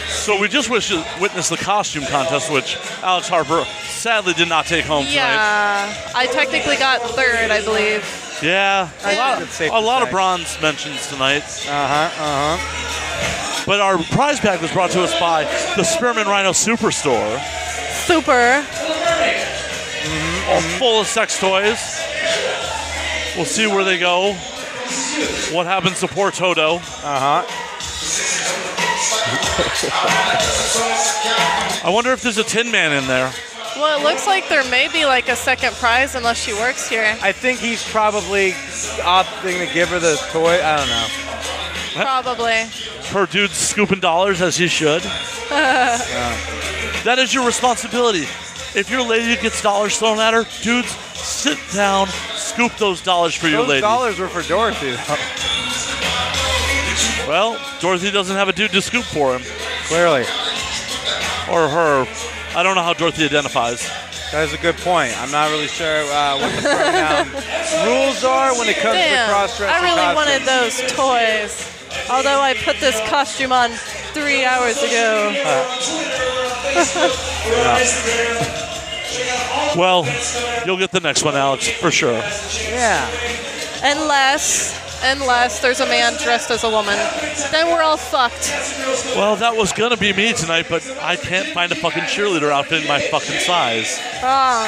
Speaker 1: So we just wish witnessed the costume contest, which Alex Harper sadly did not take home
Speaker 8: Yeah, I technically got third, I believe.
Speaker 1: tonight. Yeah, a
Speaker 4: I think
Speaker 1: lot,
Speaker 4: it's safe
Speaker 1: a
Speaker 4: to
Speaker 1: lot of
Speaker 4: say.
Speaker 1: bronze mentions tonight.
Speaker 4: Uh huh. Uh huh. uh-huh.
Speaker 1: But our prize pack was brought to us by the Spearman Rhino Superstore,
Speaker 8: Super.
Speaker 1: all
Speaker 4: Mm-hmm.
Speaker 1: full of sex toys. We'll see where they go. What happens to poor Toto?
Speaker 4: Uh huh.
Speaker 1: I wonder if there's a Tin Man in there.
Speaker 8: Well, it looks like there may be like a second prize unless she works here.
Speaker 4: I think he's probably opting to give her the toy. I don't know.
Speaker 8: Probably.
Speaker 1: Her dude's scooping dollars as he should. That is your responsibility. If your lady gets dollars thrown at her, dudes, sit down, scoop those dollars for your
Speaker 4: Those
Speaker 1: lady.
Speaker 4: dollars were for Dorothy. Though.
Speaker 1: Well, Dorothy doesn't have a dude to scoop for him
Speaker 4: Clearly,
Speaker 1: or her. I don't know how Dorothy identifies.
Speaker 4: that is a good point. I'm not really sure uh, what the pronoun rules are when it comes
Speaker 10: Damn.
Speaker 4: to cross-dressing.
Speaker 10: I really wanted
Speaker 4: costumes.
Speaker 10: those toys. Although I put this costume on three hours ago.
Speaker 1: Well, you'll get the next one, Alex, for sure.
Speaker 4: Yeah.
Speaker 10: Unless
Speaker 8: unless there's a man dressed as a woman. Then we're all fucked.
Speaker 1: Well, that was gonna be me tonight, but I can't find a fucking cheerleader outfit in my fucking size.
Speaker 8: Ah,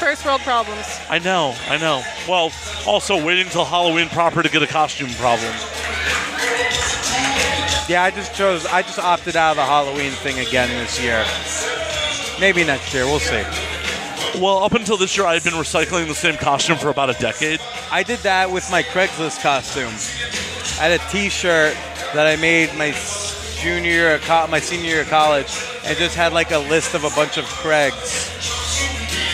Speaker 8: first world problems.
Speaker 1: I know, I know. Well, also waiting till Halloween proper to get a costume problem.
Speaker 4: Yeah, I just chose. I just opted out of the Halloween thing again this year. Maybe next year. We'll see.
Speaker 1: Well, up until this year, I had been recycling the same costume for about a decade.
Speaker 4: I did that with my Craigslist costume. I had a T-shirt that I made my s- junior, year of co- my senior year of college, and just had like a list of a bunch of Craigs.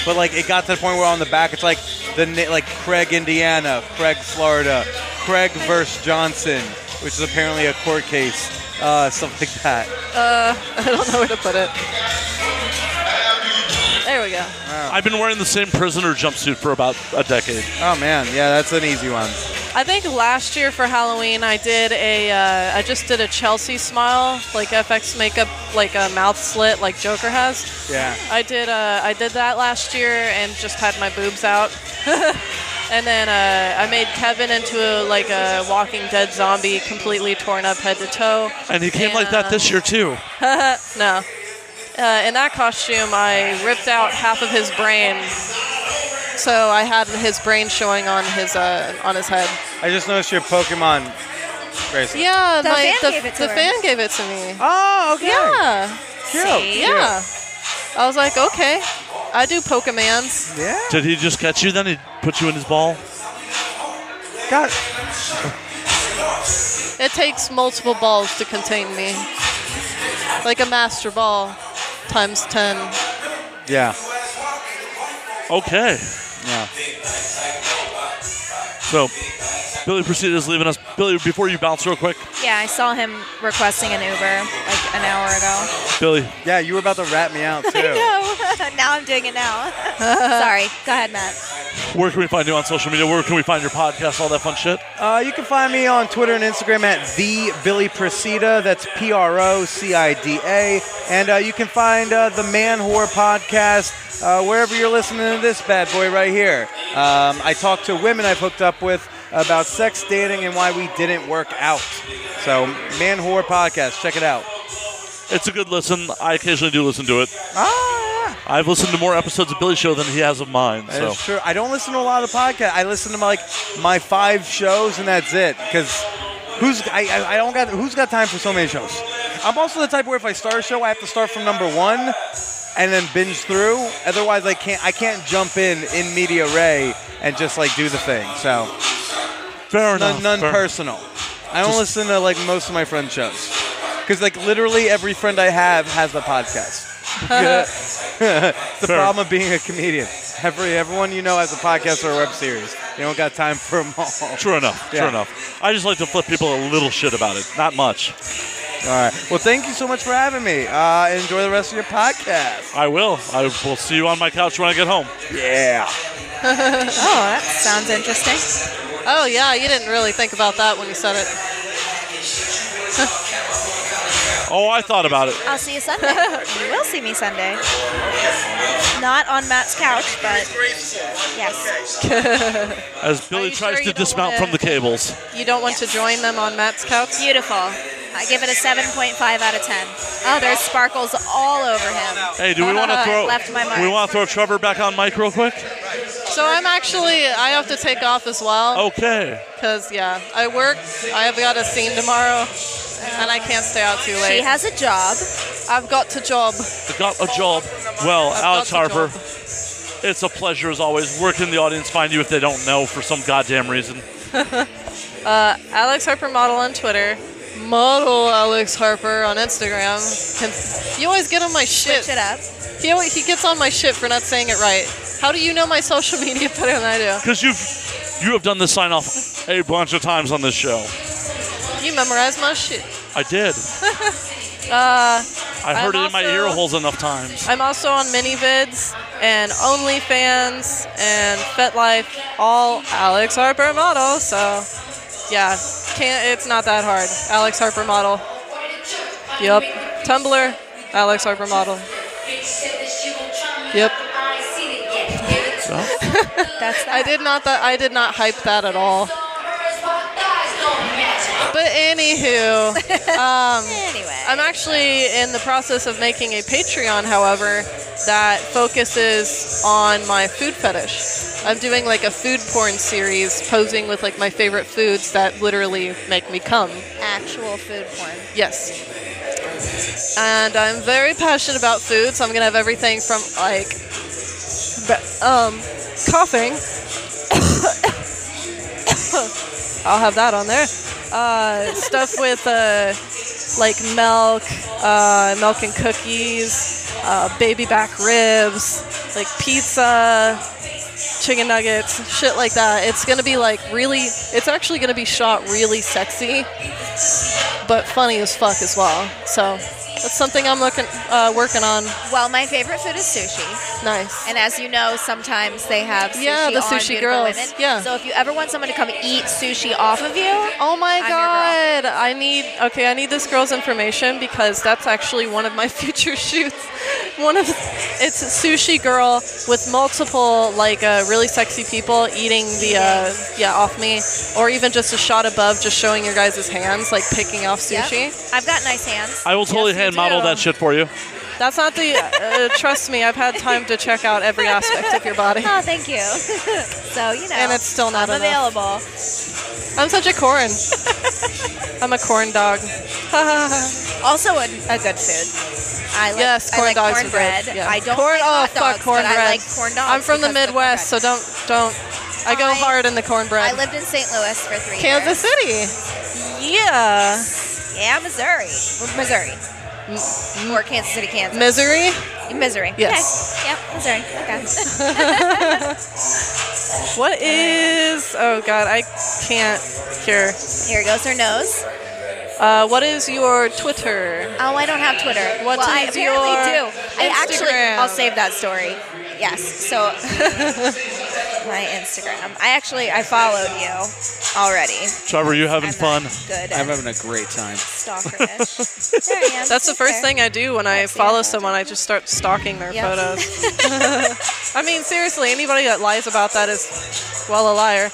Speaker 4: But like, it got to the point where on the back, it's like the na- like Craig, Indiana, Craig, Florida, Craig versus Johnson, which is apparently a court case, uh, something like that.
Speaker 8: I don't know where to put it. There we go.
Speaker 1: I've been wearing the same prisoner jumpsuit for about a decade.
Speaker 4: Oh man, yeah, that's an easy one.
Speaker 8: I think last year for Halloween I did a uh, I just did a Chelsea smile like FX makeup like a mouth slit like Joker has.
Speaker 4: Yeah.
Speaker 8: I did uh, I did that last year and just had my boobs out. and then uh, I made Kevin into a, like a Walking Dead zombie completely torn up head to toe.
Speaker 1: And he came like that this year, too.
Speaker 8: No. Uh, in that costume, I ripped out half of his brain, so I had his brain showing on his uh, on his head.
Speaker 4: I just noticed your Pokemon. bracelet.
Speaker 8: Yeah,
Speaker 3: The
Speaker 8: my,
Speaker 3: fan
Speaker 8: the,
Speaker 3: gave it to
Speaker 8: the
Speaker 3: her.
Speaker 8: fan gave it to me.
Speaker 4: Oh, okay.
Speaker 8: Yeah,
Speaker 3: See?
Speaker 8: yeah. I was like, okay, I do Pokemans.
Speaker 4: Yeah.
Speaker 1: Did he just catch you then? He put you in his ball?
Speaker 4: God.
Speaker 8: It takes multiple balls to contain me, like a master ball times ten.
Speaker 4: Yeah.
Speaker 1: Okay.
Speaker 4: Yeah.
Speaker 1: So, Billy Procida is leaving us. Billy, before you bounce real quick,
Speaker 3: Yeah, I saw him requesting an Uber like an hour ago.
Speaker 1: Billy,
Speaker 4: Yeah, you were about to rat me out too.
Speaker 3: No, now I'm doing it now. Sorry. Go ahead, Matt.
Speaker 1: where can we find you on social media? Where can we find your podcast? All that fun shit?
Speaker 4: Uh, you can find me on Twitter and Instagram at the Billy Procida. That's P R O C I D A. And uh, you can find uh, the Man Whore podcast uh, wherever you're listening to this bad boy right here. Um, I talk to women I've hooked up with about sex, dating, and why we didn't work out. So, Man Whore podcast, check it out.
Speaker 1: It's a good listen. I occasionally do listen to it.
Speaker 4: Ah,
Speaker 1: I've listened to more episodes of Billy's show than he has of mine.
Speaker 4: That
Speaker 1: so
Speaker 4: is true. I don't listen to a lot of podcasts. I listen to my, like my five shows, and that's it. Because who's I, I, I don't got who's got time for so many shows. I'm also the type where if I start a show, I have to start from number one and then binge through. Otherwise, I can't I can't jump in in media ray and just like do the thing. So
Speaker 1: fair enough.
Speaker 4: none, none
Speaker 1: fair-
Speaker 4: personal. I don't listen to like most of my friend shows because like literally every friend I have has a podcast. it's the problem of being a comedian. Every everyone you know has a podcast or a web series. You don't got time for them all. All
Speaker 1: True enough.
Speaker 4: Yeah.
Speaker 1: True enough. I just like to flip people a little shit about it. Not much.
Speaker 4: right. Well, thank you so much for having me. Uh, enjoy the rest of your podcast.
Speaker 1: I will. I will see you on my couch when I get home.
Speaker 4: Yeah.
Speaker 3: Oh, that sounds interesting.
Speaker 8: Oh yeah, you didn't really think about that when you said it.
Speaker 1: Oh, I thought about it.
Speaker 3: I'll see you Sunday. you will see me Sunday. Not on Matt's couch, but yes.
Speaker 1: As Billy
Speaker 8: you
Speaker 1: tries
Speaker 8: sure
Speaker 1: to
Speaker 8: you don't
Speaker 1: dismount
Speaker 8: wanna-
Speaker 1: from the cables.
Speaker 8: You don't want to join them on Matt's couch.
Speaker 3: Beautiful. I give it a 7.5 out of 10. Oh, there's sparkles all over him.
Speaker 1: Hey, do we want to throw?
Speaker 3: left my mark.
Speaker 1: We want to throw Trevor back on mic real quick.
Speaker 8: So I'm actually I have to take off as
Speaker 3: Oh.
Speaker 8: well
Speaker 1: Okay.
Speaker 8: because yeah I work I have got a scene tomorrow and I can't stay out too
Speaker 3: She
Speaker 8: late.
Speaker 3: has a job.
Speaker 8: I've got to job.
Speaker 1: got a job. Well,
Speaker 8: I've
Speaker 1: Alex
Speaker 8: got the
Speaker 1: Harper,
Speaker 8: job.
Speaker 1: it's a pleasure as always. Where can the audience find you if they don't know for some goddamn reason?
Speaker 8: Alex Harper model on Twitter. Model Alex Harper on Instagram. Can- You always get on my shit.
Speaker 3: Switch it up.
Speaker 8: He always, he gets on my shit for not saying it right. How do you know my social media better than I do?
Speaker 1: Because you've you have done this sign off a bunch of times on this show.
Speaker 8: You memorize my shit.
Speaker 1: I did.
Speaker 8: Uh,
Speaker 1: I heard
Speaker 8: I'm
Speaker 1: it in my
Speaker 8: also-
Speaker 1: ear holes enough times.
Speaker 8: I'm also on MiniVids and OnlyFans and FetLife, all Alex Harper model. So, yeah, can't. It's not that hard. Alex Harper model. Yep. Tumblr, Alex Harper model. Yep.
Speaker 3: That's that.
Speaker 8: I did not. That I did not hype that at all. But anywho,
Speaker 3: Anyway.
Speaker 8: I'm actually in the process of making a Patreon, however, that focuses on my food fetish. I'm doing like a food porn series, posing with like my favorite foods that literally make me cum.
Speaker 3: actual food porn.
Speaker 8: Yes. And I'm very passionate about food, so I'm gonna have everything from like, ba- um, coughing. I'll have that on there. Uh, stuff with uh, like milk, uh, milk and cookies, uh, baby back ribs, like pizza, chicken nuggets, shit like that. It's gonna be like really. It's actually gonna be shot really sexy but funny as fuck as well. So that's something I'm looking uh, working on.
Speaker 3: Well, my favorite food is sushi,
Speaker 8: Nice.
Speaker 3: and as you know, sometimes they have sushi
Speaker 8: Yeah, the
Speaker 3: on
Speaker 8: sushi
Speaker 3: Beautiful
Speaker 8: girls.
Speaker 3: Women.
Speaker 8: Yeah.
Speaker 3: So if you ever want someone to come eat sushi off of you,
Speaker 8: Oh my
Speaker 3: your
Speaker 8: god! I need okay. I need this girl's information because that's actually one of my future shoots. One of it's a sushi girl with multiple like uh, really sexy people eating the uh, yeah off me, or even just a shot above, just showing your guys' hands like picking off
Speaker 3: Yep.
Speaker 8: sushi.
Speaker 3: I've got nice hands.
Speaker 1: I will totally
Speaker 8: Yes,
Speaker 1: hand
Speaker 8: you
Speaker 1: model
Speaker 8: do.
Speaker 1: that shit for you.
Speaker 8: That's not the uh, trust me. I've had time to check out every aspect of your body.
Speaker 3: Oh, thank you. so you know,
Speaker 8: And it's still not
Speaker 3: I'm
Speaker 8: enough.
Speaker 3: available.
Speaker 8: I'm such a corn. I'm a corn dog.
Speaker 3: Also, a, a good food. I like,
Speaker 8: yes, corn
Speaker 3: I like
Speaker 8: dogs are
Speaker 3: cornbread.
Speaker 8: good. Yeah.
Speaker 3: I don't like
Speaker 8: corn. oh
Speaker 3: hot
Speaker 8: fuck,
Speaker 3: dogs,
Speaker 8: cornbread.
Speaker 3: but I like corn dogs.
Speaker 8: I'm from the
Speaker 3: because of
Speaker 8: Midwest, so
Speaker 3: cornbread.
Speaker 8: don't don't. I go
Speaker 3: I-
Speaker 8: hard in the
Speaker 3: I
Speaker 8: cornbread.
Speaker 3: lived in St. Louis for three
Speaker 8: Kansas City. Yeah.
Speaker 3: years. Yeah, Missouri. Missouri. Or Kansas City, Kansas.
Speaker 8: Misery.
Speaker 3: Missouri.
Speaker 8: Yes.
Speaker 3: Okay. Yep, Missouri. Okay.
Speaker 8: What is? Oh god, I can't hear.
Speaker 3: Here goes her nose.
Speaker 8: Uh, what is your Twitter?
Speaker 3: Oh, I don't have Twitter.
Speaker 8: What
Speaker 3: well, I
Speaker 8: is
Speaker 3: apparently
Speaker 8: your
Speaker 3: do. I actually,
Speaker 8: Instagram?
Speaker 3: I'll save that story. Yes. So, my Instagram. I actually, I followed you already.
Speaker 1: Trevor, you having
Speaker 3: I'm
Speaker 1: fun?
Speaker 3: Not good.
Speaker 5: I'm
Speaker 3: I'm
Speaker 5: having a great time.
Speaker 3: stalkerish. there I am.
Speaker 8: That's the first
Speaker 3: Okay.
Speaker 8: thing I do when I
Speaker 3: That's the
Speaker 8: follow
Speaker 3: end.
Speaker 8: someone. I just start stalking their
Speaker 3: Yep.
Speaker 8: photos. I mean, seriously, anybody that lies about that is, well, a liar.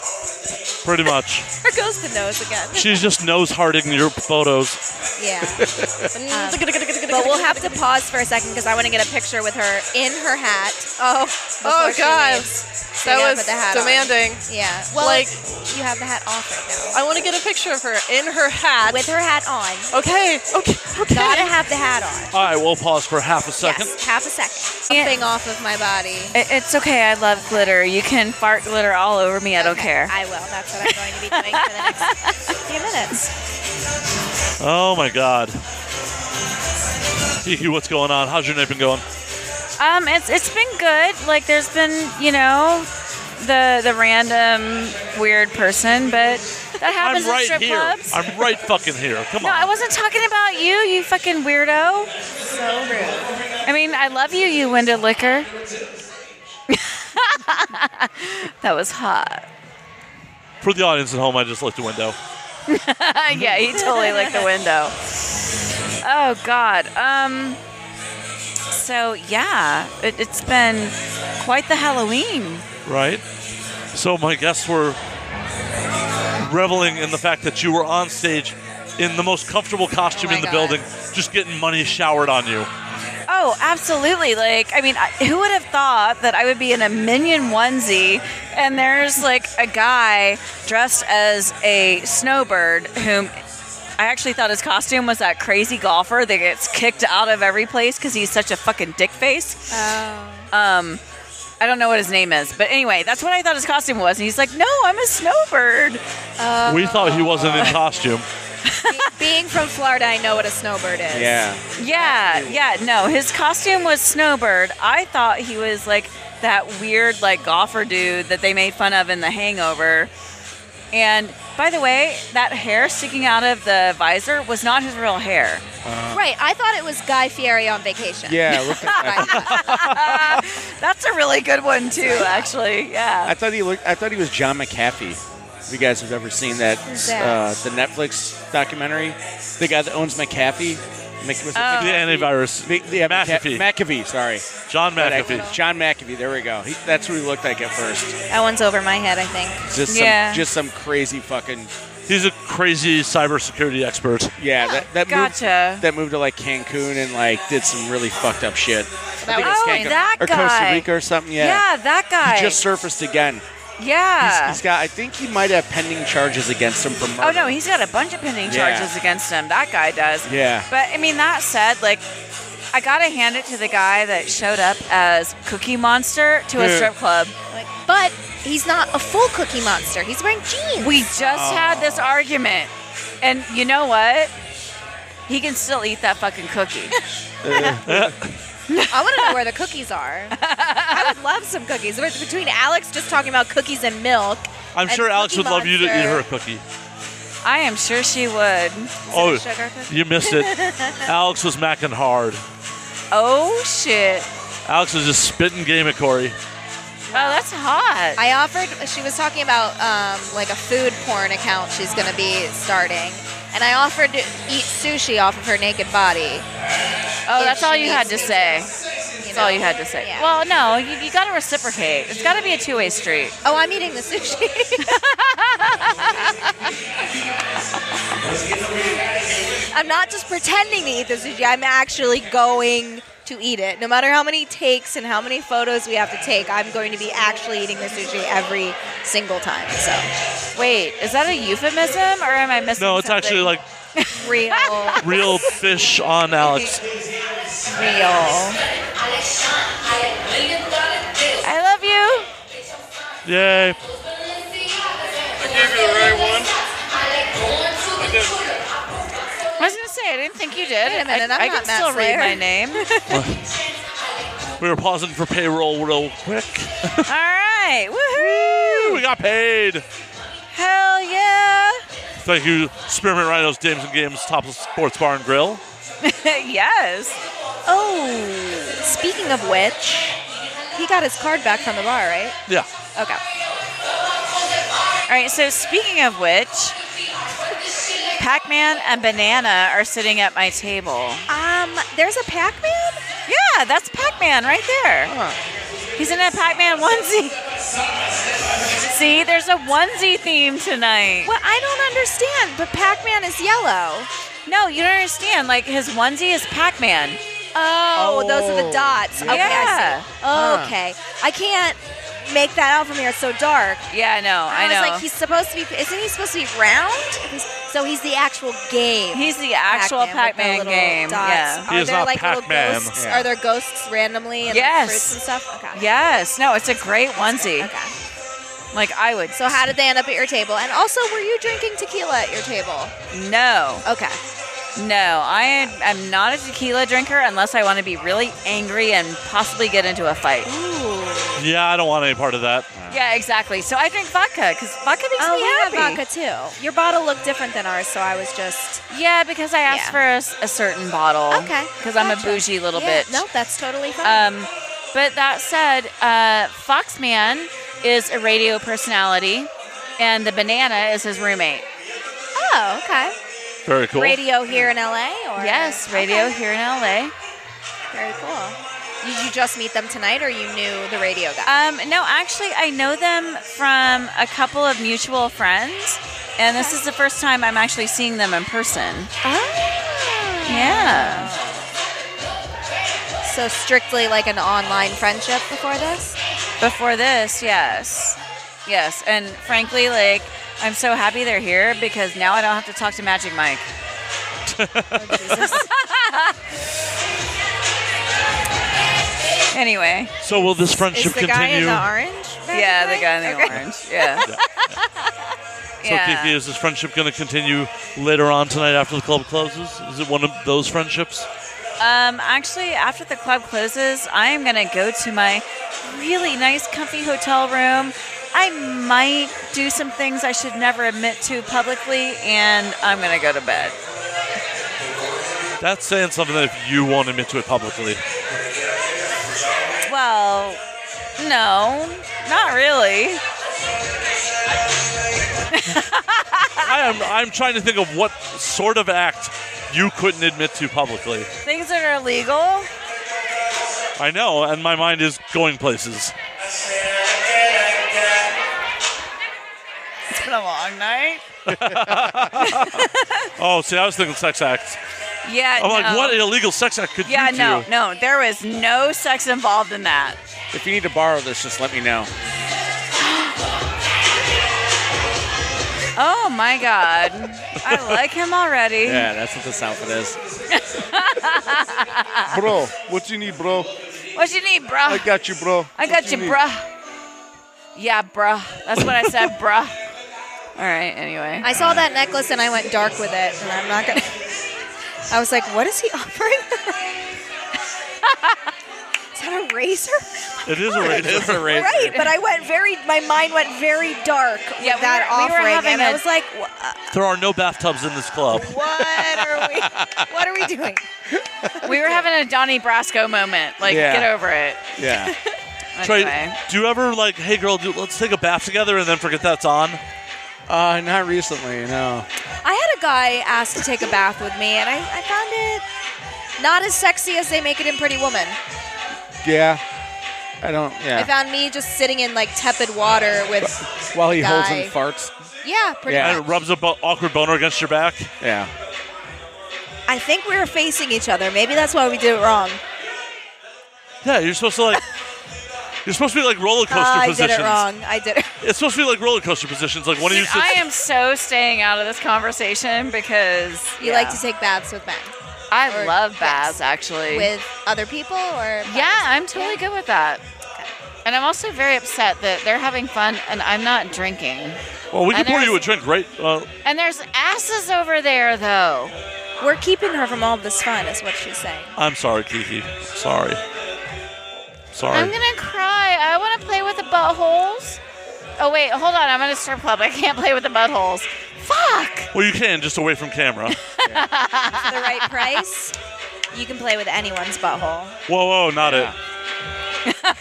Speaker 1: Pretty much.
Speaker 3: There goes the nose again.
Speaker 1: She's just nose harding your photos.
Speaker 3: Yeah. Um, But we'll have to pause for a second because I want to get a picture with her in her hat. Oh.
Speaker 8: Oh,
Speaker 3: before she
Speaker 8: God.
Speaker 3: leaves. So we
Speaker 8: that
Speaker 3: gotta
Speaker 8: was
Speaker 3: put the hat on.
Speaker 8: demanding.
Speaker 3: Yeah. Well,
Speaker 8: Like-
Speaker 3: you have the hat off right
Speaker 8: I want to get a picture of her in her hat.
Speaker 3: now. With her hat on.
Speaker 8: okay, okay, okay.
Speaker 3: Gotta have the hat on.
Speaker 1: All right, we'll pause for half a second.
Speaker 3: Yes, half a second. Something off of my body.
Speaker 11: It- It's okay. I love glitter. You can fart glitter all over me. I don't
Speaker 3: Okay,
Speaker 11: care.
Speaker 3: I will. That's what I'm going to be doing for the next few minutes.
Speaker 1: Oh my God. Kiki, what's going on? How's your naping going?
Speaker 11: Um, it's it's been good. Like there's been you know the the random weird person, but that happens
Speaker 1: I'm right
Speaker 11: in strip
Speaker 1: here.
Speaker 11: clubs.
Speaker 1: I'm right fucking here. Come
Speaker 11: no,
Speaker 1: on.
Speaker 11: I wasn't talking about you, you fucking weirdo.
Speaker 3: So rude.
Speaker 11: I mean, I love you, you window licker. that was hot.
Speaker 1: For the audience at home, I just looked the window.
Speaker 11: Uh, yeah, he totally licked the window. Oh God. Um. So yeah, it, it's been quite the Halloween.
Speaker 1: Right? So my guests were reveling in the fact that you were on stage in the most comfortable costume
Speaker 3: my
Speaker 1: in the
Speaker 3: God.
Speaker 1: building, just getting money showered on you.
Speaker 11: Oh, absolutely. Like, I mean, I- who would have thought that I would be in a minion onesie and there's like a guy dressed as a snowbird whom I actually thought his costume was that crazy golfer that gets kicked out of every place because he's such a fucking dick face. Oh. Um, I don't know what his name is, but anyway, that's what I thought his costume was. And he's like, no, I'm a snowbird.
Speaker 1: we thought he wasn't in costume.
Speaker 3: Being from Florida, I know what a snowbird is.
Speaker 5: Yeah.
Speaker 11: Yeah, yeah, no. His costume was Snowbird. I thought he was like that weird like golfer dude that they made fun of in The Hangover. And by the way, that hair sticking out of the visor was not his real hair.
Speaker 3: Right. I thought it was Guy Fieri on vacation.
Speaker 4: Yeah, it looked like that.
Speaker 3: Right.
Speaker 11: That's a really good one too, actually. Yeah.
Speaker 5: I thought he looked. I thought he was John McAfee. If you guys have ever seen that,
Speaker 3: Who's that?
Speaker 5: uh, the Netflix documentary, the guy that owns McAfee, Mc, was it
Speaker 11: Oh.
Speaker 1: The antivirus.
Speaker 5: Mc- yeah, Mc-
Speaker 1: McAfee.
Speaker 5: McAfee, sorry,
Speaker 1: John
Speaker 5: Not
Speaker 1: McAfee.
Speaker 5: John McAfee. There we go. He, that's what he looked like at first.
Speaker 3: that one's over my head, I think.
Speaker 5: Just some,
Speaker 11: Yeah.
Speaker 5: just some crazy fucking
Speaker 1: He's a crazy cybersecurity expert.
Speaker 5: Yeah, that, that
Speaker 11: Gotcha.
Speaker 5: moved that moved to like Cancun and like did some really fucked up shit. I
Speaker 11: That
Speaker 5: think
Speaker 11: was-
Speaker 5: it was Cancun.
Speaker 11: Oh, that
Speaker 5: or Costa
Speaker 11: guy.
Speaker 5: Rica or something. Yeah.
Speaker 11: Yeah, that guy.
Speaker 5: He just surfaced again.
Speaker 11: yeah.
Speaker 5: He's got. I think he might have pending charges against him for murder.
Speaker 11: Oh no, he's got a bunch of pending
Speaker 5: Yeah.
Speaker 11: charges against him. That guy does.
Speaker 5: Yeah.
Speaker 11: But I mean, that said, like, I gotta hand it to the guy that showed up as Cookie Monster to a
Speaker 5: Yeah.
Speaker 11: strip club.
Speaker 3: Like, but he's not a full cookie monster. He's wearing jeans.
Speaker 11: We just
Speaker 1: Oh.
Speaker 11: had this argument, and you know what? He can still eat that fucking cookie.
Speaker 3: I want to know where the cookies are. I would love some cookies. But Between Alex just talking about cookies and milk.
Speaker 1: I'm
Speaker 3: and
Speaker 1: sure Alex would
Speaker 3: Cookie
Speaker 1: love you to eat
Speaker 3: Monster.
Speaker 1: her a cookie.
Speaker 11: I am sure she would.
Speaker 1: Oh,
Speaker 3: Sugar cookie.
Speaker 1: you missed it. Alex was macking hard.
Speaker 11: Oh shit.
Speaker 1: Alex was just spitting game at Corey.
Speaker 11: Oh, that's hot.
Speaker 3: I offered. She was talking about um, like a food porn account she's going to be starting, and I offered to eat sushi off of her naked body.
Speaker 11: oh, that's
Speaker 3: If
Speaker 11: all
Speaker 3: she
Speaker 11: you had to
Speaker 3: needs me
Speaker 11: say.
Speaker 3: you
Speaker 11: That's
Speaker 3: know?
Speaker 11: all you had to say.
Speaker 3: Yeah.
Speaker 11: Well, no, you, you gotta reciprocate. It's gotta be a two-way street.
Speaker 3: Oh, I'm eating the sushi. I'm not just pretending to eat the sushi. I'm actually going to eat it. No matter how many takes and how many photos we have to take, I'm going to be actually eating the sushi every single time. So
Speaker 11: Wait, is that a euphemism or am I missing?
Speaker 1: No, it's actually
Speaker 11: something?
Speaker 1: like
Speaker 3: real,
Speaker 1: real fish on Alex.
Speaker 3: real.
Speaker 11: I love you.
Speaker 1: Yay.
Speaker 11: I was gonna say I didn't think you did.
Speaker 3: Wait a minute,
Speaker 11: I,
Speaker 3: I'm
Speaker 11: I
Speaker 3: not
Speaker 11: can
Speaker 3: Matt
Speaker 11: still read
Speaker 3: Slayer.
Speaker 11: my name. All
Speaker 1: We were pausing for payroll real quick.
Speaker 11: right, woohoo!
Speaker 1: We got paid.
Speaker 11: Hell yeah!
Speaker 1: Thank you, Spearmint Rhinos, Dames and Games, Topless Sports Bar and Grill.
Speaker 11: yes.
Speaker 3: Oh, speaking of which, he got his card back from the bar, right?
Speaker 1: Yeah.
Speaker 3: Okay.
Speaker 11: All right. So speaking of which, Pac-Man and Banana are sitting at my table.
Speaker 3: Um, there's a Pac-Man.
Speaker 11: Yeah, that's Pac-Man right there. He's in a Pac-Man onesie. See, there's a onesie theme tonight.
Speaker 3: Well, I don't understand, but Pac-Man is yellow.
Speaker 11: No, you don't understand. Like his onesie is Pac-Man.
Speaker 3: Oh, those are the dots. Okay, I
Speaker 11: Yeah.
Speaker 3: see. Okay. I can't make that out from here. It's so dark.
Speaker 11: Yeah, I know. I, know.
Speaker 3: was like, he's supposed to be, isn't he supposed to be round? He's- So he's the actual game.
Speaker 11: He's the actual
Speaker 3: with the
Speaker 11: Pac-Man
Speaker 3: little
Speaker 11: game,
Speaker 3: Dots.
Speaker 11: yeah.
Speaker 1: He
Speaker 3: Are
Speaker 1: is
Speaker 3: there
Speaker 1: not
Speaker 3: like
Speaker 1: Pac-Man.
Speaker 3: little ghosts?
Speaker 5: Yeah.
Speaker 3: Are there ghosts randomly and
Speaker 11: Yes.
Speaker 3: like, fruits and stuff? Okay.
Speaker 11: yes. No, it's a great onesie.
Speaker 3: Okay.
Speaker 11: Like I would.
Speaker 3: So how did they end up at your table? And also, were you drinking tequila at your table?
Speaker 11: No,
Speaker 3: Okay.
Speaker 11: no. I am not a tequila drinker unless I want to be really angry and possibly get into a fight.
Speaker 1: Yeah, I don't want any part of that.
Speaker 11: Yeah, exactly. So I drink vodka because vodka makes
Speaker 3: Oh, we
Speaker 11: me happy.
Speaker 3: have vodka too. Your bottle looked different than ours, so I was just
Speaker 11: Yeah, because I
Speaker 3: Yeah.
Speaker 11: asked for a s- a, certain bottle.
Speaker 3: Okay.
Speaker 11: Because I'm a
Speaker 3: Gotcha.
Speaker 11: bougie little
Speaker 3: yeah,
Speaker 11: bitch.
Speaker 3: No, that's totally fine.
Speaker 11: Um, but that said, uh, Foxman is a radio personality, and the banana is his roommate.
Speaker 3: oh, okay.
Speaker 1: Very cool.
Speaker 3: Radio here in LA, or
Speaker 11: Yes, radio
Speaker 3: Okay,
Speaker 11: here in LA.
Speaker 3: Very cool. Did you just meet them tonight, or you knew the radio guy?
Speaker 11: Um, no, actually, I know them from a couple of mutual friends, and this is the first time I'm actually seeing them in person. Ah. Yeah. Uh,
Speaker 3: So strictly like an online friendship before this.
Speaker 11: Before this, yes. Yes, and frankly, like, I'm so happy they're here because now I don't have to talk to Magic Mike. Anyway,
Speaker 1: So will this friendship
Speaker 3: Is the guy in
Speaker 1: continue?
Speaker 3: the orange?
Speaker 11: yeah, the guy in the
Speaker 3: Okay.
Speaker 11: orange. Yeah.
Speaker 1: so Kiki, is this friendship going to continue later on tonight after the club closes? Is it one of those friendships?
Speaker 11: Um, actually, after the club closes, I am gonna go to my really nice, comfy hotel room. I might do some things I should never admit to publicly, and I'm gonna go to bed.
Speaker 1: That's saying something that if you won't admit to it publicly.
Speaker 11: Well, no, not really.
Speaker 1: I am. I'm trying to think of what sort of act you couldn't admit to publicly.
Speaker 11: Things that are illegal.
Speaker 1: I know, and my mind is going places.
Speaker 11: been a long night.
Speaker 12: Oh, see, I was thinking sex acts.
Speaker 11: Yeah.
Speaker 12: I'm like,
Speaker 11: no.
Speaker 12: what illegal sex act could
Speaker 11: Yeah,
Speaker 12: you
Speaker 11: no,
Speaker 12: do?
Speaker 11: no. There was no sex involved in that.
Speaker 5: If you need to borrow this, just let me know.
Speaker 11: Oh my God. I like him already.
Speaker 5: Yeah, that's what this outfit is.
Speaker 4: bro, what you need, bro?
Speaker 11: What you need, bruh?
Speaker 4: I got you, bro.
Speaker 11: I got you,
Speaker 4: need?
Speaker 11: bruh. Yeah, bruh. That's what I said, bruh. All right, anyway.
Speaker 3: I saw that necklace and I went dark with it, and I'm not gonna. I was like, what is he offering? her?" is that a razor?
Speaker 12: It is a rape.
Speaker 5: It's a razor.
Speaker 3: Right, but I went very. My mind went very dark with
Speaker 11: Yeah, we
Speaker 3: that
Speaker 11: were- we were
Speaker 3: offering,
Speaker 11: having
Speaker 3: and I
Speaker 11: a-
Speaker 3: was like, "Wha-
Speaker 1: There are no bathtubs in this club.
Speaker 3: what are we? What are we doing?
Speaker 11: We were having a Donnie Brasco moment. Like,
Speaker 5: Yeah.
Speaker 11: get over it.
Speaker 5: Yeah.
Speaker 11: Anyway.
Speaker 1: Trey, do you ever like, hey girl, do, let's take a bath together and then forget that's on?
Speaker 5: Uh, not recently, no.
Speaker 3: I had a guy ask to take a bath with me, and I, I found it not as sexy as they make it in Pretty Woman.
Speaker 5: Yeah. I don't,
Speaker 3: I
Speaker 5: yeah.
Speaker 3: found me just sitting in like tepid water with,
Speaker 5: While he holds and
Speaker 3: Guy.
Speaker 5: farts.
Speaker 3: yeah, pretty
Speaker 5: Yeah.
Speaker 3: much.
Speaker 5: I
Speaker 1: And it rubs a bo- awkward boner against your back?
Speaker 5: Yeah.
Speaker 3: I think we were facing each other. Maybe that's why we did it wrong.
Speaker 1: Yeah, you're supposed to like. You're supposed to be like roller coaster
Speaker 3: Ah, I did
Speaker 1: positions.
Speaker 3: it wrong. I did it.
Speaker 1: It's supposed to be like roller coaster positions. Like one of you
Speaker 11: Dude,
Speaker 1: sits.
Speaker 11: I am so staying out of this conversation because
Speaker 3: You
Speaker 11: yeah.
Speaker 3: like to take baths with men,
Speaker 11: I
Speaker 3: or-
Speaker 11: love
Speaker 3: yes.
Speaker 11: baths actually.
Speaker 3: with other people, or by
Speaker 11: yeah,
Speaker 3: yourself?
Speaker 11: I'm totally good with that. And I'm also very upset that they're having fun and I'm not drinking.
Speaker 1: well, we can
Speaker 11: and
Speaker 1: pour you a
Speaker 11: there's-
Speaker 1: drink, right? Uh,
Speaker 11: And there's asses over there though.
Speaker 3: We're keeping her from all this fun, is what she's saying.
Speaker 1: I'm sorry, Kiki. Sorry. Sorry.
Speaker 11: I'm gonna cry. I want to play with the buttholes. Oh wait, hold on. I'm at a strip club. I can't play with the buttholes. Fuck.
Speaker 1: well, you can just away from camera.
Speaker 3: For the right price, you can play with anyone's butthole.
Speaker 1: whoa, whoa, not it.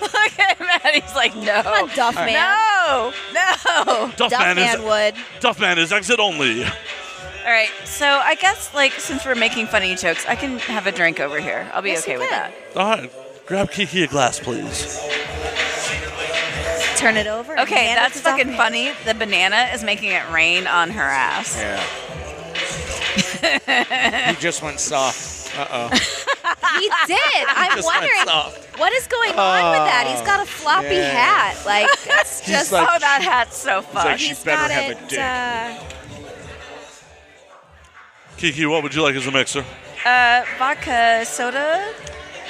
Speaker 11: Look at Maddie's like
Speaker 3: Come
Speaker 11: no,
Speaker 3: on, Duff Man.
Speaker 11: no, no.
Speaker 1: Duff,
Speaker 3: Duff
Speaker 1: man,
Speaker 3: Man
Speaker 1: is
Speaker 3: would.
Speaker 1: Duff man is exit only.
Speaker 11: All right, so I guess like since we're making funny jokes, I can have a drink over here. I'll be
Speaker 3: Yes,
Speaker 11: okay
Speaker 3: you
Speaker 11: with
Speaker 3: can.
Speaker 11: that.
Speaker 1: All right, grab Kiki a glass, please.
Speaker 3: Turn it over. and
Speaker 11: Okay,
Speaker 3: hand it
Speaker 11: that's
Speaker 3: to Duff
Speaker 11: fucking
Speaker 3: Man.
Speaker 11: funny. The banana is making it rain on her ass.
Speaker 5: Yeah. he just went soft. Uh oh.
Speaker 3: He did. I'm
Speaker 5: just went
Speaker 3: wondering
Speaker 5: soft.
Speaker 3: what is going on with that. He's got a floppy
Speaker 5: yeah.
Speaker 3: hat. Like that's just
Speaker 5: like-
Speaker 11: oh, that hat's so
Speaker 5: like,
Speaker 11: fun.
Speaker 5: she
Speaker 3: he's
Speaker 5: better
Speaker 3: got
Speaker 5: have a
Speaker 3: it,
Speaker 5: dick.
Speaker 3: uh,
Speaker 1: Kiki, what would you like as a mixer?
Speaker 11: Uh, vodka soda.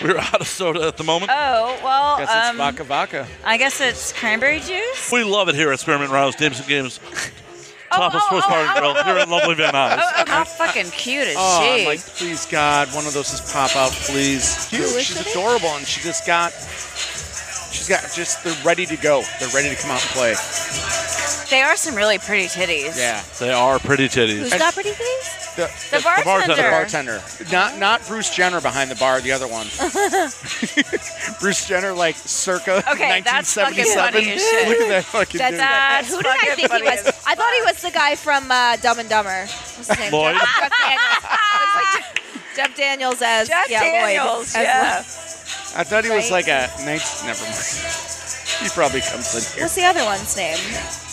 Speaker 1: We're out of soda at the moment.
Speaker 11: Oh well,
Speaker 5: Guess it's
Speaker 11: um,
Speaker 5: vodka vodka.
Speaker 11: I guess it's cranberry juice.
Speaker 1: we love it here at Spearmint Rouse Dames and Games, Top
Speaker 11: oh,
Speaker 1: of Sports
Speaker 11: oh,
Speaker 1: Bar and
Speaker 11: oh,
Speaker 1: Grill here in lovely Van Nuys.
Speaker 11: Oh, oh, how fucking cute is
Speaker 5: Oh,
Speaker 11: she?
Speaker 5: I'm like, please, God, one of those just pop out, please. Dude, she's adorable, and she just got, she's got just, they're ready to go. They're ready to come out and play.
Speaker 11: they are some really pretty titties.
Speaker 5: Yeah.
Speaker 1: They are pretty titties.
Speaker 3: who's got pretty things?
Speaker 5: The,
Speaker 11: The
Speaker 5: the
Speaker 11: bartender.
Speaker 5: the bartender. Not not Bruce Jenner behind the bar, the other one. Bruce Jenner, like circa
Speaker 11: Okay, that's fucking
Speaker 5: 1977.
Speaker 11: funny as shit.
Speaker 5: Look at that fucking
Speaker 11: That's
Speaker 5: dude.
Speaker 11: that's
Speaker 3: Who did I
Speaker 11: fucking
Speaker 3: think he
Speaker 11: funny
Speaker 3: was?
Speaker 11: as
Speaker 3: I thought he was the guy from uh, Dumb and Dumber. What's his name?
Speaker 1: Lloyd?
Speaker 3: Jeff, Jeff Daniels. I was like, Jeff- Jeff Daniels as
Speaker 11: Jeff
Speaker 3: yeah, Lloyd.
Speaker 11: Daniels,
Speaker 3: As
Speaker 11: yeah.
Speaker 3: Lloyd.
Speaker 5: I thought he was
Speaker 3: Right?
Speaker 5: like a 19. Never mind. He probably comes in here.
Speaker 3: What's the other one's name?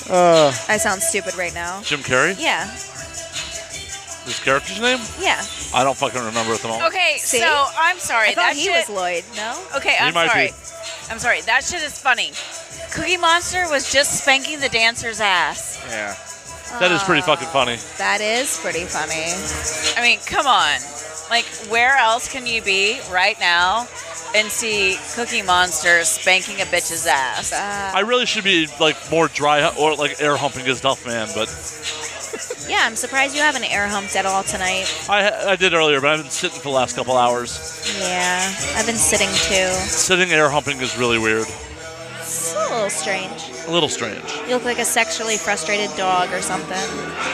Speaker 5: Uh,
Speaker 3: I sound stupid right now.
Speaker 1: Jim Carrey,
Speaker 3: Yeah,
Speaker 1: his character's name?
Speaker 3: yeah.
Speaker 1: I don't fucking remember at the moment.
Speaker 11: Okay,
Speaker 3: See?
Speaker 11: so I'm sorry.
Speaker 3: I thought
Speaker 11: that
Speaker 3: he was
Speaker 11: shit,
Speaker 3: Lloyd. No.
Speaker 11: Okay, I'm
Speaker 1: might
Speaker 11: sorry.
Speaker 1: be.
Speaker 11: I'm sorry. That shit is funny. Cookie Monster was just spanking the dancer's ass.
Speaker 5: yeah.
Speaker 1: That is pretty fucking funny.
Speaker 3: That is pretty funny.
Speaker 11: I mean, come on. Like, where else can you be right now and see Cookie Monster spanking a bitch's ass?
Speaker 3: Uh,
Speaker 1: I really should be like more dry hu- or like air humping as Duff Man, but
Speaker 3: yeah, I'm surprised you haven't air humped at all tonight.
Speaker 1: I I did earlier, but I've been sitting for the last couple hours.
Speaker 3: Yeah, I've been sitting too.
Speaker 1: Sitting air humping is really weird,
Speaker 3: It's a little strange.
Speaker 1: a little strange.
Speaker 3: You look like a sexually frustrated dog or something.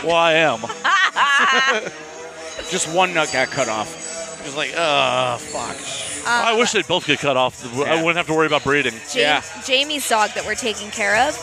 Speaker 1: Well, I am.
Speaker 5: Just one nut got cut off. He was like, uh, fuck.
Speaker 1: I wish they'd both get cut off. I wouldn't have to worry about breeding.
Speaker 3: Jamie,
Speaker 5: Yeah.
Speaker 3: Jamie's dog that we're taking care of.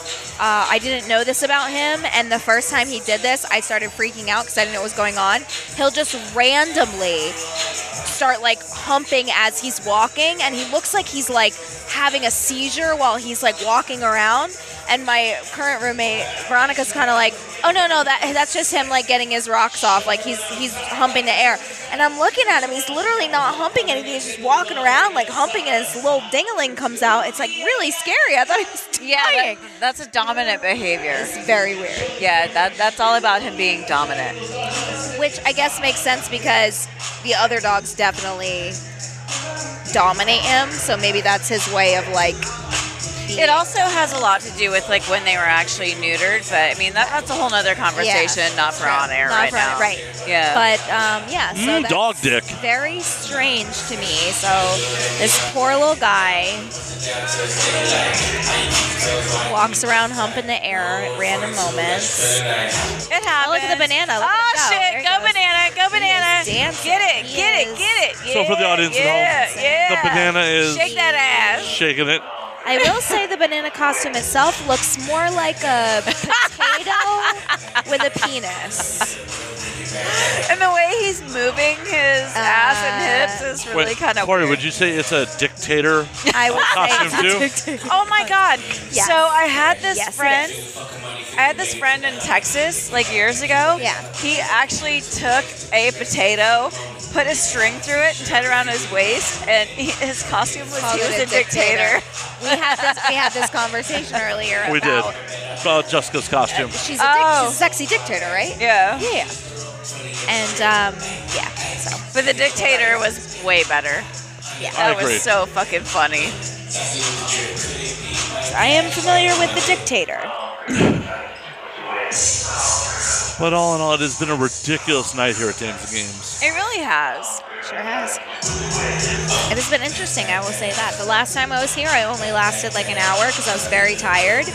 Speaker 3: Uh, I didn't know this about him, and the first time he did this, I started freaking out because I didn't know what was going on. He'll just randomly start like humping as he's walking, and he looks like he's like having a seizure while he's like walking around. and my current roommate Veronica's kind of like, "Oh no, no, that that's just him like getting his rocks off. Like he's he's humping the air." And I'm looking at him. He's literally not humping anything. He's just walking around like humping, and his little dingaling comes out. It's like really scary. I thought he was dying.
Speaker 8: Yeah, that- that's a dominant behavior.
Speaker 3: it's very weird.
Speaker 8: Yeah, that, that's all about him being dominant.
Speaker 3: Which I guess makes sense because the other dogs definitely dominate him, so maybe that's his way of like. Being.
Speaker 8: It also has a lot to do with like when they were actually neutered, but I mean that, that's a whole nother conversation, not for on air
Speaker 3: Not
Speaker 8: right
Speaker 3: for-
Speaker 8: now.
Speaker 3: right.
Speaker 8: Yeah.
Speaker 3: But um, yeah, so
Speaker 1: Mm,
Speaker 3: that's
Speaker 1: dog dick.
Speaker 3: Very strange to me. So this poor little guy walks around humping the air at random moments.
Speaker 8: it happens.
Speaker 3: Oh, look at the banana. Look
Speaker 8: oh
Speaker 3: at it go. There
Speaker 8: shit!
Speaker 3: it
Speaker 8: Go
Speaker 3: goes.
Speaker 8: banana! Go banana!
Speaker 3: dancing.
Speaker 8: Get it!
Speaker 3: He
Speaker 8: Get it!
Speaker 3: is-
Speaker 8: Get it! Yeah,
Speaker 1: So for the audience at
Speaker 8: yeah,
Speaker 1: home,
Speaker 8: yeah.
Speaker 1: the banana is-
Speaker 8: shake that ass.
Speaker 1: Shaking it.
Speaker 3: I will say the banana costume itself looks more like a potato with a penis.
Speaker 8: And the way he's moving his ass and hips is really
Speaker 1: Uh, Wait,
Speaker 8: kind of
Speaker 1: Corey,
Speaker 8: weird.
Speaker 1: would you say it's a dictator
Speaker 3: I would say.
Speaker 1: costume too?
Speaker 8: Oh my God!
Speaker 3: Yes.
Speaker 8: So I had this
Speaker 3: Yes, it
Speaker 8: friend. I had this friend in Texas like years ago.
Speaker 3: Yeah.
Speaker 8: He actually took a potato, put a string through it, and tied around his waist, and he, his costume was
Speaker 3: Called
Speaker 8: he was
Speaker 3: it
Speaker 8: a dictator.
Speaker 3: We had this, we had this conversation earlier.
Speaker 1: We did.
Speaker 3: about-
Speaker 1: About Jessica's costume.
Speaker 3: She's a, dic-
Speaker 8: Oh.
Speaker 3: she's a sexy dictator, right?
Speaker 8: Yeah.
Speaker 3: Yeah. And um, yeah. So
Speaker 8: But the dictator was way better.
Speaker 3: yeah.
Speaker 1: I
Speaker 8: That
Speaker 1: agree.
Speaker 8: was so fucking funny.
Speaker 3: I am familiar with the dictator.
Speaker 1: But all in all, it has been a ridiculous night here at Dames and Games.
Speaker 8: It really has.
Speaker 3: Sure has. It has been interesting, I will say that. The last time I was here, I only lasted like an hour because I was very tired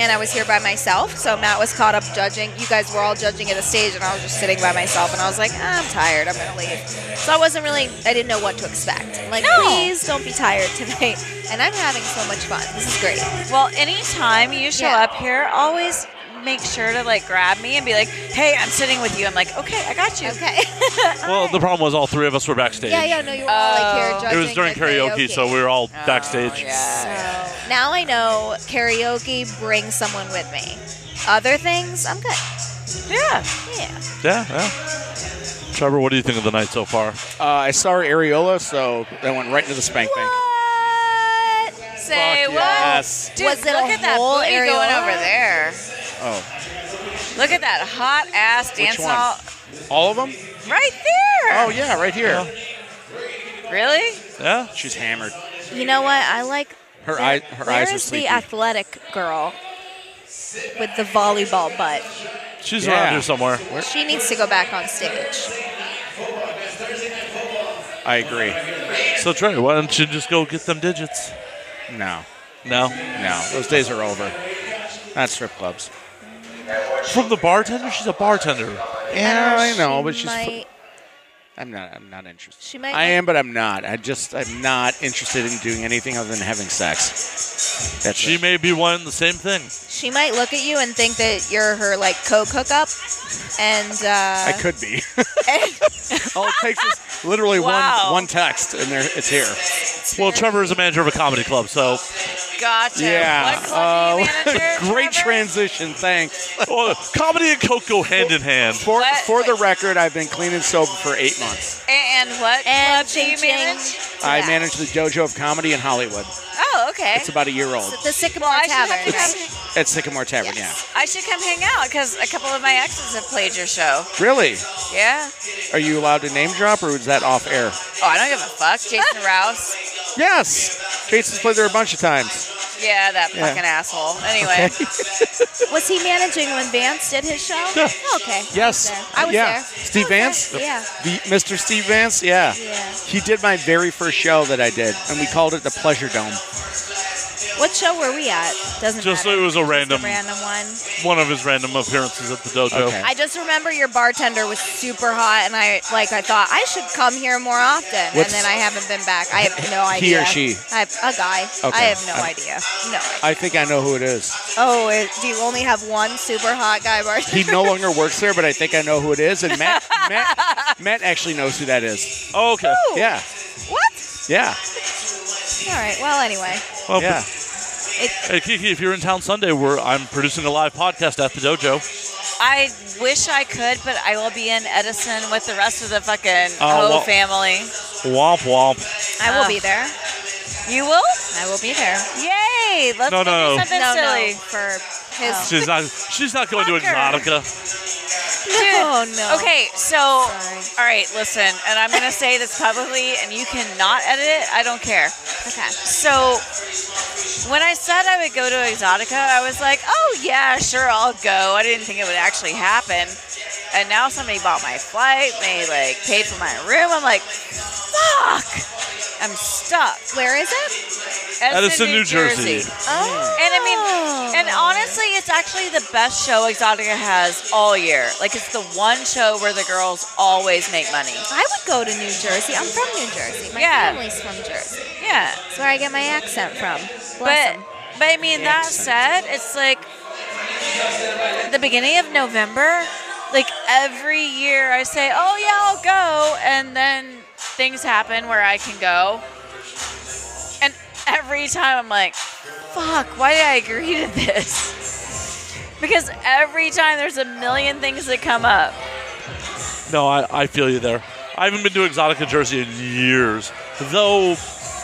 Speaker 3: and I was here by myself. So Matt was caught up judging. You guys were all judging at a stage and I was just sitting by myself and I was like, "Ah, I'm tired. I'm going to leave. So I wasn't really, I didn't know what to expect. I'm like, please don't be tired tonight. And I'm having so much fun. This is great.
Speaker 8: Well, anytime you show
Speaker 3: Yeah.
Speaker 8: up here, always make sure to like grab me and be like, "Hey, I'm sitting with you." I'm like, "Okay, I got you."
Speaker 3: Okay.
Speaker 1: Well, the problem was all three of us were backstage.
Speaker 3: yeah, yeah, no, you were all like here
Speaker 8: Oh.
Speaker 1: It
Speaker 3: judging.
Speaker 1: was during
Speaker 3: the
Speaker 1: karaoke, so we were all
Speaker 8: Oh,
Speaker 1: backstage.
Speaker 8: yeah.
Speaker 3: So now I know karaoke brings someone with me. Other things, I'm good.
Speaker 8: Yeah.
Speaker 3: Yeah.
Speaker 1: Yeah, yeah. Trevor, what do you think of the night so far?
Speaker 5: Uh, I saw her areola, so that went right into the spank bank.
Speaker 3: What?
Speaker 8: Say
Speaker 5: Fuck
Speaker 8: what?
Speaker 5: yes.
Speaker 8: Dude,
Speaker 3: Was it
Speaker 8: look
Speaker 3: a
Speaker 8: at that
Speaker 3: whole
Speaker 8: booty going
Speaker 3: areola?
Speaker 8: over there.
Speaker 5: Oh,
Speaker 8: Look at that hot ass dance
Speaker 5: one?
Speaker 8: all
Speaker 5: all of them?
Speaker 8: right there.
Speaker 5: Oh yeah, right here.
Speaker 8: Really?
Speaker 1: Yeah?
Speaker 5: She's hammered.
Speaker 3: You know what? I like.
Speaker 5: Her
Speaker 3: Where-
Speaker 5: eye, her
Speaker 3: where
Speaker 5: eyes are
Speaker 3: is
Speaker 5: sleepy.
Speaker 3: the athletic girl with the volleyball butt?
Speaker 1: She's
Speaker 5: Yeah.
Speaker 1: around here somewhere.
Speaker 3: She needs to go back on stage.
Speaker 5: I agree.
Speaker 1: So, Trey, why don't you just go get them digits?
Speaker 5: No,
Speaker 1: No.
Speaker 5: no, those days are over. Not strip clubs.
Speaker 1: From the bartender? She's a bartender.
Speaker 5: Yeah, I know,
Speaker 3: She
Speaker 5: but she's.
Speaker 3: might-
Speaker 5: I'm not. I'm not interested.
Speaker 3: She might
Speaker 5: I
Speaker 3: make-
Speaker 5: am, but I'm not. I just. I'm not interested in doing anything other than having sex. That's
Speaker 1: She
Speaker 5: it.
Speaker 1: may be wanting the same thing.
Speaker 3: she might look at you and think that you're her like co hookup, and uh,
Speaker 5: I could be. All it takes is literally
Speaker 8: Wow.
Speaker 5: one one text, and there it's here.
Speaker 1: Well, Trevor is a manager of a comedy club, so
Speaker 8: Gotcha.
Speaker 5: Yeah.
Speaker 8: What club do you
Speaker 5: Uh,
Speaker 8: manager,
Speaker 5: Great
Speaker 8: Trevor?
Speaker 5: transition. Thanks.
Speaker 1: Well, comedy and Coke go hand in hand.
Speaker 5: For
Speaker 8: What-
Speaker 5: for the record, I've been clean and sober for eight months.
Speaker 8: And what
Speaker 3: and
Speaker 8: club do you
Speaker 3: ching-ching.
Speaker 8: manage?
Speaker 5: I
Speaker 3: Yeah.
Speaker 5: manage the dojo of comedy in Hollywood.
Speaker 8: Oh, okay.
Speaker 5: It's about a year old.
Speaker 3: the Sycamore
Speaker 8: I should
Speaker 3: Tavern.
Speaker 8: have to
Speaker 3: right?
Speaker 8: come,
Speaker 5: At Sycamore Tavern.
Speaker 3: Yes.
Speaker 8: I should come hang out because a couple of my exes have played your show.
Speaker 5: Yeah. Really?
Speaker 8: Yeah.
Speaker 5: Are you allowed to name drop, or is that off air?
Speaker 8: Oh, I don't give a fuck. Jason Rouse.
Speaker 5: Yes. Jason's played there a bunch of times.
Speaker 8: Yeah, that
Speaker 5: Yeah.
Speaker 8: fucking asshole. Anyway.
Speaker 3: Was he managing when Vance did his show? Oh,
Speaker 5: Yeah.
Speaker 3: Okay.
Speaker 5: Yes.
Speaker 3: I was there. I was
Speaker 5: yeah.
Speaker 3: there.
Speaker 5: Steve
Speaker 3: I was
Speaker 5: Vance?
Speaker 3: there. Yeah.
Speaker 5: The Mr. Steve Vance, yeah.
Speaker 3: Yeah.
Speaker 5: He did my very first show that I did, and we called it the Pleasure Dome.
Speaker 3: What show were we at? Doesn't
Speaker 1: Just
Speaker 3: matter.
Speaker 1: it was a random-
Speaker 3: random one.
Speaker 1: One of his random appearances at the dojo.
Speaker 5: Okay.
Speaker 3: I just remember your bartender was super hot, and I like I thought I should come here more often,
Speaker 5: What's-
Speaker 3: and then I haven't been back. I have no
Speaker 5: He
Speaker 3: idea.
Speaker 5: or she?
Speaker 3: I have a guy. I
Speaker 5: Okay.
Speaker 3: have no
Speaker 5: I-
Speaker 3: idea. No. idea.
Speaker 5: I think I know who it is.
Speaker 3: oh, it, do you only have one super hot guy bartender?
Speaker 5: He no longer works there, but I think I know who it is. And Matt, Matt, Matt actually knows who that is.
Speaker 1: Oh, okay.
Speaker 5: Yeah,
Speaker 3: What?
Speaker 5: yeah,
Speaker 3: All right. Well, anyway,
Speaker 1: Well,
Speaker 5: yeah.
Speaker 1: Hey, Kiki, if you're in town Sunday, we're, I'm producing a live podcast at the dojo.
Speaker 3: I wish I could, but I will be in Edison with the rest of the fucking
Speaker 1: Oh,
Speaker 3: Ho
Speaker 1: well-
Speaker 3: family.
Speaker 1: Womp womp.
Speaker 8: I will
Speaker 3: Ah.
Speaker 8: be there.
Speaker 3: You will?
Speaker 8: I will be there.
Speaker 3: Yay! Let's
Speaker 1: No,
Speaker 3: go
Speaker 1: no.
Speaker 3: do something
Speaker 8: no,
Speaker 3: silly. Oh.
Speaker 8: no, for his.
Speaker 1: She's not. She's not going to
Speaker 3: Fucker.
Speaker 1: Exotica.
Speaker 8: No, no.
Speaker 3: Okay, so all right, listen, and I'm gonna say this publicly, and you cannot edit it. I don't care.
Speaker 8: Okay.
Speaker 3: So when I said I would go to Exotica, I was like, oh yeah, sure, I'll go. I didn't think it would actually happen. And now somebody bought my flight, they like paid for my room. I'm like, fuck, I'm stuck.
Speaker 8: Where is it?
Speaker 1: Edison, New Jersey.
Speaker 8: Oh.
Speaker 3: And I mean, and honestly, it's actually the best show Exotica has all year. Like, it's the one show where the girls always make money.
Speaker 8: I would go to New Jersey. I'm from New Jersey. My
Speaker 3: Yeah.
Speaker 8: family's from Jersey.
Speaker 3: Yeah.
Speaker 8: That's where I get my accent from.
Speaker 11: um,
Speaker 3: But,
Speaker 8: Bless 'em.
Speaker 3: but I mean, that said, it's like the beginning of November, like every year I say, oh, yeah, I'll go. And then things happen where I can go. And every time I'm like, fuck, why did I agree to this? Because every time there's a million things that come up.
Speaker 1: No, I, I feel you there. I haven't been to Exotica Jersey in years, though.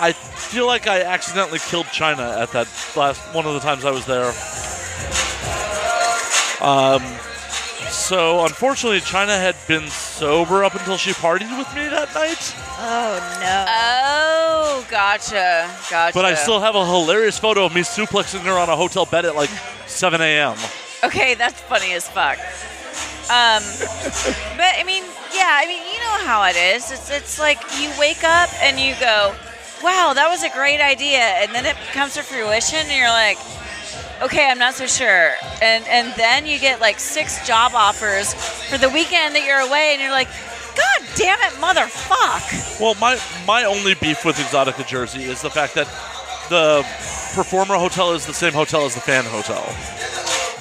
Speaker 1: I feel like I accidentally killed China at that last one of the times I was there. Um, so unfortunately, China had been sober up until she partied with me that night.
Speaker 8: oh no.
Speaker 3: Oh, gotcha, gotcha.
Speaker 1: But I still have a hilarious photo of me suplexing her on a hotel bed at like 7 a.m.
Speaker 3: Okay, that's funny as fuck. Um, but I mean, yeah, I mean, you know how it is. It's it's like you wake up and you go, "Wow, that was a great idea," and then it comes to fruition, and you're like, "Okay, I'm not so sure." And and then you get like six job offers for the weekend that you're away, and you're like, "God damn it, motherfuck!"
Speaker 1: Well, my my only beef with Exotica Jersey is the fact that the performer hotel is the same hotel as the fan hotel.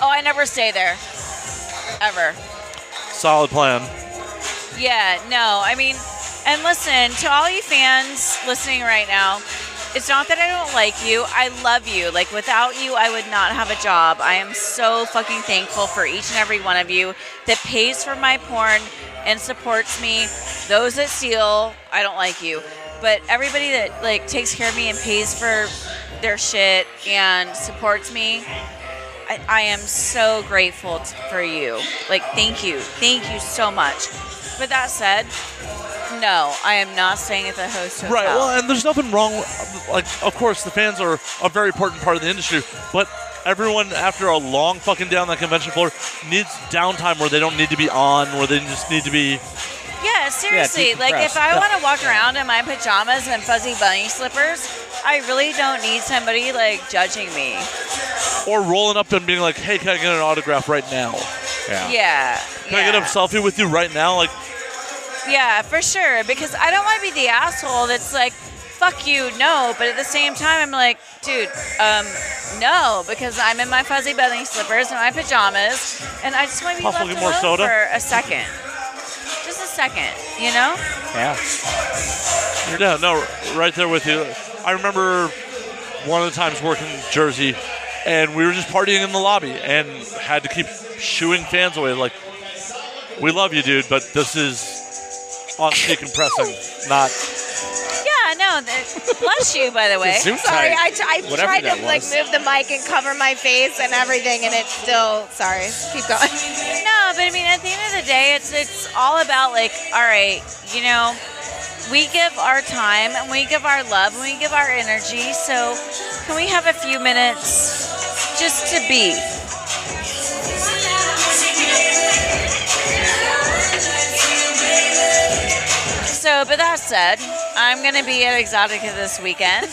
Speaker 3: Oh, I never stay there, ever.
Speaker 1: Solid plan.
Speaker 3: Yeah, no, I mean, and listen to all you fans listening right now. It's not that I don't like you. I love you. Like without you, I would not have a job. I am so fucking thankful for each and every one of you that pays for my porn and supports me. Those that steal, I don't like you. But everybody that like takes care of me and pays for their shit and supports me, I, I am so grateful t- for you. Like, thank you. Thank you so much. But that said, no, I am not staying at the host hotel.
Speaker 1: Right. Well, and there's nothing wrong. Like, of course, the fans are a very important part of the industry, but everyone after a long fucking day on that convention floor needs downtime where they don't need to be on, where they just need to be.
Speaker 3: yeah, seriously. like, if
Speaker 5: decompress.
Speaker 3: I want to walk around in my pajamas and fuzzy bunny slippers, I really don't need somebody, like, judging me.
Speaker 1: Or rolling up and being like, "Hey, can I get an autograph right now?
Speaker 3: Yeah. yeah.
Speaker 1: Can I get a selfie with you right now?" Like,
Speaker 3: Yeah, for sure. Because I don't want to be the asshole that's like, fuck you, no. But at the same time, I'm like, dude, um, no, because I'm in my fuzzy bunny slippers and my pajamas, and I just want to be
Speaker 1: Possibly
Speaker 3: left
Speaker 1: more
Speaker 3: alone
Speaker 1: soda?
Speaker 3: for a second. Just a second, you know?
Speaker 5: Yeah.
Speaker 1: Yeah, no, right there with you. I remember one of the times working Jersey, and we were just partying in the lobby, and had to keep shooing fans away. Like, we love you, dude, but this is on decompressing, not.
Speaker 3: Yeah, no. That, bless you, by the way.
Speaker 5: Zoom
Speaker 8: Sorry,
Speaker 5: tight.
Speaker 8: I, t- I
Speaker 5: Whatever
Speaker 8: tried
Speaker 5: that
Speaker 8: to like
Speaker 5: was.
Speaker 8: move the mic and cover my face and everything, and it's still. Sorry, keep going.
Speaker 3: No, but I mean, at the end of the day, it's it's all about like, all right, you know, we give our time and we give our love and we give our energy. So, can we have a few minutes just to be? So, but that said, I'm gonna be at Exotica this weekend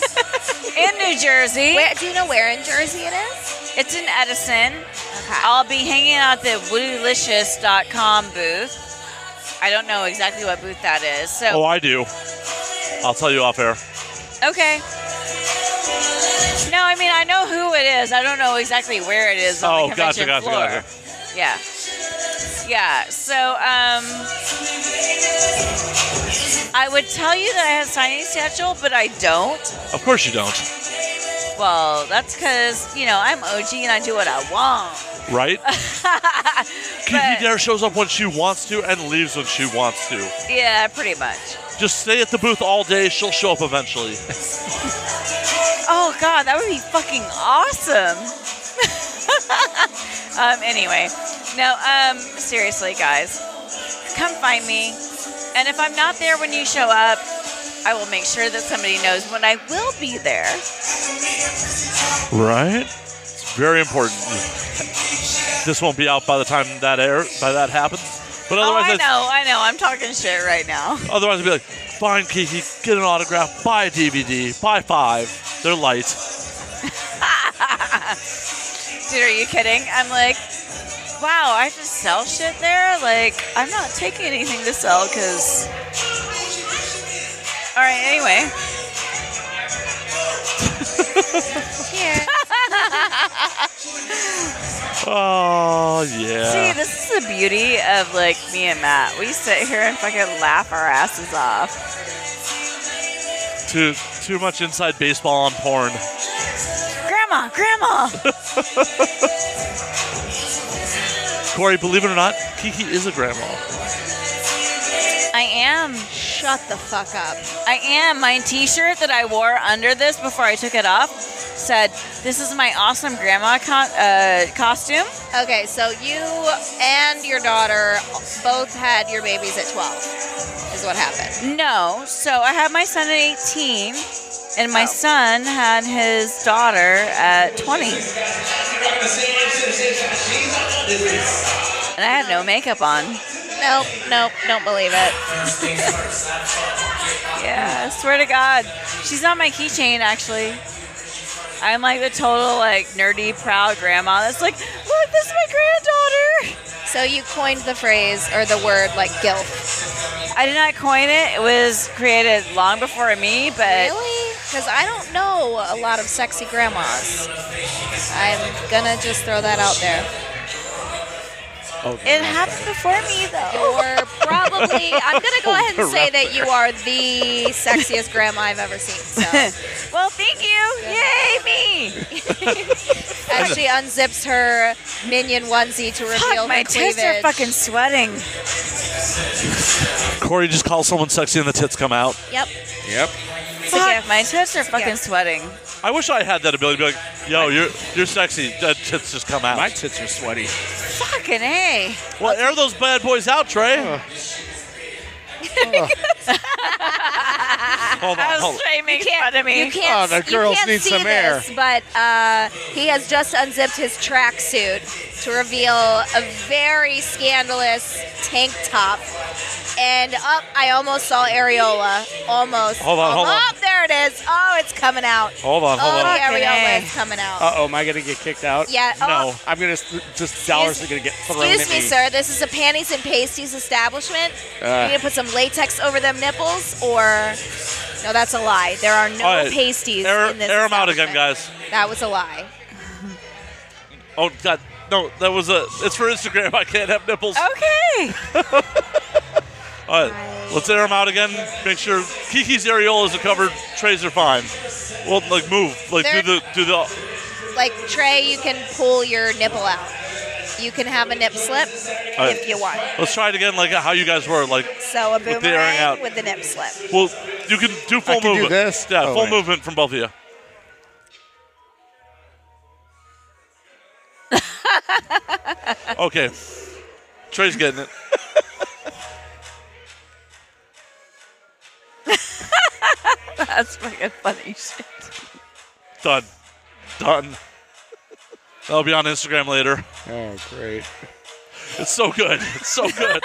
Speaker 3: in New Jersey.
Speaker 8: Where, do you know where in Jersey it is?
Speaker 3: It's in Edison.
Speaker 8: Okay.
Speaker 3: I'll be hanging out at the woolylicious.com booth. I don't know exactly what booth that is.
Speaker 1: Oh,
Speaker 3: So
Speaker 1: I do. I'll tell you off air. Oh.
Speaker 3: okay. No, I mean I know who it is. I don't know exactly where it is on
Speaker 1: Oh,
Speaker 3: the
Speaker 1: gotcha,
Speaker 3: convention
Speaker 1: gotcha,
Speaker 3: floor.
Speaker 1: gotcha.
Speaker 3: Yeah. Yeah. So um I would tell you that I have signing schedule, but I don't.
Speaker 1: Of course you don't.
Speaker 3: Well, that's because, you know, I'm OG and I do what I want.
Speaker 1: right? Kiki
Speaker 3: But-
Speaker 1: Dare shows up when she wants to and leaves when she wants to.
Speaker 3: Yeah, pretty much.
Speaker 1: Just stay at the booth all day. She'll show up eventually.
Speaker 3: Oh god, that would be fucking awesome. um, anyway, no, um, seriously, guys, come find me. And if I'm not there when you show up, I will make sure that somebody knows when I will be there.
Speaker 1: Right? It's very important. This won't be out by the time that air by that happens. But
Speaker 3: Oh,
Speaker 1: otherwise,
Speaker 3: I
Speaker 1: I'd-
Speaker 3: know, I know. I'm talking shit right now.
Speaker 1: otherwise I'd be like, find Kiki, get an autograph, buy a DVD, buy five. They're light.
Speaker 3: Dude, are you kidding? I'm like, wow, I have to sell shit there? Like, I'm not taking anything to sell because. All right, anyway.
Speaker 11: Here.
Speaker 1: Oh yeah.
Speaker 3: See, this is the beauty of like me and Matt. We sit here and fucking laugh our asses off.
Speaker 1: Too too much inside baseball on porn.
Speaker 3: Grandma, grandma.
Speaker 1: Corey, believe it or not, Kiki is a grandma.
Speaker 3: I am.
Speaker 11: Shut the fuck up.
Speaker 3: I am. My T-shirt that I wore under this before I took it off said, "This is my awesome grandma con- uh, costume."
Speaker 11: Okay, so you and your daughter both had your babies at 12, is what happened.
Speaker 3: No, so I had my son at 18, and my
Speaker 11: Oh.
Speaker 3: son had his daughter at 20. And I had no makeup on.
Speaker 11: Nope, nope, don't believe it.
Speaker 3: Yeah, I swear to God. She's on my keychain, actually. I'm like the total, like, nerdy, proud grandma that's like, look, this is my granddaughter.
Speaker 11: So you coined the phrase or the word like guilt.
Speaker 3: I did not coin it. It was created long before me, but
Speaker 11: Really? Because I don't know a lot of sexy grandmas. I'm gonna just throw that out there.
Speaker 3: it happened before me, though.
Speaker 11: You're probably, I'm gonna go ahead and say
Speaker 1: Hold the
Speaker 11: that you are the sexiest grandma I've ever seen. So
Speaker 3: well, thank you. Yay, me.
Speaker 11: as she unzips her minion onesie to reveal
Speaker 3: Fuck, my
Speaker 11: her cleavage.
Speaker 3: tits are fucking sweating.
Speaker 1: Corey just calls someone sexy and the tits come out.
Speaker 11: Yep.
Speaker 5: Yep.
Speaker 3: It's a gift. My tits are fucking sweating.
Speaker 1: I wish I had that ability to be like, yo, you're you're sexy. The tits just come out.
Speaker 5: My tits are sweaty.
Speaker 3: Fucking A.
Speaker 1: Well, air those bad boys out, Trey. hold on, hold on.
Speaker 3: Trey makes fun of
Speaker 11: You can't,
Speaker 4: Oh, the
Speaker 11: you
Speaker 4: girls
Speaker 11: can't
Speaker 4: need
Speaker 11: see
Speaker 4: some air.
Speaker 11: this, but uh, he has just unzipped his tracksuit to reveal a very scandalous tank top. And up, I almost saw areola. Almost.
Speaker 1: Hold on, hold on.
Speaker 11: Oh, there it is. Oh, it's coming out.
Speaker 1: Hold on, hold on.
Speaker 11: oh, the
Speaker 3: Fucking
Speaker 11: areola
Speaker 3: A.
Speaker 11: is coming out.
Speaker 5: Uh oh, am I gonna get kicked out?
Speaker 11: yeah. Oh,
Speaker 1: No.
Speaker 5: I'm gonna just dollars are gonna get thrown
Speaker 11: Excuse
Speaker 5: at
Speaker 11: me,
Speaker 5: me.
Speaker 11: sir. This is a panties and pasties establishment. you need to put some latex over them nipples, or no, Oh, that's a lie. There are Oh, no
Speaker 1: All right.
Speaker 11: pasties
Speaker 1: Air,
Speaker 11: in this.
Speaker 1: air 'em out again,
Speaker 11: establishment.
Speaker 1: guys.
Speaker 11: That was a lie.
Speaker 1: Oh God, no, that was a. It's for Instagram. I can't have nipples.
Speaker 3: Okay.
Speaker 1: All right, let's air them out again. Make sure Kiki's areolas are covered. Trays are fine. Well, like move, like
Speaker 11: They're-
Speaker 1: do the do the.
Speaker 11: Like Trey, you can pull your nipple out. You can have a nip slip
Speaker 1: right.
Speaker 11: if you want.
Speaker 1: Let's try it again, like how you guys were. Like,
Speaker 11: So a
Speaker 1: the airing out.
Speaker 11: boomerang with the nip slip.
Speaker 1: well, you can do full
Speaker 4: I can do
Speaker 1: movement.
Speaker 4: this?
Speaker 1: Yeah,
Speaker 4: Oh,
Speaker 1: full
Speaker 4: wait.
Speaker 1: movement from both of you. okay, Trey's getting it.
Speaker 3: That's fucking funny shit.
Speaker 1: Done. Done. That'll be on Instagram later.
Speaker 4: Oh, great.
Speaker 1: It's so good. It's so good.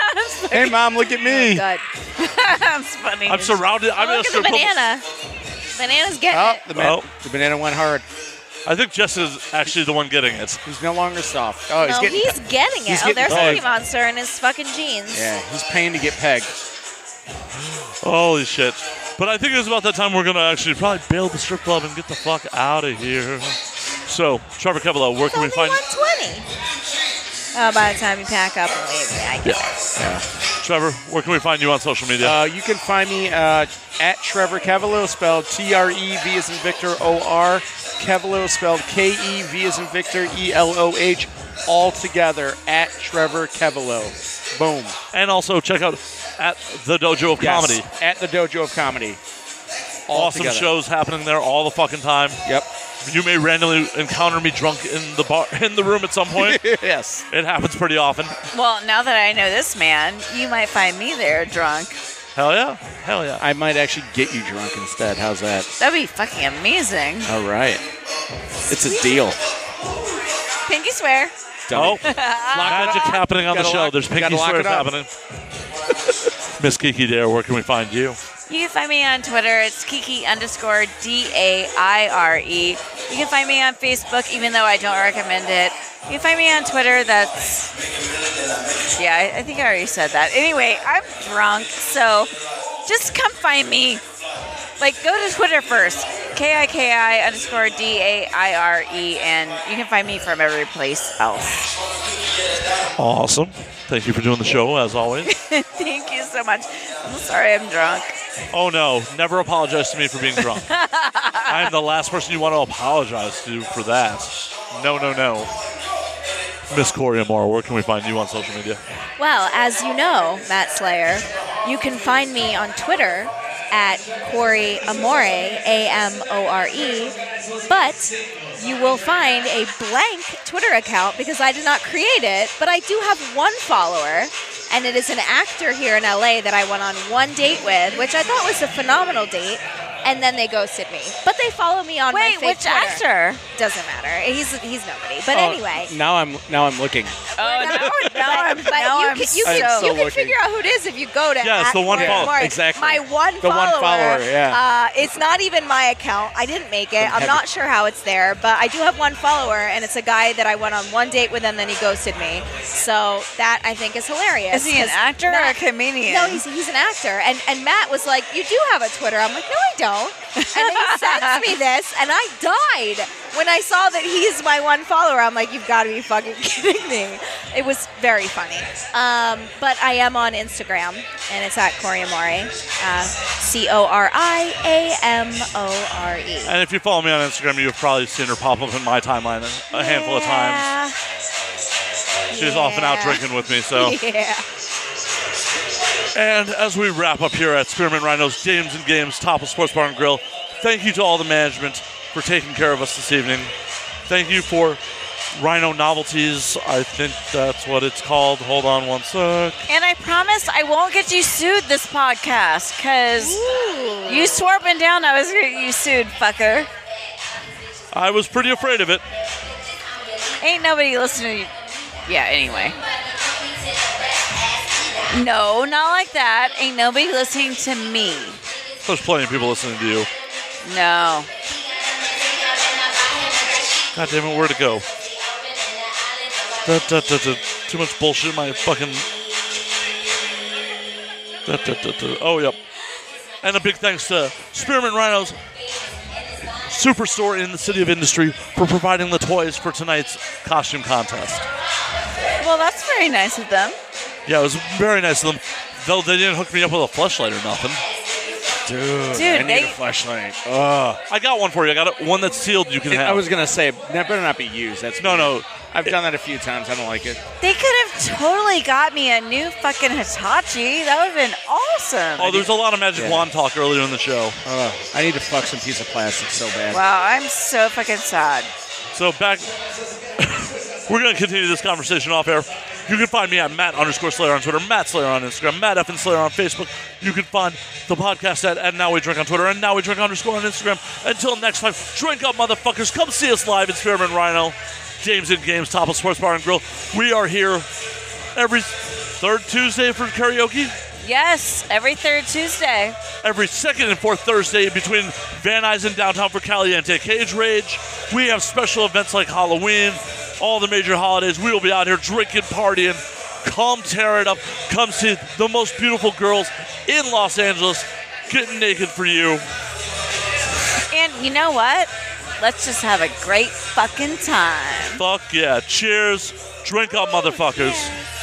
Speaker 4: Hey, mom, look at me.
Speaker 11: Good.
Speaker 3: That's funny.
Speaker 1: I'm surrounded. I'm in a
Speaker 11: Look at the
Speaker 1: circle.
Speaker 11: banana. Banana's getting
Speaker 4: Oh,
Speaker 11: it.
Speaker 4: the, ba-
Speaker 1: Oh.
Speaker 4: the banana went hard.
Speaker 1: I think Jess is actually the one getting it.
Speaker 5: He's no longer soft. Oh, he's
Speaker 11: No,
Speaker 5: getting.
Speaker 11: he's getting it.
Speaker 5: he's
Speaker 11: oh,
Speaker 5: getting
Speaker 11: there's
Speaker 5: pegged.
Speaker 11: Cookie Monster in his fucking jeans.
Speaker 5: yeah, he's paying to get pegged.
Speaker 1: Holy shit. But I think it's about that time we're going to actually probably bail the strip club and get the fuck out of here. So, Trevor Kevelo, where
Speaker 11: It's
Speaker 1: can we
Speaker 11: only
Speaker 1: find
Speaker 11: Uh, 120. Oh, by the time you pack up and leave, yeah, I get it.
Speaker 1: Trevor, where can we find you on social media?
Speaker 5: Uh, you can find me uh, at Trevor Cavallo, spelled T R E V as in Victor O R. Cavallo, spelled K E V as in Victor E L O H. All together at Trevor Cavallo. Boom.
Speaker 1: and also check out at the Dojo of
Speaker 5: Yes,
Speaker 1: Comedy.
Speaker 5: At the Dojo of Comedy. All
Speaker 1: Awesome
Speaker 5: together.
Speaker 1: shows happening there all the fucking time.
Speaker 5: Yep.
Speaker 1: You may randomly encounter me drunk in the bar in the room at some point.
Speaker 5: Yes.
Speaker 1: it happens pretty often.
Speaker 11: Well, now that I know this man, you might find me there drunk.
Speaker 1: Hell yeah. Hell yeah.
Speaker 5: I might actually get you drunk instead. How's that?
Speaker 11: That'd be fucking amazing.
Speaker 5: All right. It's a deal.
Speaker 11: Oh, Pinky swear.
Speaker 1: Oh,
Speaker 5: Dummy.
Speaker 1: magic happening on the
Speaker 5: Gotta
Speaker 1: show.
Speaker 5: lock-
Speaker 1: There's pinky
Speaker 5: gotta lock
Speaker 1: swears
Speaker 5: it up.
Speaker 1: happening. Miss Kiki Dare, where can we find you?
Speaker 11: You can find me on Twitter. It's Kiki underscore D A I R E. You can find me on Facebook, even though I don't recommend it. You can find me on Twitter. That's. Yeah, I, I think I already said that. Anyway, I'm drunk, so just come find me. Like, go to Twitter first. K I K I underscore D A I R E, and you can find me from every place else.
Speaker 1: Awesome. Thank you for doing the show, as always.
Speaker 11: Thank you so much. I'm sorry I'm drunk.
Speaker 1: Oh no, never apologize to me for being drunk. I am the last person you want to apologize to for that. No, no, no. Miss Corey Amora, where can we find you on social media?
Speaker 3: Well, as you know, Matt Slayer, you can find me on Twitter at Corey Amore, A M O R E, but you will find a blank Twitter account because I did not create it, but I do have one follower, and it is an actor here in LA that I went on one date with, which I thought was a phenomenal date, and then they ghosted me. But they follow me on my
Speaker 11: Wait,
Speaker 3: fake
Speaker 11: which
Speaker 3: Twitter.
Speaker 11: actor?
Speaker 3: Doesn't matter. He's he's nobody. But
Speaker 5: Oh,
Speaker 3: anyway,
Speaker 5: Now I'm now I'm looking.
Speaker 11: Oh, no, no,
Speaker 3: but,
Speaker 11: I'm,
Speaker 3: but
Speaker 11: now
Speaker 3: you
Speaker 11: I'm
Speaker 3: can, you
Speaker 5: so
Speaker 3: can, you can
Speaker 5: looking.
Speaker 3: figure out who it is if you go to.
Speaker 1: Yeah, it's
Speaker 3: at
Speaker 1: the one
Speaker 3: Corey
Speaker 1: follow-
Speaker 3: Moore.
Speaker 5: exactly.
Speaker 3: My one
Speaker 5: The one
Speaker 3: follower.
Speaker 5: follower, yeah.
Speaker 3: Uh, it's not even my account. I didn't make it. I'm
Speaker 5: have
Speaker 3: not
Speaker 5: it.
Speaker 3: sure how it's there, but I do have one follower, and it's a guy that I went on one date with, and then he ghosted me. So that I think is hilarious.
Speaker 11: Is he an
Speaker 3: 'cause
Speaker 11: actor or a
Speaker 3: Matt-
Speaker 11: comedian?
Speaker 3: No, he's, he's an actor. And and Matt was like, "You do have a Twitter." I'm like, "No, I don't." And then he sends me this, and I died when I saw that he's my one follower. I'm like, "You've got to be fucking kidding me!" It was very funny. Um, but I am on Instagram, and it's at Corey Amore, uh, C O R I A M O R E.
Speaker 1: And if you follow me on Instagram, you've probably seen her pop up in my timeline a- a handful of times. She's often out
Speaker 3: yeah.
Speaker 1: drinking with me, so.
Speaker 3: Yeah.
Speaker 1: And as we wrap up here at Spearman Rhino's Games and Games Top of Sports Bar and Grill, thank you to all the management for taking care of us this evening. Thank you for Rhino Novelties. I think that's what it's called. Hold on one sec.
Speaker 11: And I promise I won't get you sued this podcast because you swore up and down I was going to get you sued, fucker.
Speaker 1: I was pretty afraid of it.
Speaker 11: Ain't nobody listening to you. Yeah, anyway. No, not like that. Ain't nobody listening to me.
Speaker 1: There's plenty of people listening to you.
Speaker 11: No.
Speaker 1: God damn it, where'd it go? Da, da, da, da. Too much bullshit in my fucking. Da, da, da, da. Oh, yep. And a big thanks to Spearman Rhinos Superstore in the City of Industry for providing the toys for tonight's costume contest.
Speaker 11: Well, that's very nice of them.
Speaker 1: Yeah, it was very nice of them. Though they didn't hook me up with a flashlight or nothing.
Speaker 11: Dude, they,
Speaker 5: flashlight.
Speaker 1: I got one for you. I got it, one that's sealed. You can have.
Speaker 5: I was gonna say that better not be used. That's
Speaker 1: no, no.
Speaker 5: I've done that a few times. I don't like it.
Speaker 11: they could have totally got me a new fucking Hitachi. That would have been awesome.
Speaker 1: Oh, there's a lot of magic
Speaker 5: Yeah.
Speaker 1: wand talk earlier in the show.
Speaker 5: Uh, I need to fuck some piece of plastic so bad.
Speaker 11: Wow, I'm so fucking sad.
Speaker 1: So back, we're going to continue this conversation off air. You can find me at Matt underscore Slayer on Twitter, Matt Slayer on Instagram, Matt F and Slayer on Facebook. You can find the podcast at, at Now We Drink on Twitter and Now We Drink underscore on Instagram. Until next time, drink up, motherfuckers. Come see us live at Spearman Rhino, James and Games, Top of Sports Bar and Grill. We are here every third Tuesday for karaoke,
Speaker 11: Yes, every third Tuesday.
Speaker 1: every second and fourth Thursday between Van Nuys and downtown for Caliente Cage Rage. We have special events like Halloween, all the major holidays. We will be out here drinking, partying. Come tear it up. Come see the most beautiful girls in Los Angeles getting naked for you.
Speaker 11: And you know what? Let's just have a great fucking time.
Speaker 1: Fuck yeah. Cheers. Drink up, motherfuckers.